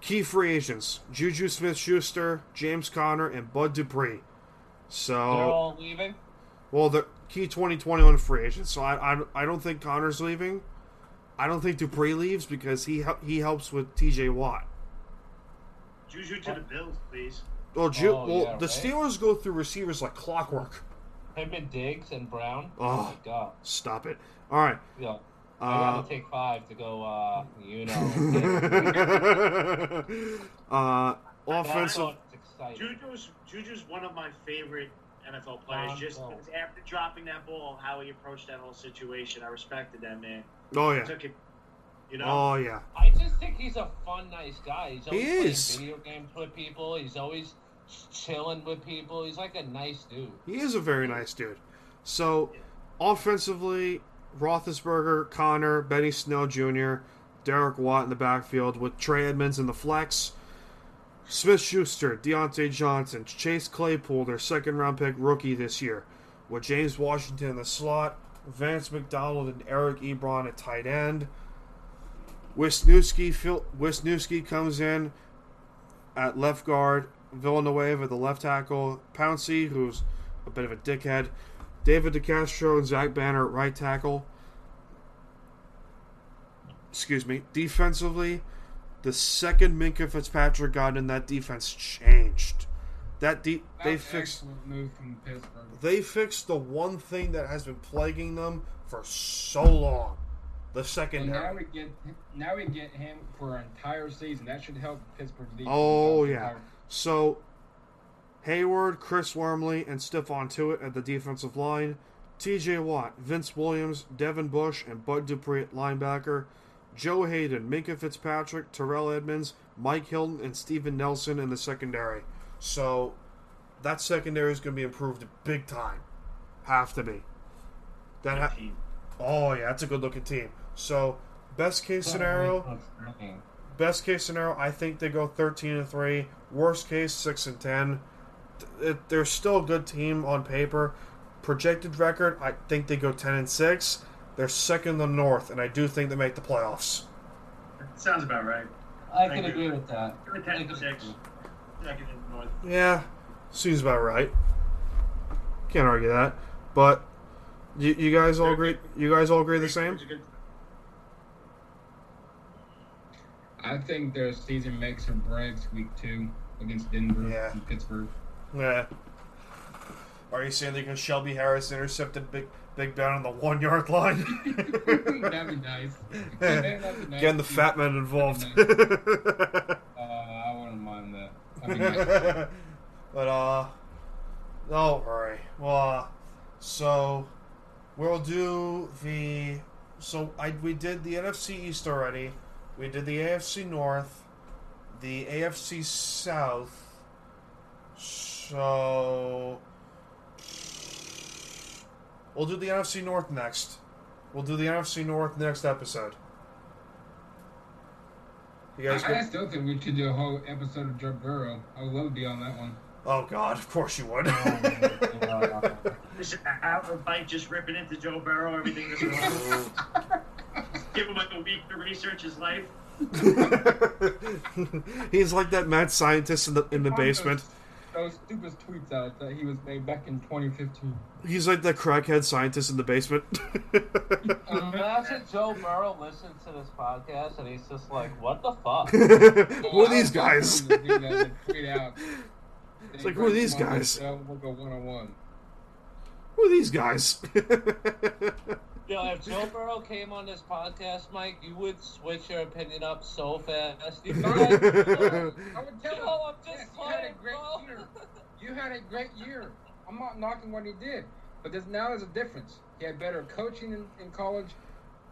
Speaker 3: Key free agents: Juju Smith-Schuster, James Conner, and Bud Dupree. So
Speaker 7: they're all leaving.
Speaker 3: well, the key 2021 free agent. So I, I, I don't think Connor's leaving. I don't think Dupree leaves because he hel- he helps with TJ Watt.
Speaker 5: Juju to the Bills, please.
Speaker 3: Well, Ju-
Speaker 7: Oh,
Speaker 3: well
Speaker 7: yeah,
Speaker 3: the
Speaker 7: right.
Speaker 3: Steelers go through receivers like clockwork.
Speaker 7: Him and Diggs and Brown.
Speaker 3: Oh.
Speaker 7: my god.
Speaker 3: Stop it. All right.
Speaker 7: Yeah. I
Speaker 3: Uh,
Speaker 7: gotta take five to go. Uh, you know,
Speaker 3: uh,
Speaker 7: That's
Speaker 3: offensive.
Speaker 7: exciting.
Speaker 5: Juju's Juju's one of my favorite NFL players.
Speaker 7: John
Speaker 5: just
Speaker 7: Jones.
Speaker 5: because after dropping that ball, how he approached that whole situation, I respected that man.
Speaker 3: Oh yeah.
Speaker 5: Took it, you know.
Speaker 3: Oh yeah.
Speaker 7: I just think he's a fun, nice guy. He's always playing
Speaker 3: is.
Speaker 7: video games with people. He's always chilling with people. He's like a nice dude.
Speaker 3: He is a very nice dude. So, offensively, Roethlisberger, Connor, Benny Snell Jr., Derek Watt in the backfield with Trey Edmonds in the flex. Smith Schuster, Deontay Johnson, Chase Claypool, their second round pick rookie this year, with James Washington in the slot, Vance McDonald and Eric Ebron at tight end. Wisniewski, Phil, Wisniewski comes in at left guard, Villanueva at the left tackle, Pouncey, who's a bit of a dickhead, David DeCastro and Zach Banner at right tackle. Excuse me. Defensively, the second Minka Fitzpatrick got in, that defense changed. That deep
Speaker 6: That
Speaker 3: they
Speaker 6: was an
Speaker 3: fixed
Speaker 6: excellent move from Pittsburgh.
Speaker 3: they fixed the one thing that has been plaguing them for so long. The
Speaker 6: And now
Speaker 3: secondary.
Speaker 6: we get now we get him for an entire season. That should help Pittsburgh. defense
Speaker 3: Oh
Speaker 6: out the
Speaker 3: yeah.
Speaker 6: entire-
Speaker 3: So Hayward, Chris Wormley, and Stephon Tuitt at the defensive line. T.J. Watt, Vince Williams, Devin Bush, and Bud Dupree at linebacker. Joe Hayden, Minka Fitzpatrick, Terrell Edmonds, Mike Hilton, and Steven Nelson in the secondary. So that secondary is going to be improved big time. Have to be. That ha-
Speaker 5: team.
Speaker 3: oh yeah, that's a good looking team. So best case scenario. Best case scenario, I think they go thirteen and three. Worst case, six and ten. Th- it- They're still a good team on paper. Projected record, I think they go ten and six. They're second in the North, and I do think they make the playoffs.
Speaker 5: That sounds about right.
Speaker 7: I
Speaker 5: Thank
Speaker 7: can
Speaker 5: you.
Speaker 7: agree with that.
Speaker 5: Give it
Speaker 7: I
Speaker 5: ten
Speaker 7: can
Speaker 5: to six.
Speaker 7: agree.
Speaker 5: Second and north.
Speaker 3: Yeah, seems about right. Can't argue that. But you, you guys all agree? You guys all agree the same?
Speaker 5: It's a good-
Speaker 6: I think their season makes or breaks week two against Denver
Speaker 3: Yeah.
Speaker 6: and Pittsburgh.
Speaker 3: Yeah. Are you saying because Shelby Harris intercepted Big Big Ben on the one yard line?
Speaker 6: That'd be nice. That'd be nice.
Speaker 3: Getting the fat man involved.
Speaker 6: Uh, I wouldn't mind that. I mean, like,
Speaker 3: but uh, don't worry. Well, uh, so we'll do the so I we did the NFC East already. We did the AFC North, the AFC South. So we'll do the NFC North next. We'll do the NFC North next episode. You guys.
Speaker 6: I, I
Speaker 3: good?
Speaker 6: still think we should do a whole episode of Joe Burrow. I would love to be on that one.
Speaker 3: Oh God, of course you would.
Speaker 5: This is an hour bite just ripping into Joe Burrow, everything that's wrong. Give him like a week to research his life.
Speaker 3: He's like that mad scientist in the in the
Speaker 6: One of those-
Speaker 3: basement.
Speaker 6: Those stupid tweets out that he was made back in 2015.
Speaker 3: He's like that crackhead scientist in the basement.
Speaker 7: Imagine Joe Burrow listens to this podcast and he's just like, "What the fuck?"
Speaker 3: who are
Speaker 6: I
Speaker 3: these
Speaker 6: was talking
Speaker 3: guys?
Speaker 6: to the dude that had tweeted out,
Speaker 3: It's
Speaker 6: "Hey,
Speaker 3: like, who are
Speaker 6: Brett,
Speaker 3: these
Speaker 6: come on
Speaker 3: guys?
Speaker 6: this show, We'll go one on one.
Speaker 3: Who are these guys?
Speaker 7: You know, if Joe Burrow came on this podcast, Mike, you would switch your opinion up so fast. You might.
Speaker 6: I would tell him,
Speaker 7: Joe, I'm
Speaker 6: "Yes,
Speaker 7: just
Speaker 6: Uh, you had a
Speaker 7: playing,
Speaker 6: great
Speaker 7: bro."
Speaker 6: year. You had a great year. I'm not knocking what he did, but there's now there's a difference. He had better coaching in, in college.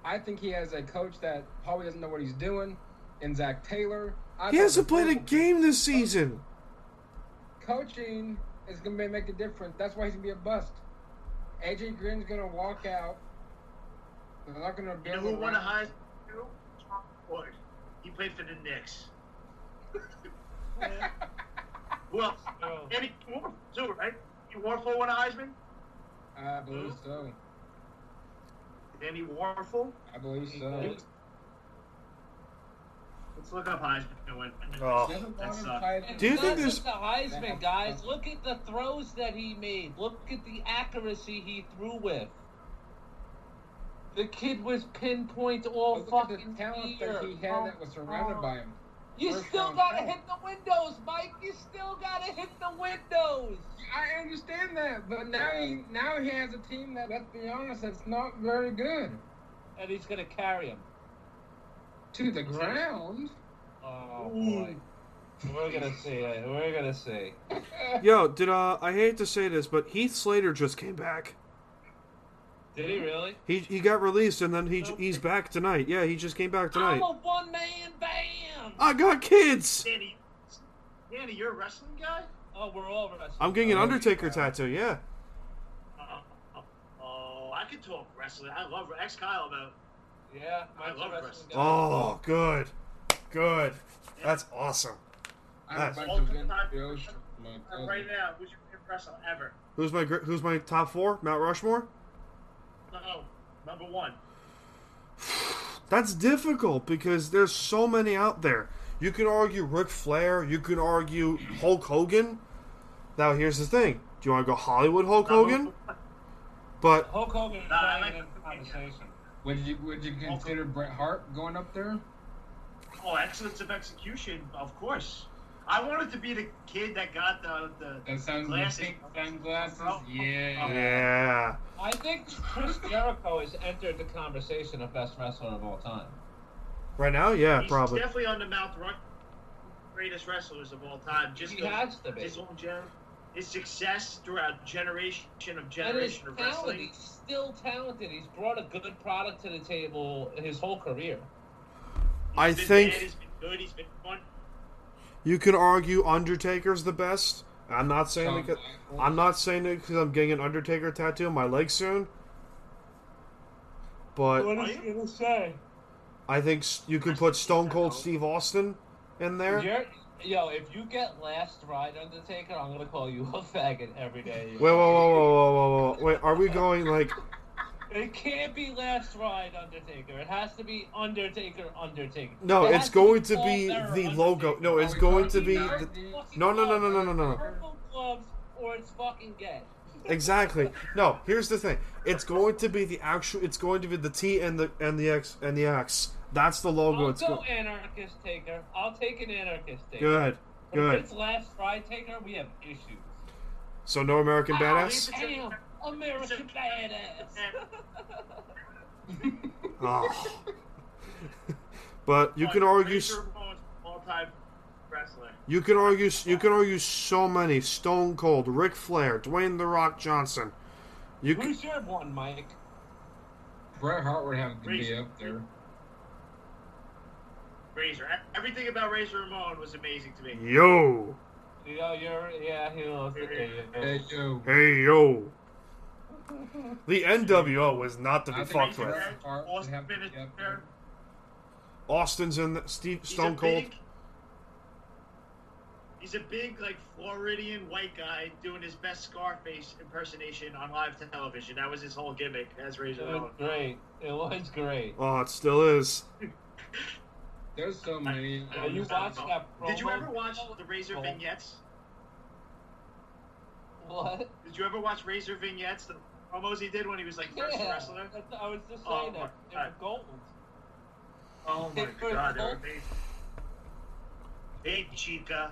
Speaker 6: I think he has a coach that probably doesn't know what he's doing. And Zach Taylor. I
Speaker 3: he
Speaker 6: thought
Speaker 3: hasn't
Speaker 6: the
Speaker 3: played a
Speaker 6: coach-
Speaker 3: game this season.
Speaker 6: Coaching is gonna be- make a difference. That's why he's gonna be a bust. AJ Green's gonna walk out. They're not gonna
Speaker 5: You know
Speaker 6: build
Speaker 5: who won a
Speaker 6: around-
Speaker 5: Heisman? too? Tom Ford. He played for the Knicks. well,
Speaker 7: Oh.
Speaker 5: and he Warfel too, right? He Warfel won a Heisman.
Speaker 6: I believe so.
Speaker 5: Danny Warfel.
Speaker 6: I believe so.
Speaker 7: Doesn't
Speaker 5: Let's look up Heisman. and win.
Speaker 3: Oh.
Speaker 6: Doesn't
Speaker 5: That
Speaker 6: Warren
Speaker 5: sucked.
Speaker 6: Hyatt-
Speaker 3: Do you think there's-
Speaker 7: the Heisman guys? Look at the throws that he made. Look at the accuracy he threw with. The kid was pinpoint all
Speaker 6: Look at the
Speaker 7: fucking
Speaker 6: talent
Speaker 7: year. Oh.
Speaker 6: that he had that was surrounded by him.
Speaker 7: You
Speaker 6: First
Speaker 7: still
Speaker 6: round
Speaker 7: gotta
Speaker 6: talent.
Speaker 7: hit the windows, Mike. You still gotta hit the windows.
Speaker 6: I understand that, but now he now he has a team that, let's be honest, that's not very good.
Speaker 7: And he's gonna carry him.
Speaker 6: To the ground.
Speaker 7: Oh boy. We're gonna see it. We're gonna see.
Speaker 3: Yo, did uh I hate to say this, but Heath Slater just came back.
Speaker 7: Did he really?
Speaker 3: He he got released and then he j- he's back tonight. Yeah, he just came back tonight.
Speaker 7: I'm
Speaker 4: Oh.
Speaker 7: a one man band.
Speaker 3: I got kids.
Speaker 5: Danny, Danny, you're a wrestling guy.
Speaker 7: Oh, we're all wrestling.
Speaker 3: I'm getting an
Speaker 6: Oh,
Speaker 3: Undertaker
Speaker 6: yeah.
Speaker 3: tattoo. Yeah.
Speaker 5: Oh, oh, oh, I could talk wrestling. I love ex Kyle though.
Speaker 7: Yeah,
Speaker 5: I
Speaker 7: Mike's a
Speaker 5: love
Speaker 7: wrestling. guy.
Speaker 3: Oh, good, good. That's awesome.
Speaker 6: I have
Speaker 3: That's-
Speaker 6: a bunch of NWO shirts in my closet.
Speaker 5: Right now, who's your favorite wrestler ever?
Speaker 3: Who's my gr- who's my top four? Mount Rushmore.
Speaker 5: No, number one.
Speaker 3: That's difficult because there's so many out there. You can argue Ric Flair. You can argue Hulk Hogan. Now here's the thing: Do you want to go Hollywood Hulk Hogan? But
Speaker 7: Hulk Hogan is
Speaker 5: Nah, I
Speaker 7: not
Speaker 5: like
Speaker 7: even in
Speaker 5: the-
Speaker 7: the conversation.
Speaker 6: Would you would you consider Bret Hart going up there?
Speaker 5: Oh, excellence of execution, of course. I wanted to be the kid that got the the
Speaker 6: That sounds
Speaker 5: Glasses.
Speaker 6: like sunglasses.
Speaker 5: Oh.
Speaker 6: Yeah.
Speaker 3: Yeah.
Speaker 4: I think Chris Jericho has entered the conversation of best wrestler of all time.
Speaker 3: Right now, yeah,
Speaker 5: He's
Speaker 3: probably.
Speaker 5: definitely on the Mount Rush greatest wrestlers of all time. Just
Speaker 4: he
Speaker 5: the-
Speaker 4: has to be.
Speaker 5: his own gen- his success throughout generation of
Speaker 4: And he's
Speaker 5: generation of
Speaker 4: talented.
Speaker 5: wrestling.
Speaker 4: He's still talented. He's brought a good product to the table his whole career.
Speaker 3: I
Speaker 5: He's been
Speaker 3: think-
Speaker 5: bad, he's been good. He's been fun.
Speaker 3: You can argue Undertaker's the best. I'm not saying
Speaker 6: Shawn
Speaker 3: because
Speaker 6: Michaels.
Speaker 3: I'm not saying it because I'm getting an Undertaker tattoo on my leg soon. But
Speaker 5: is he
Speaker 4: gonna say?
Speaker 3: I think s- you could put Stone Cold Steve Austin in there.
Speaker 4: yo, if you get last ride Undertaker, I'm gonna call you a faggot every day.
Speaker 3: Wait, whoa, whoa, whoa, whoa, whoa, whoa! Wait, are we going like?
Speaker 4: It can't be last ride Undertaker. It has to be Undertaker Undertaker.
Speaker 3: No,
Speaker 4: It
Speaker 3: it's
Speaker 4: has
Speaker 3: going to
Speaker 4: Paul
Speaker 3: be
Speaker 4: Bearer
Speaker 3: the
Speaker 4: Undertaker.
Speaker 3: logo. No, it's
Speaker 6: Are we
Speaker 3: going to
Speaker 6: talking
Speaker 3: be
Speaker 6: about
Speaker 3: the,
Speaker 6: the-
Speaker 4: Fucking
Speaker 3: No, no, no, no, no, no, no, no.
Speaker 4: Purple gloves or it's fucking gay.
Speaker 3: exactly. No, here's the thing. It's going to be the actual. It's going to be the T and the and the X and the X. That's the logo.
Speaker 4: I'll
Speaker 3: It's
Speaker 4: go
Speaker 3: go-
Speaker 4: anarchist taker. I'll take an anarchist taker.
Speaker 3: good.
Speaker 4: But If
Speaker 3: Good.
Speaker 4: it's last ride taker, we have issues.
Speaker 3: So no American Badass.
Speaker 4: Damn, American badass.
Speaker 3: Oh. but you can
Speaker 5: Like,
Speaker 3: argue
Speaker 5: Razor Ramon, all-time wrestler.
Speaker 3: you can argue you can argue so many Stone Cold, Ric Flair, Dwayne the Rock Johnson. You can,
Speaker 4: Who's your one, Mike?
Speaker 6: Bret Hart would have to be
Speaker 5: Razor.
Speaker 6: up there.
Speaker 5: Razor. Everything about Razor Ramon was amazing to me.
Speaker 3: yo
Speaker 4: Yeah, you're. Yeah, he loves it.
Speaker 6: Hey yo.
Speaker 3: hey yo. The NWO was not to be
Speaker 6: I think
Speaker 3: fucked
Speaker 6: Razor
Speaker 3: with.
Speaker 6: Ramon- Hart would
Speaker 5: Austin
Speaker 6: have to be
Speaker 5: Bennett,
Speaker 6: up there.
Speaker 3: Austin's in the, Steve
Speaker 5: He's
Speaker 3: Stone
Speaker 5: a
Speaker 3: Cold.
Speaker 5: big- he's a big, like Floridian white guy doing his best Scarface impersonation on live television. That was his whole gimmick as Razor
Speaker 4: It was
Speaker 5: Ramon.
Speaker 4: great. It was great.
Speaker 3: Oh, it still is.
Speaker 6: There's so many.
Speaker 5: I
Speaker 4: Are you
Speaker 5: understand.
Speaker 4: watching that promo?
Speaker 5: Did you ever watch the Razor
Speaker 4: Oh.
Speaker 5: vignettes?
Speaker 4: What?
Speaker 5: Did you ever watch Razor vignettes? The promos he did when he was like first
Speaker 4: Yeah.
Speaker 5: wrestler.
Speaker 4: that's- I was just
Speaker 5: Oh,
Speaker 4: saying that.
Speaker 5: my
Speaker 4: They were
Speaker 5: God.
Speaker 4: gold.
Speaker 5: Oh my
Speaker 4: Hey,
Speaker 5: god, they're
Speaker 4: Colt.
Speaker 5: amazing. Hey Chica,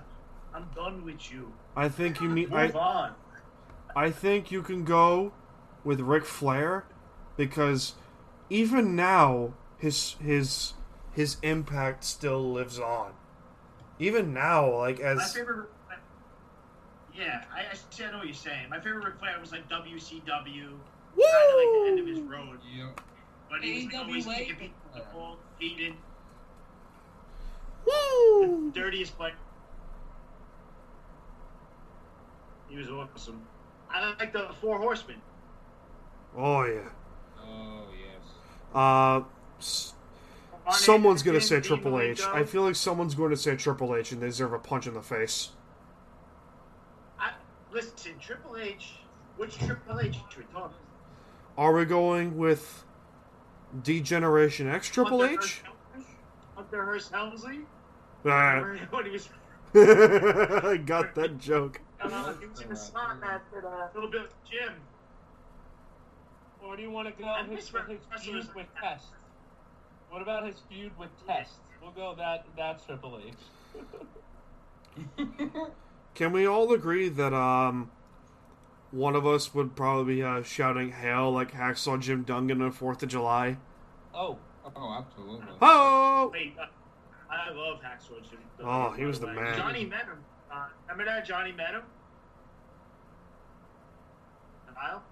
Speaker 5: I'm done with you.
Speaker 3: I think you need. I,
Speaker 5: Move on.
Speaker 3: I think you can go with Ric Flair because even now his his his impact still lives on. Even now, like
Speaker 5: My
Speaker 3: as
Speaker 5: favorite. Yeah, I, I see, I know what you're saying. My favorite Ric Flair was like WCW, kind of like the end of his road.
Speaker 6: Yep.
Speaker 5: But he was like, always
Speaker 4: AWA.
Speaker 5: kicking people, cheated,
Speaker 3: woo,
Speaker 5: dirtiest player. He was awesome. I like the Four Horsemen.
Speaker 3: oh yeah.
Speaker 6: Oh yes.
Speaker 3: Uh, s-
Speaker 5: Arn
Speaker 3: someone's gonna say
Speaker 5: Anderson, Dean
Speaker 3: Triple H.
Speaker 5: Malenko.
Speaker 3: I feel like someone's going to say Triple H, and they deserve a punch in the face.
Speaker 5: I, listen, Triple H. Which Triple H we're talking? about?
Speaker 3: Are we going with Degeneration X Triple
Speaker 5: Hunter
Speaker 3: H?
Speaker 5: Hearst- Hunter Hearst Helmsley.
Speaker 3: Ah,
Speaker 5: Remember When he was
Speaker 3: I got that joke.
Speaker 5: Uh, he was in the spot at uh, little bit of Jim.
Speaker 4: Or do you want to go
Speaker 5: I
Speaker 4: his,
Speaker 5: miss Rick
Speaker 4: his
Speaker 5: Russell
Speaker 4: feud
Speaker 5: as a
Speaker 4: with
Speaker 5: cat.
Speaker 4: Test? What about his feud with Test? We'll go that that Triple H.
Speaker 3: Can we all agree that um, one of us would probably be uh, shouting "Hail" like Hacksaw Jim Duggan on Fourth of July?
Speaker 4: Oh,
Speaker 6: Oh, absolutely.
Speaker 3: Oh,
Speaker 5: Wait, uh, I love Hacksaw Jim.
Speaker 3: Oh, he was the
Speaker 5: Like,
Speaker 3: man.
Speaker 5: Johnny Medham. Uh, remember that Johnny Medham? Kyle?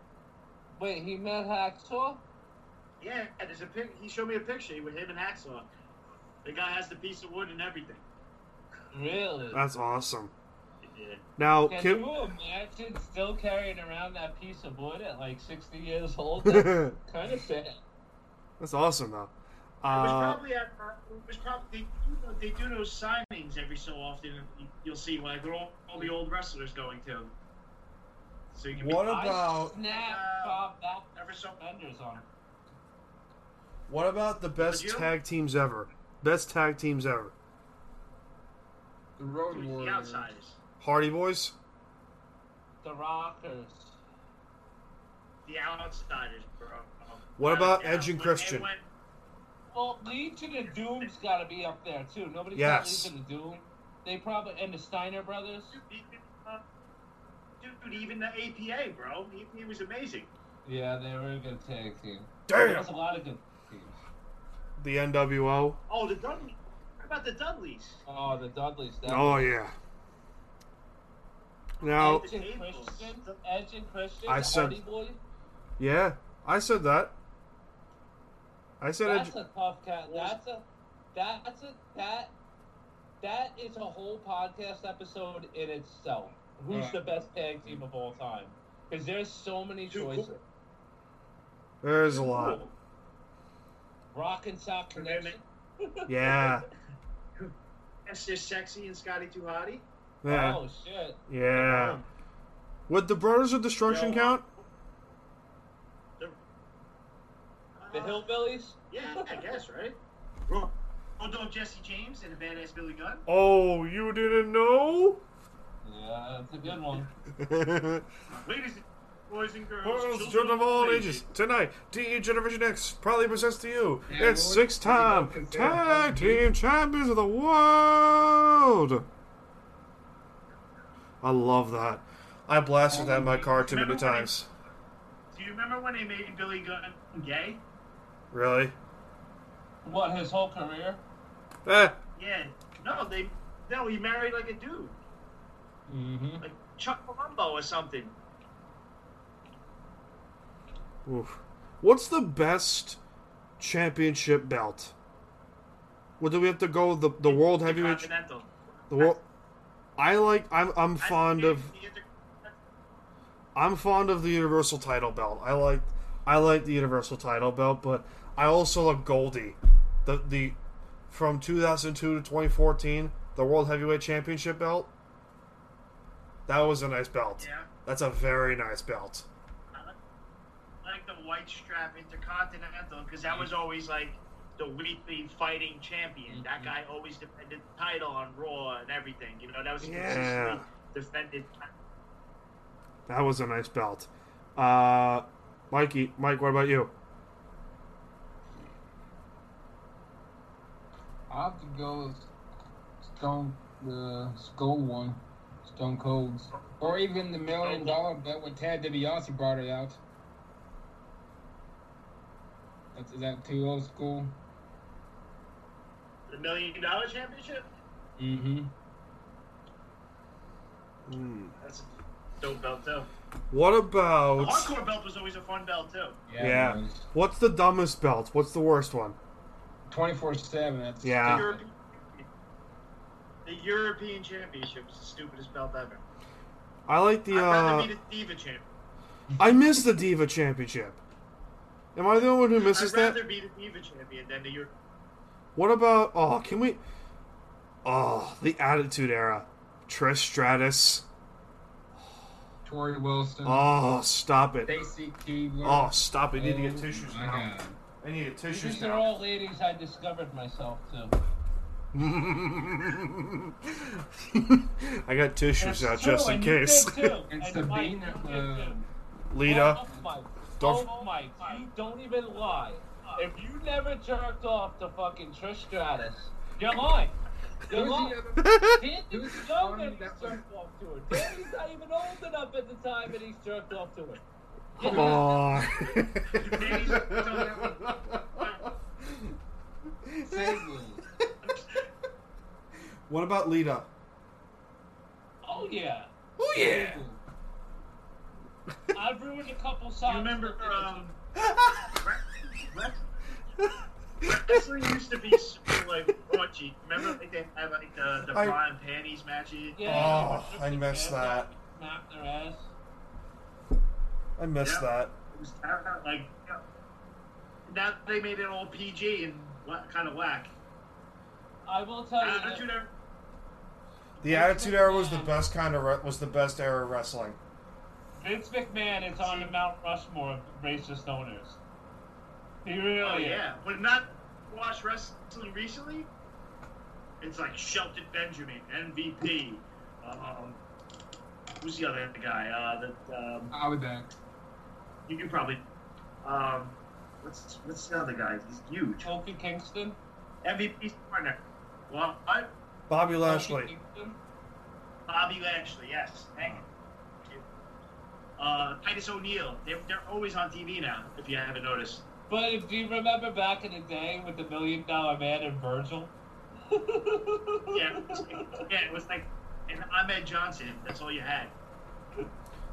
Speaker 4: wait, he met Hacksaw.
Speaker 5: Yeah, there's a pic. He showed me a picture with him and Hacksaw. The guy has the piece of wood and everything.
Speaker 4: Really?
Speaker 3: that's awesome!
Speaker 5: Yeah.
Speaker 3: Now,
Speaker 4: Can
Speaker 3: can,
Speaker 4: you imagine still carrying around that piece of wood at like 60 years old? That's
Speaker 3: that's
Speaker 4: kind of sad.
Speaker 3: awesome though.
Speaker 5: It was
Speaker 3: Uh,
Speaker 5: probably at, uh, it was probably they do, they do those signings every so often. You, you'll see like where all, all the old wrestlers going to. So you can
Speaker 8: What
Speaker 5: be,
Speaker 8: about
Speaker 4: I snapped
Speaker 5: Uh,
Speaker 4: Bob back
Speaker 5: ever so-
Speaker 4: suspenders on him.
Speaker 8: what about the best?
Speaker 3: best
Speaker 5: you?
Speaker 3: tag teams ever. Best tag teams ever.
Speaker 6: The Road
Speaker 5: the
Speaker 6: Warriors.
Speaker 5: outsiders,
Speaker 3: Hardy Boys.
Speaker 4: The Rockers.
Speaker 5: the outsiders, bro. Um,
Speaker 3: What about
Speaker 5: Yeah,
Speaker 3: Edge and
Speaker 5: when-
Speaker 3: Christian?
Speaker 5: when-
Speaker 4: Well, Legion of Doom's got to be up there too. Nobody's
Speaker 3: Yes.
Speaker 4: got Legion of Doom. They probably and the Steiner brothers.
Speaker 5: Dude, even, uh, dude, even the APA, bro. The APA was amazing.
Speaker 4: Yeah, they were a good tag team. There
Speaker 3: Damn.
Speaker 4: was a lot of good teams.
Speaker 3: The NWO.
Speaker 5: Oh, the Dudley. What about the Dudleys?
Speaker 4: Oh, the Dudleys. That
Speaker 3: Oh yeah. Now,
Speaker 4: Edge and Christian, Edge and Christian,
Speaker 3: I
Speaker 4: the
Speaker 3: said-
Speaker 4: Hardy Boy.
Speaker 3: yeah, I said that. I said
Speaker 4: That's
Speaker 3: it.
Speaker 4: a tough cat. That's a that's a that that is a whole podcast episode in itself. Who's
Speaker 6: Right.
Speaker 4: the best tag team of all time? Because there's so many
Speaker 5: Dude, cool.
Speaker 4: choices.
Speaker 3: There's a lot.
Speaker 4: Rock and sock
Speaker 5: And then
Speaker 4: connection.
Speaker 3: Yeah.
Speaker 5: Esther Sexy and Scotty Too Hotty.
Speaker 3: Yeah.
Speaker 4: Oh shit!
Speaker 3: Yeah. Would the Brothers of Destruction
Speaker 5: Yo.
Speaker 3: count?
Speaker 4: The
Speaker 5: Uh,
Speaker 4: hillbillies.
Speaker 5: Yeah, I guess, right? Bro, old dog Oh, Jesse James and a badass Billy Gunn.
Speaker 3: Oh, you didn't know?
Speaker 4: Yeah, that's a good one.
Speaker 5: Ladies, boys and girls,
Speaker 3: Girls, children of all ages, tonight, DE Generation X proudly presents to you its sixth time tag team champions of the world. I love that. I blasted that in my car too many times.
Speaker 5: Do you remember when they made Billy Gunn gay?
Speaker 3: Really?
Speaker 4: What his whole career?
Speaker 3: Eh,
Speaker 5: Yeah. No, they. No, he married like a dude,
Speaker 4: Mm-hmm.
Speaker 5: like Chuck Palumbo or something.
Speaker 3: oof. What's the best championship belt? Well, do we have to go with the the world heavyweight? ch-
Speaker 5: Continental.
Speaker 3: The world. I like. I'm I'm fond of. I'm fond of the universal title belt. I like I like the universal title belt, but I also like Goldie. The the from 2002 to 2014, the World Heavyweight Championship belt. That was a nice belt.
Speaker 5: Yeah.
Speaker 3: That's a very nice belt.
Speaker 5: I like- I like the white strap intercontinental because that was always like the weekly fighting champion. That guy always defended the title on Raw and everything. You know, that was
Speaker 3: Yeah.
Speaker 5: consistently defended.
Speaker 3: That was a nice belt. Uh Mikey, Mike, what about you?
Speaker 6: I have to go with Stone, the Skull one, Stone Cold's, or even the million dollar bet when Tad DiBiase brought it out. That's, is that too old school?
Speaker 5: The million dollar championship?
Speaker 6: Mm-hmm.
Speaker 5: That's a dope belt, too.
Speaker 3: Hmm. What
Speaker 5: The
Speaker 3: about
Speaker 5: hardcore belt was always a fun belt, too.
Speaker 3: Yeah. What's the dumbest belt? What's the worst one?
Speaker 6: Twenty four seven. That's
Speaker 5: The,
Speaker 3: Yeah.
Speaker 5: European, the European championship was the stupidest belt ever.
Speaker 3: I like the
Speaker 5: I'd rather
Speaker 3: uh
Speaker 5: be the Diva champ.
Speaker 3: I miss the Diva Championship. Am I the only one who misses
Speaker 5: I'd
Speaker 3: that?
Speaker 5: rather be the Diva champion than the European.
Speaker 3: What about oh can we Oh, the attitude era. Trish Stratus.
Speaker 6: Tori Wilson.
Speaker 3: Oh, stop it.
Speaker 6: Stacy Keebler.
Speaker 3: Oh, stop it. I need to
Speaker 6: Oh,
Speaker 3: get tissues
Speaker 6: my
Speaker 3: now.
Speaker 6: God.
Speaker 3: I need a tissues
Speaker 4: These are
Speaker 3: now.
Speaker 4: all ladies I discovered myself too.
Speaker 3: I got tissues out
Speaker 4: That's
Speaker 3: just
Speaker 4: true,
Speaker 3: in
Speaker 4: Oh, and you
Speaker 3: case.
Speaker 4: did, too. And
Speaker 6: And
Speaker 4: Mike,
Speaker 6: Sabina,
Speaker 4: you did,
Speaker 6: uh,
Speaker 4: too.
Speaker 3: Lita.
Speaker 4: Oh, Mike.
Speaker 3: Don't-
Speaker 4: Oh, Mike, you don't even lie. If you never jerked off to fucking Trish Stratus, you're lying. You're
Speaker 6: Who's the
Speaker 4: lying.
Speaker 6: other
Speaker 4: Danny
Speaker 6: who's the
Speaker 4: Young
Speaker 6: one
Speaker 4: never
Speaker 6: that was-
Speaker 4: jerked off to her. Danny's not even old enough at the time and he's jerked off to her.
Speaker 3: Oh.
Speaker 6: Sabin.
Speaker 3: what about Lita?
Speaker 4: Oh, yeah.
Speaker 3: Oh yeah.
Speaker 4: I've ruined a couple songs.
Speaker 5: You remember
Speaker 4: with this.
Speaker 5: um, wrest- wrest- wrestling used to be so, like raunchy. Remember like they had like the the
Speaker 3: I-
Speaker 5: bra and panties matches.
Speaker 4: Yeah,
Speaker 3: Oh, I missed that.
Speaker 4: Knock their ass.
Speaker 3: I missed that.
Speaker 5: It was terrible, like yeah. now they made it all PG and what kind of whack.
Speaker 4: I will tell you.
Speaker 5: Uh,
Speaker 4: that-
Speaker 5: don't you know?
Speaker 3: The Attitude Era was the best kind of re- was the best era of wrestling.
Speaker 4: Vince McMahon is on the Mount Rushmore of racist owners. He really
Speaker 5: Oh
Speaker 4: is.
Speaker 5: yeah, but not watch wrestling recently. It's like Shelton Benjamin, MVP. Um, who's the other guy? Uh, the um,
Speaker 6: I'll be back.
Speaker 5: You can probably. Um, what's
Speaker 4: Oh.
Speaker 5: what's the other guy? He's huge.
Speaker 4: Kofi Kingston.
Speaker 5: MVP's partner. Well, I
Speaker 3: Bobby Lashley.
Speaker 5: Bobby Lashley, yes. Thank you. Uh, Titus O'Neil. They're, they're always on TV now, if you haven't noticed.
Speaker 7: But if you remember back in the day with the Million Dollar Man and Virgil?
Speaker 5: Yeah, it was like, yeah, it was like, and Ahmed Johnson. That's all you had.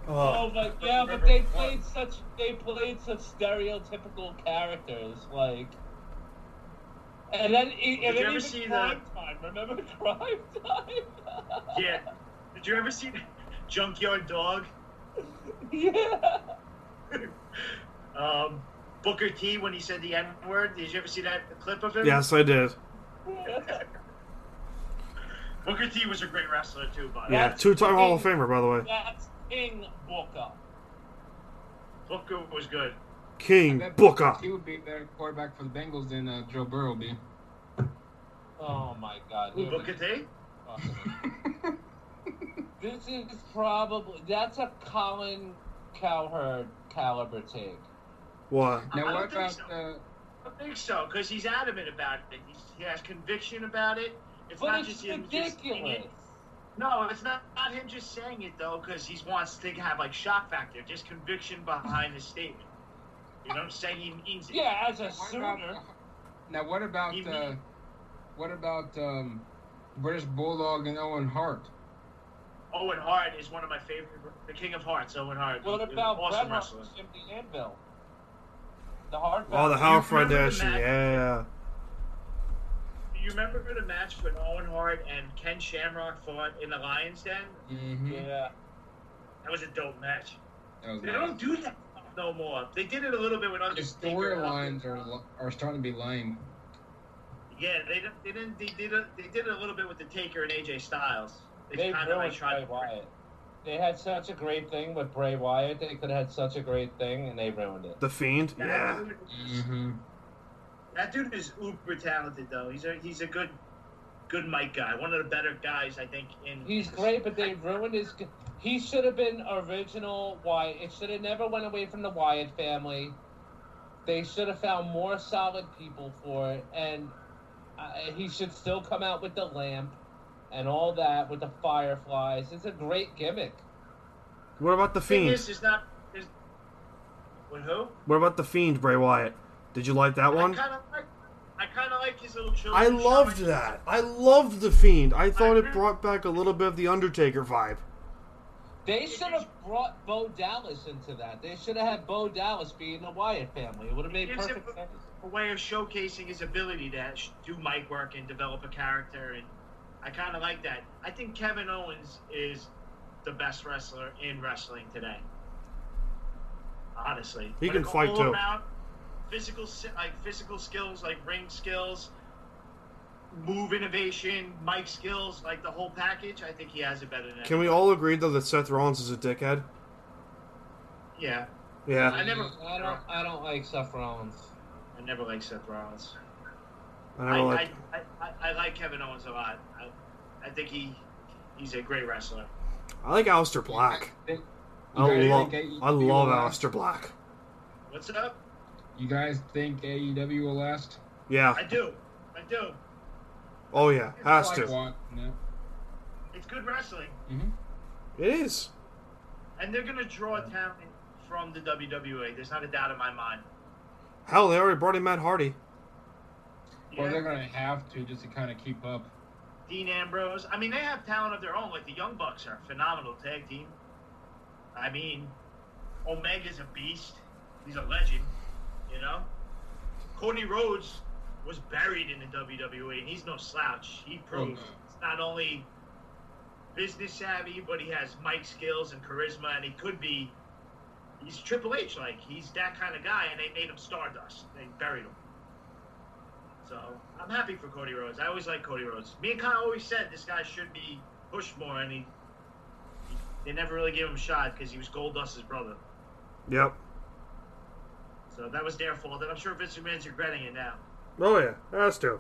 Speaker 7: Oh,
Speaker 3: Oh,
Speaker 7: but yeah, but they played such they played such stereotypical characters like. And then, e- and
Speaker 5: Did you
Speaker 7: then
Speaker 5: ever
Speaker 7: even
Speaker 5: see
Speaker 7: crime time. Remember crime time?
Speaker 5: Yeah. Did you ever see Junkyard Dog?
Speaker 7: yeah.
Speaker 5: Um, Booker T when he said the N word. Did you ever see that clip of him?
Speaker 3: yes, I did.
Speaker 5: Booker T was a great wrestler too, but
Speaker 3: Yeah,
Speaker 7: That's
Speaker 3: two-time Hall of
Speaker 7: fucking-
Speaker 3: Famer, by the way.
Speaker 7: That's King Booker.
Speaker 5: Booker was good.
Speaker 3: King
Speaker 6: That-
Speaker 3: Booker.
Speaker 6: He would be a better quarterback for the Bengals than uh, Joe Burrow would be.
Speaker 7: Oh my God. here we
Speaker 5: Booker T.
Speaker 7: Fucking- this is probably that's a Colin Cowherd caliber take.
Speaker 3: What?
Speaker 5: I
Speaker 6: Now,
Speaker 5: don't
Speaker 6: what
Speaker 5: think
Speaker 6: about
Speaker 5: so. I
Speaker 6: uh,
Speaker 5: think so because he's adamant about it. He's, he has conviction about it. It's
Speaker 7: But
Speaker 5: not
Speaker 7: it's
Speaker 5: just him just saying
Speaker 7: ridiculous.
Speaker 5: it. No, it's not, not him just saying it though, because he wants to have like shock factor, just conviction behind his statement. You know, what I'm saying he means it.
Speaker 7: Yeah, as a
Speaker 6: What about- uh,
Speaker 7: sooner.
Speaker 6: Now, what about
Speaker 5: Even-
Speaker 6: uh, what about um, British Bulldog and Owen Hart?
Speaker 5: Owen Hart is one of my favorite, the King of Hearts. Owen Hart.
Speaker 7: What
Speaker 5: He's an
Speaker 7: about
Speaker 5: awesome
Speaker 7: Bret Hart
Speaker 5: wrestler?
Speaker 7: and Jim the Anvil? The hard
Speaker 3: Oh, the
Speaker 7: Factor.
Speaker 3: Howard
Speaker 5: remember the
Speaker 3: Foundation.
Speaker 5: match?
Speaker 3: Yeah.
Speaker 5: Do you remember the match when Owen Hart and Ken Shamrock fought in the Lions Den?
Speaker 6: Mm-hmm.
Speaker 7: Yeah.
Speaker 5: That was a dope match.
Speaker 6: That was
Speaker 5: They
Speaker 6: nice.
Speaker 5: don't do that no more. They did it a little bit with
Speaker 6: The
Speaker 5: Undertaker.
Speaker 6: storylines are li- are starting to be lame.
Speaker 5: Yeah, they didn't. They didn't. They did. A, they did a little bit with the Taker and AJ Styles.
Speaker 7: They
Speaker 5: kinda,
Speaker 7: ruined Bray
Speaker 5: to-
Speaker 7: Wyatt. They had such a great thing with Bray Wyatt. They could have had such a great thing, and they ruined it.
Speaker 3: The Fiend.
Speaker 5: That
Speaker 3: Yeah.
Speaker 5: dude-
Speaker 6: Mm-hmm.
Speaker 5: That dude is uber talented though. He's a he's a good good mic guy. One of the better guys I think in
Speaker 7: He's great, but they ruined his. He should have been original Wyatt. It should have never went away from the Wyatt family. They should have found more solid people for it, and uh, he should still come out with the lamp and all that with the fireflies. It's a great gimmick.
Speaker 3: What about the
Speaker 5: The thing
Speaker 3: Fiend?
Speaker 5: is, is not is with who?
Speaker 3: What about the Fiend, Bray Wyatt? Did you like that
Speaker 5: I
Speaker 3: one?
Speaker 5: kinda like I kinda like his little children.
Speaker 3: I loved that. I loved the Fiend. I thought it
Speaker 5: agree.
Speaker 3: brought back a little bit of the Undertaker vibe.
Speaker 7: They should have brought Bo Dallas into that. They should have had Bo Dallas be in the Wyatt family. It would have made
Speaker 5: Gives him
Speaker 7: perfect sense.
Speaker 5: a way of showcasing his ability to sh- do mic work and develop a character and I kinda like that. I think Kevin Owens is the best wrestler in wrestling today. Honestly.
Speaker 3: He
Speaker 5: When
Speaker 3: can
Speaker 5: it-
Speaker 3: fight,
Speaker 5: all
Speaker 3: too.
Speaker 5: around, physical si- like physical skills, like ring skills, move innovation, mic skills, like the whole package, I think he has it better than
Speaker 3: Can we all agree though that Seth Rollins is a dickhead?
Speaker 5: Yeah.
Speaker 3: Yeah,
Speaker 5: I never
Speaker 7: I don't. I don't like Seth Rollins.
Speaker 5: I never liked Seth Rollins.
Speaker 3: I
Speaker 5: I,
Speaker 3: never liked.
Speaker 5: I, I, I, I like Kevin Owens a lot. I, I think he he's a great wrestler.
Speaker 3: I like Aleister Black.
Speaker 6: They-
Speaker 3: I
Speaker 6: you guys
Speaker 3: love.
Speaker 6: think
Speaker 3: I
Speaker 6: AEW
Speaker 3: love
Speaker 6: will last?
Speaker 3: Aleister Black.
Speaker 5: What's up?
Speaker 6: You guys think AEW will last?
Speaker 3: Yeah.
Speaker 5: I do. I do.
Speaker 3: Oh yeah. Has
Speaker 6: Like
Speaker 3: to.
Speaker 6: what? No.
Speaker 5: It's good wrestling.
Speaker 6: Mm-hmm.
Speaker 3: It is.
Speaker 5: And they're going to draw talent from the WWE. There's not a doubt in my mind.
Speaker 3: Hell, they already brought in Matt Hardy.
Speaker 6: Well,
Speaker 5: Yeah.
Speaker 6: they're gonna have to just to kind of keep up.
Speaker 5: Dean Ambrose. I mean, they have talent of their own. Like the Young Bucks are a phenomenal tag team. I mean, Omega's a beast. He's a legend. You know, Cody Rhodes was buried in the WWE, and he's no slouch. He proved
Speaker 6: Oh, no.
Speaker 5: it's not only business savvy, but he has mic skills and charisma, and he could be. He's Triple H, like he's that kind of guy, and they made him Stardust. They buried him. So I'm happy for Cody Rhodes. I always like Cody Rhodes. Me and Kyle always said this guy should be pushed more, and he, he- they never really gave him a shot because he was Goldust's brother.
Speaker 3: Yep.
Speaker 5: So that was their fault, and I'm sure Vince McMahon's regretting it now.
Speaker 3: Oh yeah. Has to.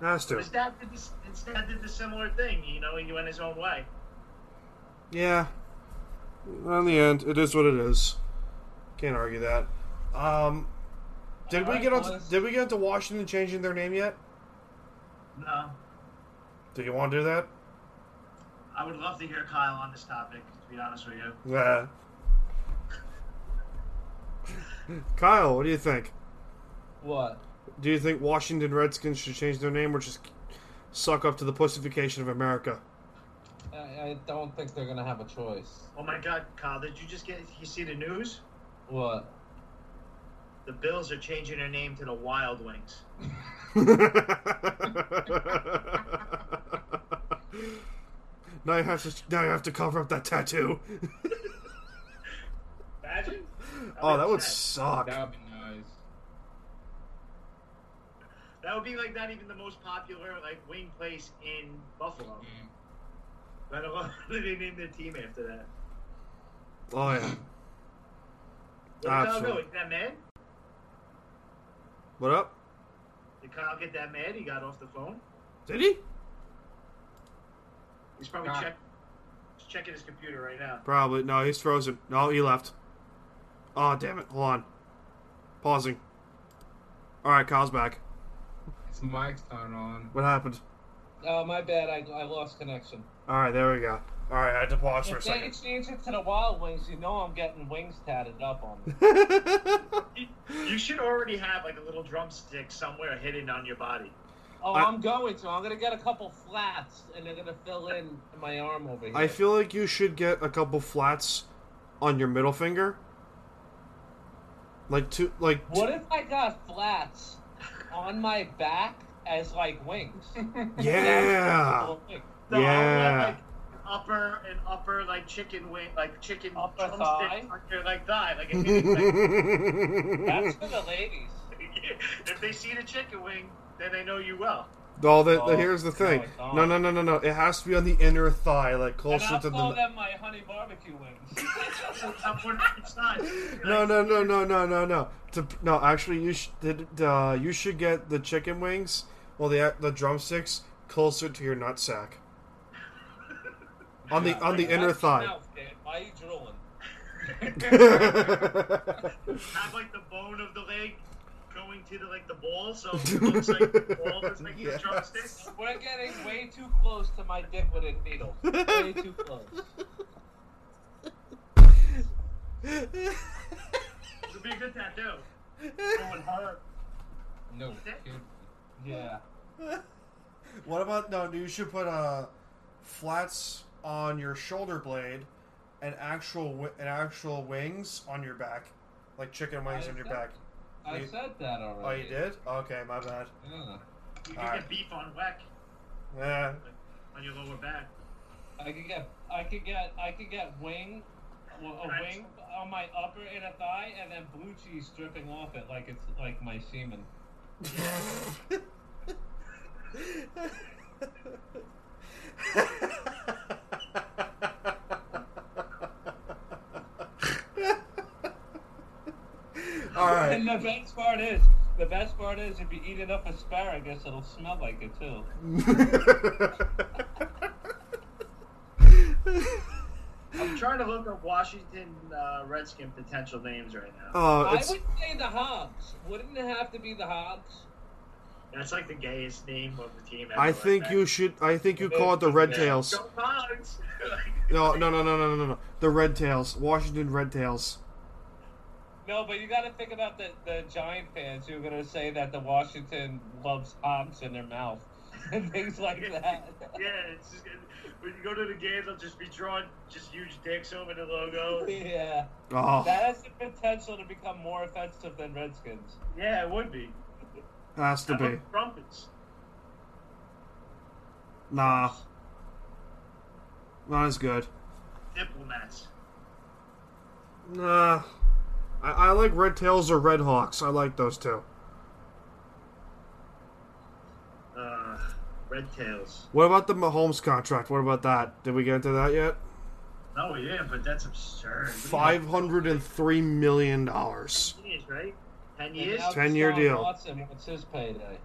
Speaker 3: Has to.
Speaker 5: His dad did this. His dad did the similar thing. You know, he went his own way.
Speaker 3: Yeah. In the end, it is what it is. Can't argue that. Um, did we
Speaker 7: Alright,
Speaker 3: get on?
Speaker 7: boys.
Speaker 3: Did we get into Washington changing their name yet?
Speaker 5: No,
Speaker 3: Do you want to do that?
Speaker 5: I would love to hear Kyle on this topic, to be honest with you.
Speaker 3: Nah. Kyle, what do you think?
Speaker 4: What?
Speaker 3: Do you think Washington Redskins should change their name or just suck up to the pussification of America?
Speaker 4: I, I don't think they're gonna have a choice.
Speaker 5: Oh my God, Kyle, did you just get? You see the news?
Speaker 4: What?
Speaker 5: The Bills are changing their name to the Wild Wings.
Speaker 3: now you have to now you have to cover up that tattoo.
Speaker 5: Imagine.
Speaker 3: Oh, that would
Speaker 5: sad.
Speaker 3: suck.
Speaker 6: That would be nice.
Speaker 5: That would be like not even the most popular like wing place in Buffalo.
Speaker 3: Mm-hmm.
Speaker 5: Let alone they named their team after that.
Speaker 3: Oh yeah.
Speaker 5: Where did Kyle go?
Speaker 3: Absolutely.
Speaker 5: He got mad?
Speaker 3: What up?
Speaker 5: Did Kyle get that mad? He got off the phone.
Speaker 3: Did he?
Speaker 5: He's probably
Speaker 6: Nah.
Speaker 5: check, he's checking his computer right now.
Speaker 3: Probably. No, he's frozen. No, he left. Oh damn it. Hold on. Pausing. Alright, Kyle's back.
Speaker 6: It's Mike's turn on.
Speaker 3: What happened?
Speaker 4: Oh, my bad. I, I lost connection.
Speaker 3: Alright, there we go. Alright, I had to pause for a
Speaker 4: If they
Speaker 3: second.
Speaker 4: change it to the Wild Wings, you know I'm getting wings tatted up on me.
Speaker 5: You, you should already have like a little drumstick somewhere hidden on your body.
Speaker 4: Oh,
Speaker 3: I-
Speaker 4: I, am going to. I'm gonna get a couple flats, and they're gonna fill in my arm over here.
Speaker 3: I feel like you should get a couple flats on your middle finger. Like two like two-
Speaker 4: What if I got flats on my back as like wings?
Speaker 3: Yeah.
Speaker 4: Little wing.
Speaker 5: No, I want
Speaker 3: Yeah.
Speaker 5: like upper and upper like chicken wing, like chicken
Speaker 4: Upper
Speaker 5: drumstick
Speaker 4: thigh?
Speaker 5: on your like thigh, like, a hidden, like
Speaker 4: That's for the ladies.
Speaker 5: if they see the chicken wing, then they know you well.
Speaker 3: No, the, the,
Speaker 4: Oh,
Speaker 3: here's the
Speaker 4: no,
Speaker 3: thing.
Speaker 4: it's
Speaker 3: No,
Speaker 4: not.
Speaker 3: no, no, no, no. It has to be on the inner thigh, like
Speaker 4: And
Speaker 3: closer
Speaker 4: I'll
Speaker 3: to
Speaker 4: call
Speaker 3: the.
Speaker 4: them my honey barbecue wings.
Speaker 5: I'm one of each side.
Speaker 3: No, no, no, no, no, no, no. To, no, actually, you should. Uh, you should get the chicken wings. Well, the the drumsticks closer to your nut sack. On the on the inner
Speaker 4: That's
Speaker 3: thigh.
Speaker 4: mouth, Dan. Why are you drooling?
Speaker 5: have like the bone of the leg going to the like the ball, so it looks like the ball that's like your
Speaker 3: Yes.
Speaker 5: drumstick.
Speaker 4: We're getting way too close to my dick with a needle. Way too close.
Speaker 5: It would be a good tattoo. It would hurt.
Speaker 6: No. kid.
Speaker 4: Yeah.
Speaker 3: what about no? You should put uh, flats on your shoulder blade, and actual wi- and actual wings on your back, like chicken wings
Speaker 4: I
Speaker 3: on your
Speaker 4: said-
Speaker 3: back.
Speaker 4: I
Speaker 3: You-
Speaker 4: said that
Speaker 3: Oh,
Speaker 4: already.
Speaker 3: you did? Okay, my bad.
Speaker 4: Yeah.
Speaker 5: You can
Speaker 3: Alright.
Speaker 5: get beef on whack
Speaker 3: Yeah.
Speaker 5: on your lower back.
Speaker 4: I could get, I could get, I could get wing, well, a
Speaker 5: Right.
Speaker 4: wing on my upper inner thigh, and then blue cheese dripping off it like it's like my semen.
Speaker 3: All
Speaker 4: And
Speaker 3: right.
Speaker 4: the best part is, the best part is, if you eat enough asparagus, it'll smell like it too.
Speaker 5: I'm trying to look up Washington uh, Redskin potential names right now.
Speaker 3: Oh,
Speaker 4: I
Speaker 3: it's
Speaker 4: would say the Hogs. Wouldn't it have to be the Hogs?
Speaker 5: That's like the gayest name of the team.
Speaker 3: I
Speaker 5: ever.
Speaker 3: think you should. I think you call it the Red Tails.
Speaker 5: Go Hogs!
Speaker 3: No, no, no, no, no, no, no. The Red Tails, Washington Red Tails.
Speaker 4: No, but you got to think about the, the Giant fans who are going to say that the Washington loves hogs in their mouth and things like that.
Speaker 5: yeah, it's just, when you go to the game, they'll just be drawing just huge dicks over the logo.
Speaker 4: yeah,
Speaker 3: Oh,
Speaker 4: that has the potential to become more offensive than Redskins.
Speaker 5: Yeah, it would be.
Speaker 3: has to
Speaker 5: How
Speaker 3: be.
Speaker 5: about Trumpets.
Speaker 3: Nah, not as good.
Speaker 5: Diplomats.
Speaker 3: Nah, I, I like Red Tails or Red Hawks. I like those two.
Speaker 5: Uh, red tails.
Speaker 3: What about the Mahomes contract? What about that? Did we get into that yet?
Speaker 5: Oh yeah, but that's absurd.
Speaker 3: Five hundred and three million dollars.
Speaker 5: Ten years, right? Ten
Speaker 4: And
Speaker 5: years.
Speaker 4: now
Speaker 3: Ten-year
Speaker 4: Deshaun
Speaker 3: deal.
Speaker 4: Watson wants his payday.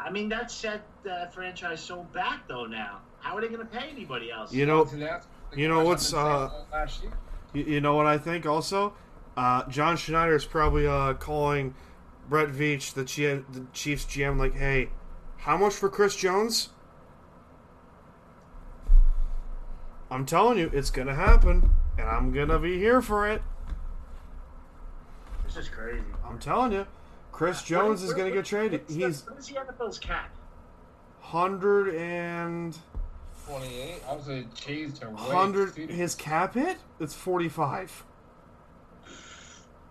Speaker 5: I mean, that set the franchise so back though. Now, how are they going to pay anybody else?
Speaker 3: You know,
Speaker 6: So that's-
Speaker 3: You know
Speaker 6: I've
Speaker 3: what's,
Speaker 6: been saying
Speaker 3: uh,
Speaker 6: all last year.
Speaker 3: you, you know what I think. Also, uh, John Schneider is probably uh, calling Brett Veach, the, G- the Chiefs GM, like, "Hey, how much for Chris Jones? I'm telling you, it's gonna happen, and I'm gonna be here for it.
Speaker 5: This is crazy.
Speaker 3: I'm telling you, Chris Jones is
Speaker 5: Where-
Speaker 3: gonna
Speaker 5: where-
Speaker 3: get traded.
Speaker 5: what's the-
Speaker 3: He's
Speaker 5: what is the NFL's cap?
Speaker 3: hundred and
Speaker 6: 28. I was a cheese to
Speaker 3: hundred. His cap hit? It's forty-five.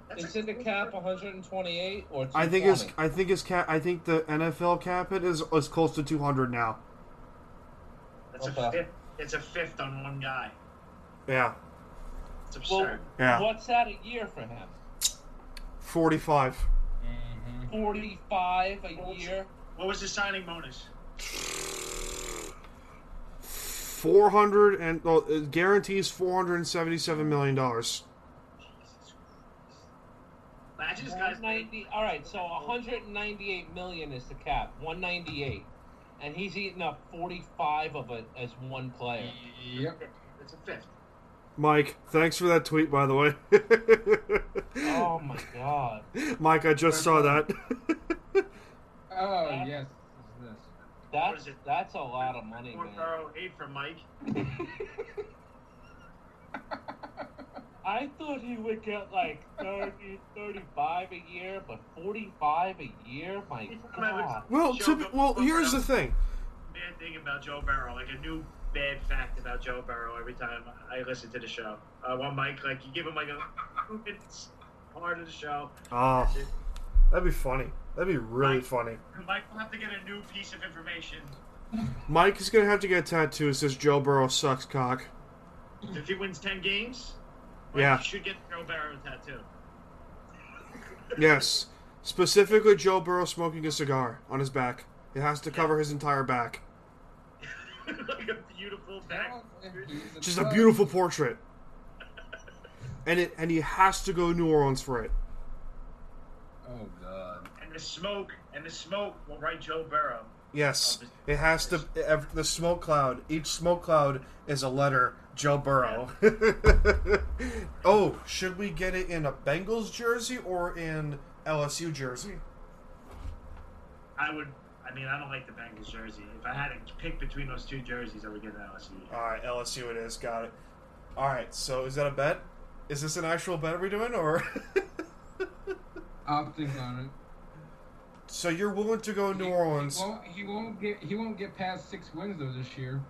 Speaker 5: That's
Speaker 4: Is
Speaker 5: a-
Speaker 4: in the cap 128 or 220?
Speaker 3: I think his. I think his cap. I think the NFL cap hit is is close to two hundred now.
Speaker 5: That's a
Speaker 4: Okay.
Speaker 5: fifth. It's a fifth on one guy.
Speaker 3: Yeah.
Speaker 5: It's
Speaker 4: Well,
Speaker 5: absurd.
Speaker 3: Yeah.
Speaker 4: what's that a year for him?
Speaker 3: Forty-five.
Speaker 4: 45 a year?
Speaker 5: what was his signing bonus?
Speaker 3: Four hundred and well, it guarantees four hundred and seventy-seven million dollars.
Speaker 5: Imagine this guy's
Speaker 4: 190. All right, so 198 million is the cap. 198, and he's eating up 45 of it as one player.
Speaker 6: Yep.
Speaker 5: It's a fifth.
Speaker 3: Mike, thanks for that tweet, by the way.
Speaker 4: Oh my god.
Speaker 3: Mike, I just saw that.
Speaker 6: Oh,
Speaker 4: Yeah.
Speaker 6: yes. This is this.
Speaker 4: That's that's a lot of money,
Speaker 5: Four
Speaker 4: man.
Speaker 5: thorough eight from Mike.
Speaker 4: I thought he would get like 30, 35 a year, but 45 a year? My god.
Speaker 3: well,
Speaker 5: Joe,
Speaker 3: to,
Speaker 5: go-
Speaker 3: well,
Speaker 5: go
Speaker 3: here's the
Speaker 5: down.
Speaker 3: thing.
Speaker 5: Bad thing about Joe Burrow, like a new bad fact about Joe Burrow every time I listen to the show. Uh, one Mike, like you give him like a it's part of the show.
Speaker 3: Oh, that'd be funny. That'd be really
Speaker 5: Mike.
Speaker 3: funny.
Speaker 5: Mike will have to get a new piece of information.
Speaker 3: Mike is gonna have to get tattoos. Says Joe Burrow sucks cock.
Speaker 5: If he wins ten games, Mike
Speaker 3: Yeah.
Speaker 5: should get Joe Burrow tattoo.
Speaker 3: Yes, specifically Joe Burrow smoking a cigar on his back. It has to cover his entire back.
Speaker 5: like a beautiful back.
Speaker 6: He's
Speaker 3: Just a
Speaker 6: thug.
Speaker 3: beautiful portrait. And it and he has to go to New Orleans for it.
Speaker 6: Oh, God.
Speaker 5: And the smoke, and the smoke will write Joe Burrow.
Speaker 3: Yes, it has to. ev- The smoke cloud. Each smoke cloud is a letter. Joe Burrow. oh, should we get it in a Bengals jersey or in LSU jersey?
Speaker 5: I would. I mean, I don't like the Bengals jersey. If I had to pick between those two jerseys, I would get an LSU.
Speaker 3: All right, LSU it is. Got it. All right. So is that a bet? Is this an actual bet we're doing, or?
Speaker 6: I'll think on it.
Speaker 3: so you're willing to go to New
Speaker 6: He-
Speaker 3: Orleans?
Speaker 6: He won't, he won't get. He won't get past six wins though this year.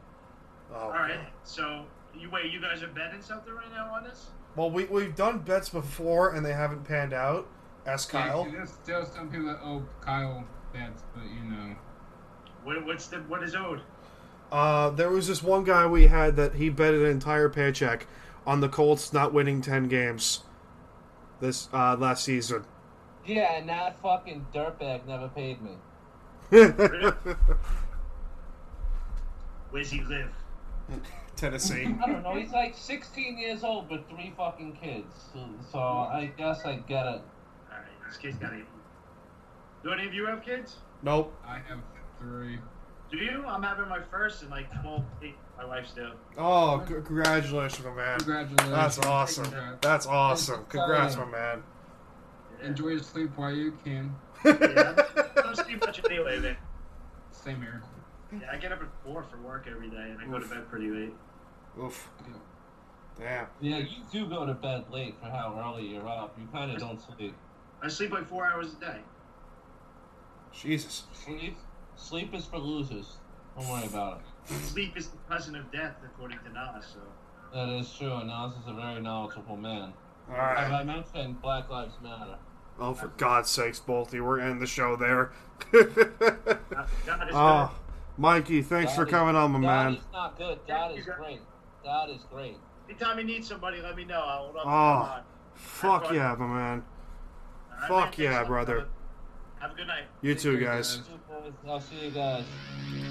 Speaker 3: Oh,
Speaker 5: All right. So you wait. You guys are betting something right now on this?
Speaker 3: Well, we we've done bets before and they haven't panned out. Ask Kyle.
Speaker 6: Yeah, there's still some people that owe Kyle bets, but you know.
Speaker 5: What, what's the what is owed?
Speaker 3: Uh, there was this one guy we had that he bet an entire paycheck on the Colts not winning ten games this uh, last season.
Speaker 4: Yeah, and that fucking dirtbag never paid me.
Speaker 5: Where's he live?
Speaker 3: Tennessee.
Speaker 4: I don't know. He's like 16 years old with three fucking kids. So I guess I get it.
Speaker 5: All right. This kid's got to. Do any of you have kids?
Speaker 3: Nope.
Speaker 6: I have three.
Speaker 5: Do you? I'm having my first in like 12. Eight. My wife's due.
Speaker 3: Oh, c- congratulations, my man.
Speaker 6: Congratulations.
Speaker 3: That's awesome.
Speaker 6: Congrats.
Speaker 3: That's awesome. Congrats, my man.
Speaker 5: Yeah.
Speaker 6: Enjoy your sleep while you can.
Speaker 5: Yeah, I don't sleep much anyway, man.
Speaker 6: Same here.
Speaker 5: Yeah, I get up at four for work every day, and I go to bed pretty late.
Speaker 3: Oof. Damn.
Speaker 4: Yeah, you do go to bed late for how early you're up. You kind of don't sleep.
Speaker 5: I sleep like four hours a day.
Speaker 3: Jesus.
Speaker 4: Sleep, sleep is for losers. Don't worry about it.
Speaker 5: Sleep is the cousin of death, according to Nas. So
Speaker 4: That is true. And Nas is a very knowledgeable man.
Speaker 3: All
Speaker 4: Have
Speaker 3: right.
Speaker 4: I mentioned Black Lives Matter?
Speaker 3: Oh, for God's sakes, Bolty, we're ending the show there.
Speaker 5: God God is
Speaker 3: oh, Mikey, thanks for
Speaker 4: God is-
Speaker 3: coming on, my
Speaker 4: God
Speaker 3: man.
Speaker 4: is not good.
Speaker 5: Thank
Speaker 4: God
Speaker 5: you,
Speaker 4: is
Speaker 5: guys.
Speaker 4: great. God is great.
Speaker 5: good. Anytime you need somebody, let me know. I'll hold up.
Speaker 3: Oh,
Speaker 5: All
Speaker 3: Fuck
Speaker 5: Alright,
Speaker 3: yeah, my man.
Speaker 5: right,
Speaker 3: fuck
Speaker 5: thanks
Speaker 3: yeah,
Speaker 5: a lot,
Speaker 3: brother.
Speaker 5: Have a good night.
Speaker 3: You
Speaker 6: Take
Speaker 3: too,
Speaker 6: care,
Speaker 3: guys.
Speaker 6: guys.
Speaker 4: I'll see you guys.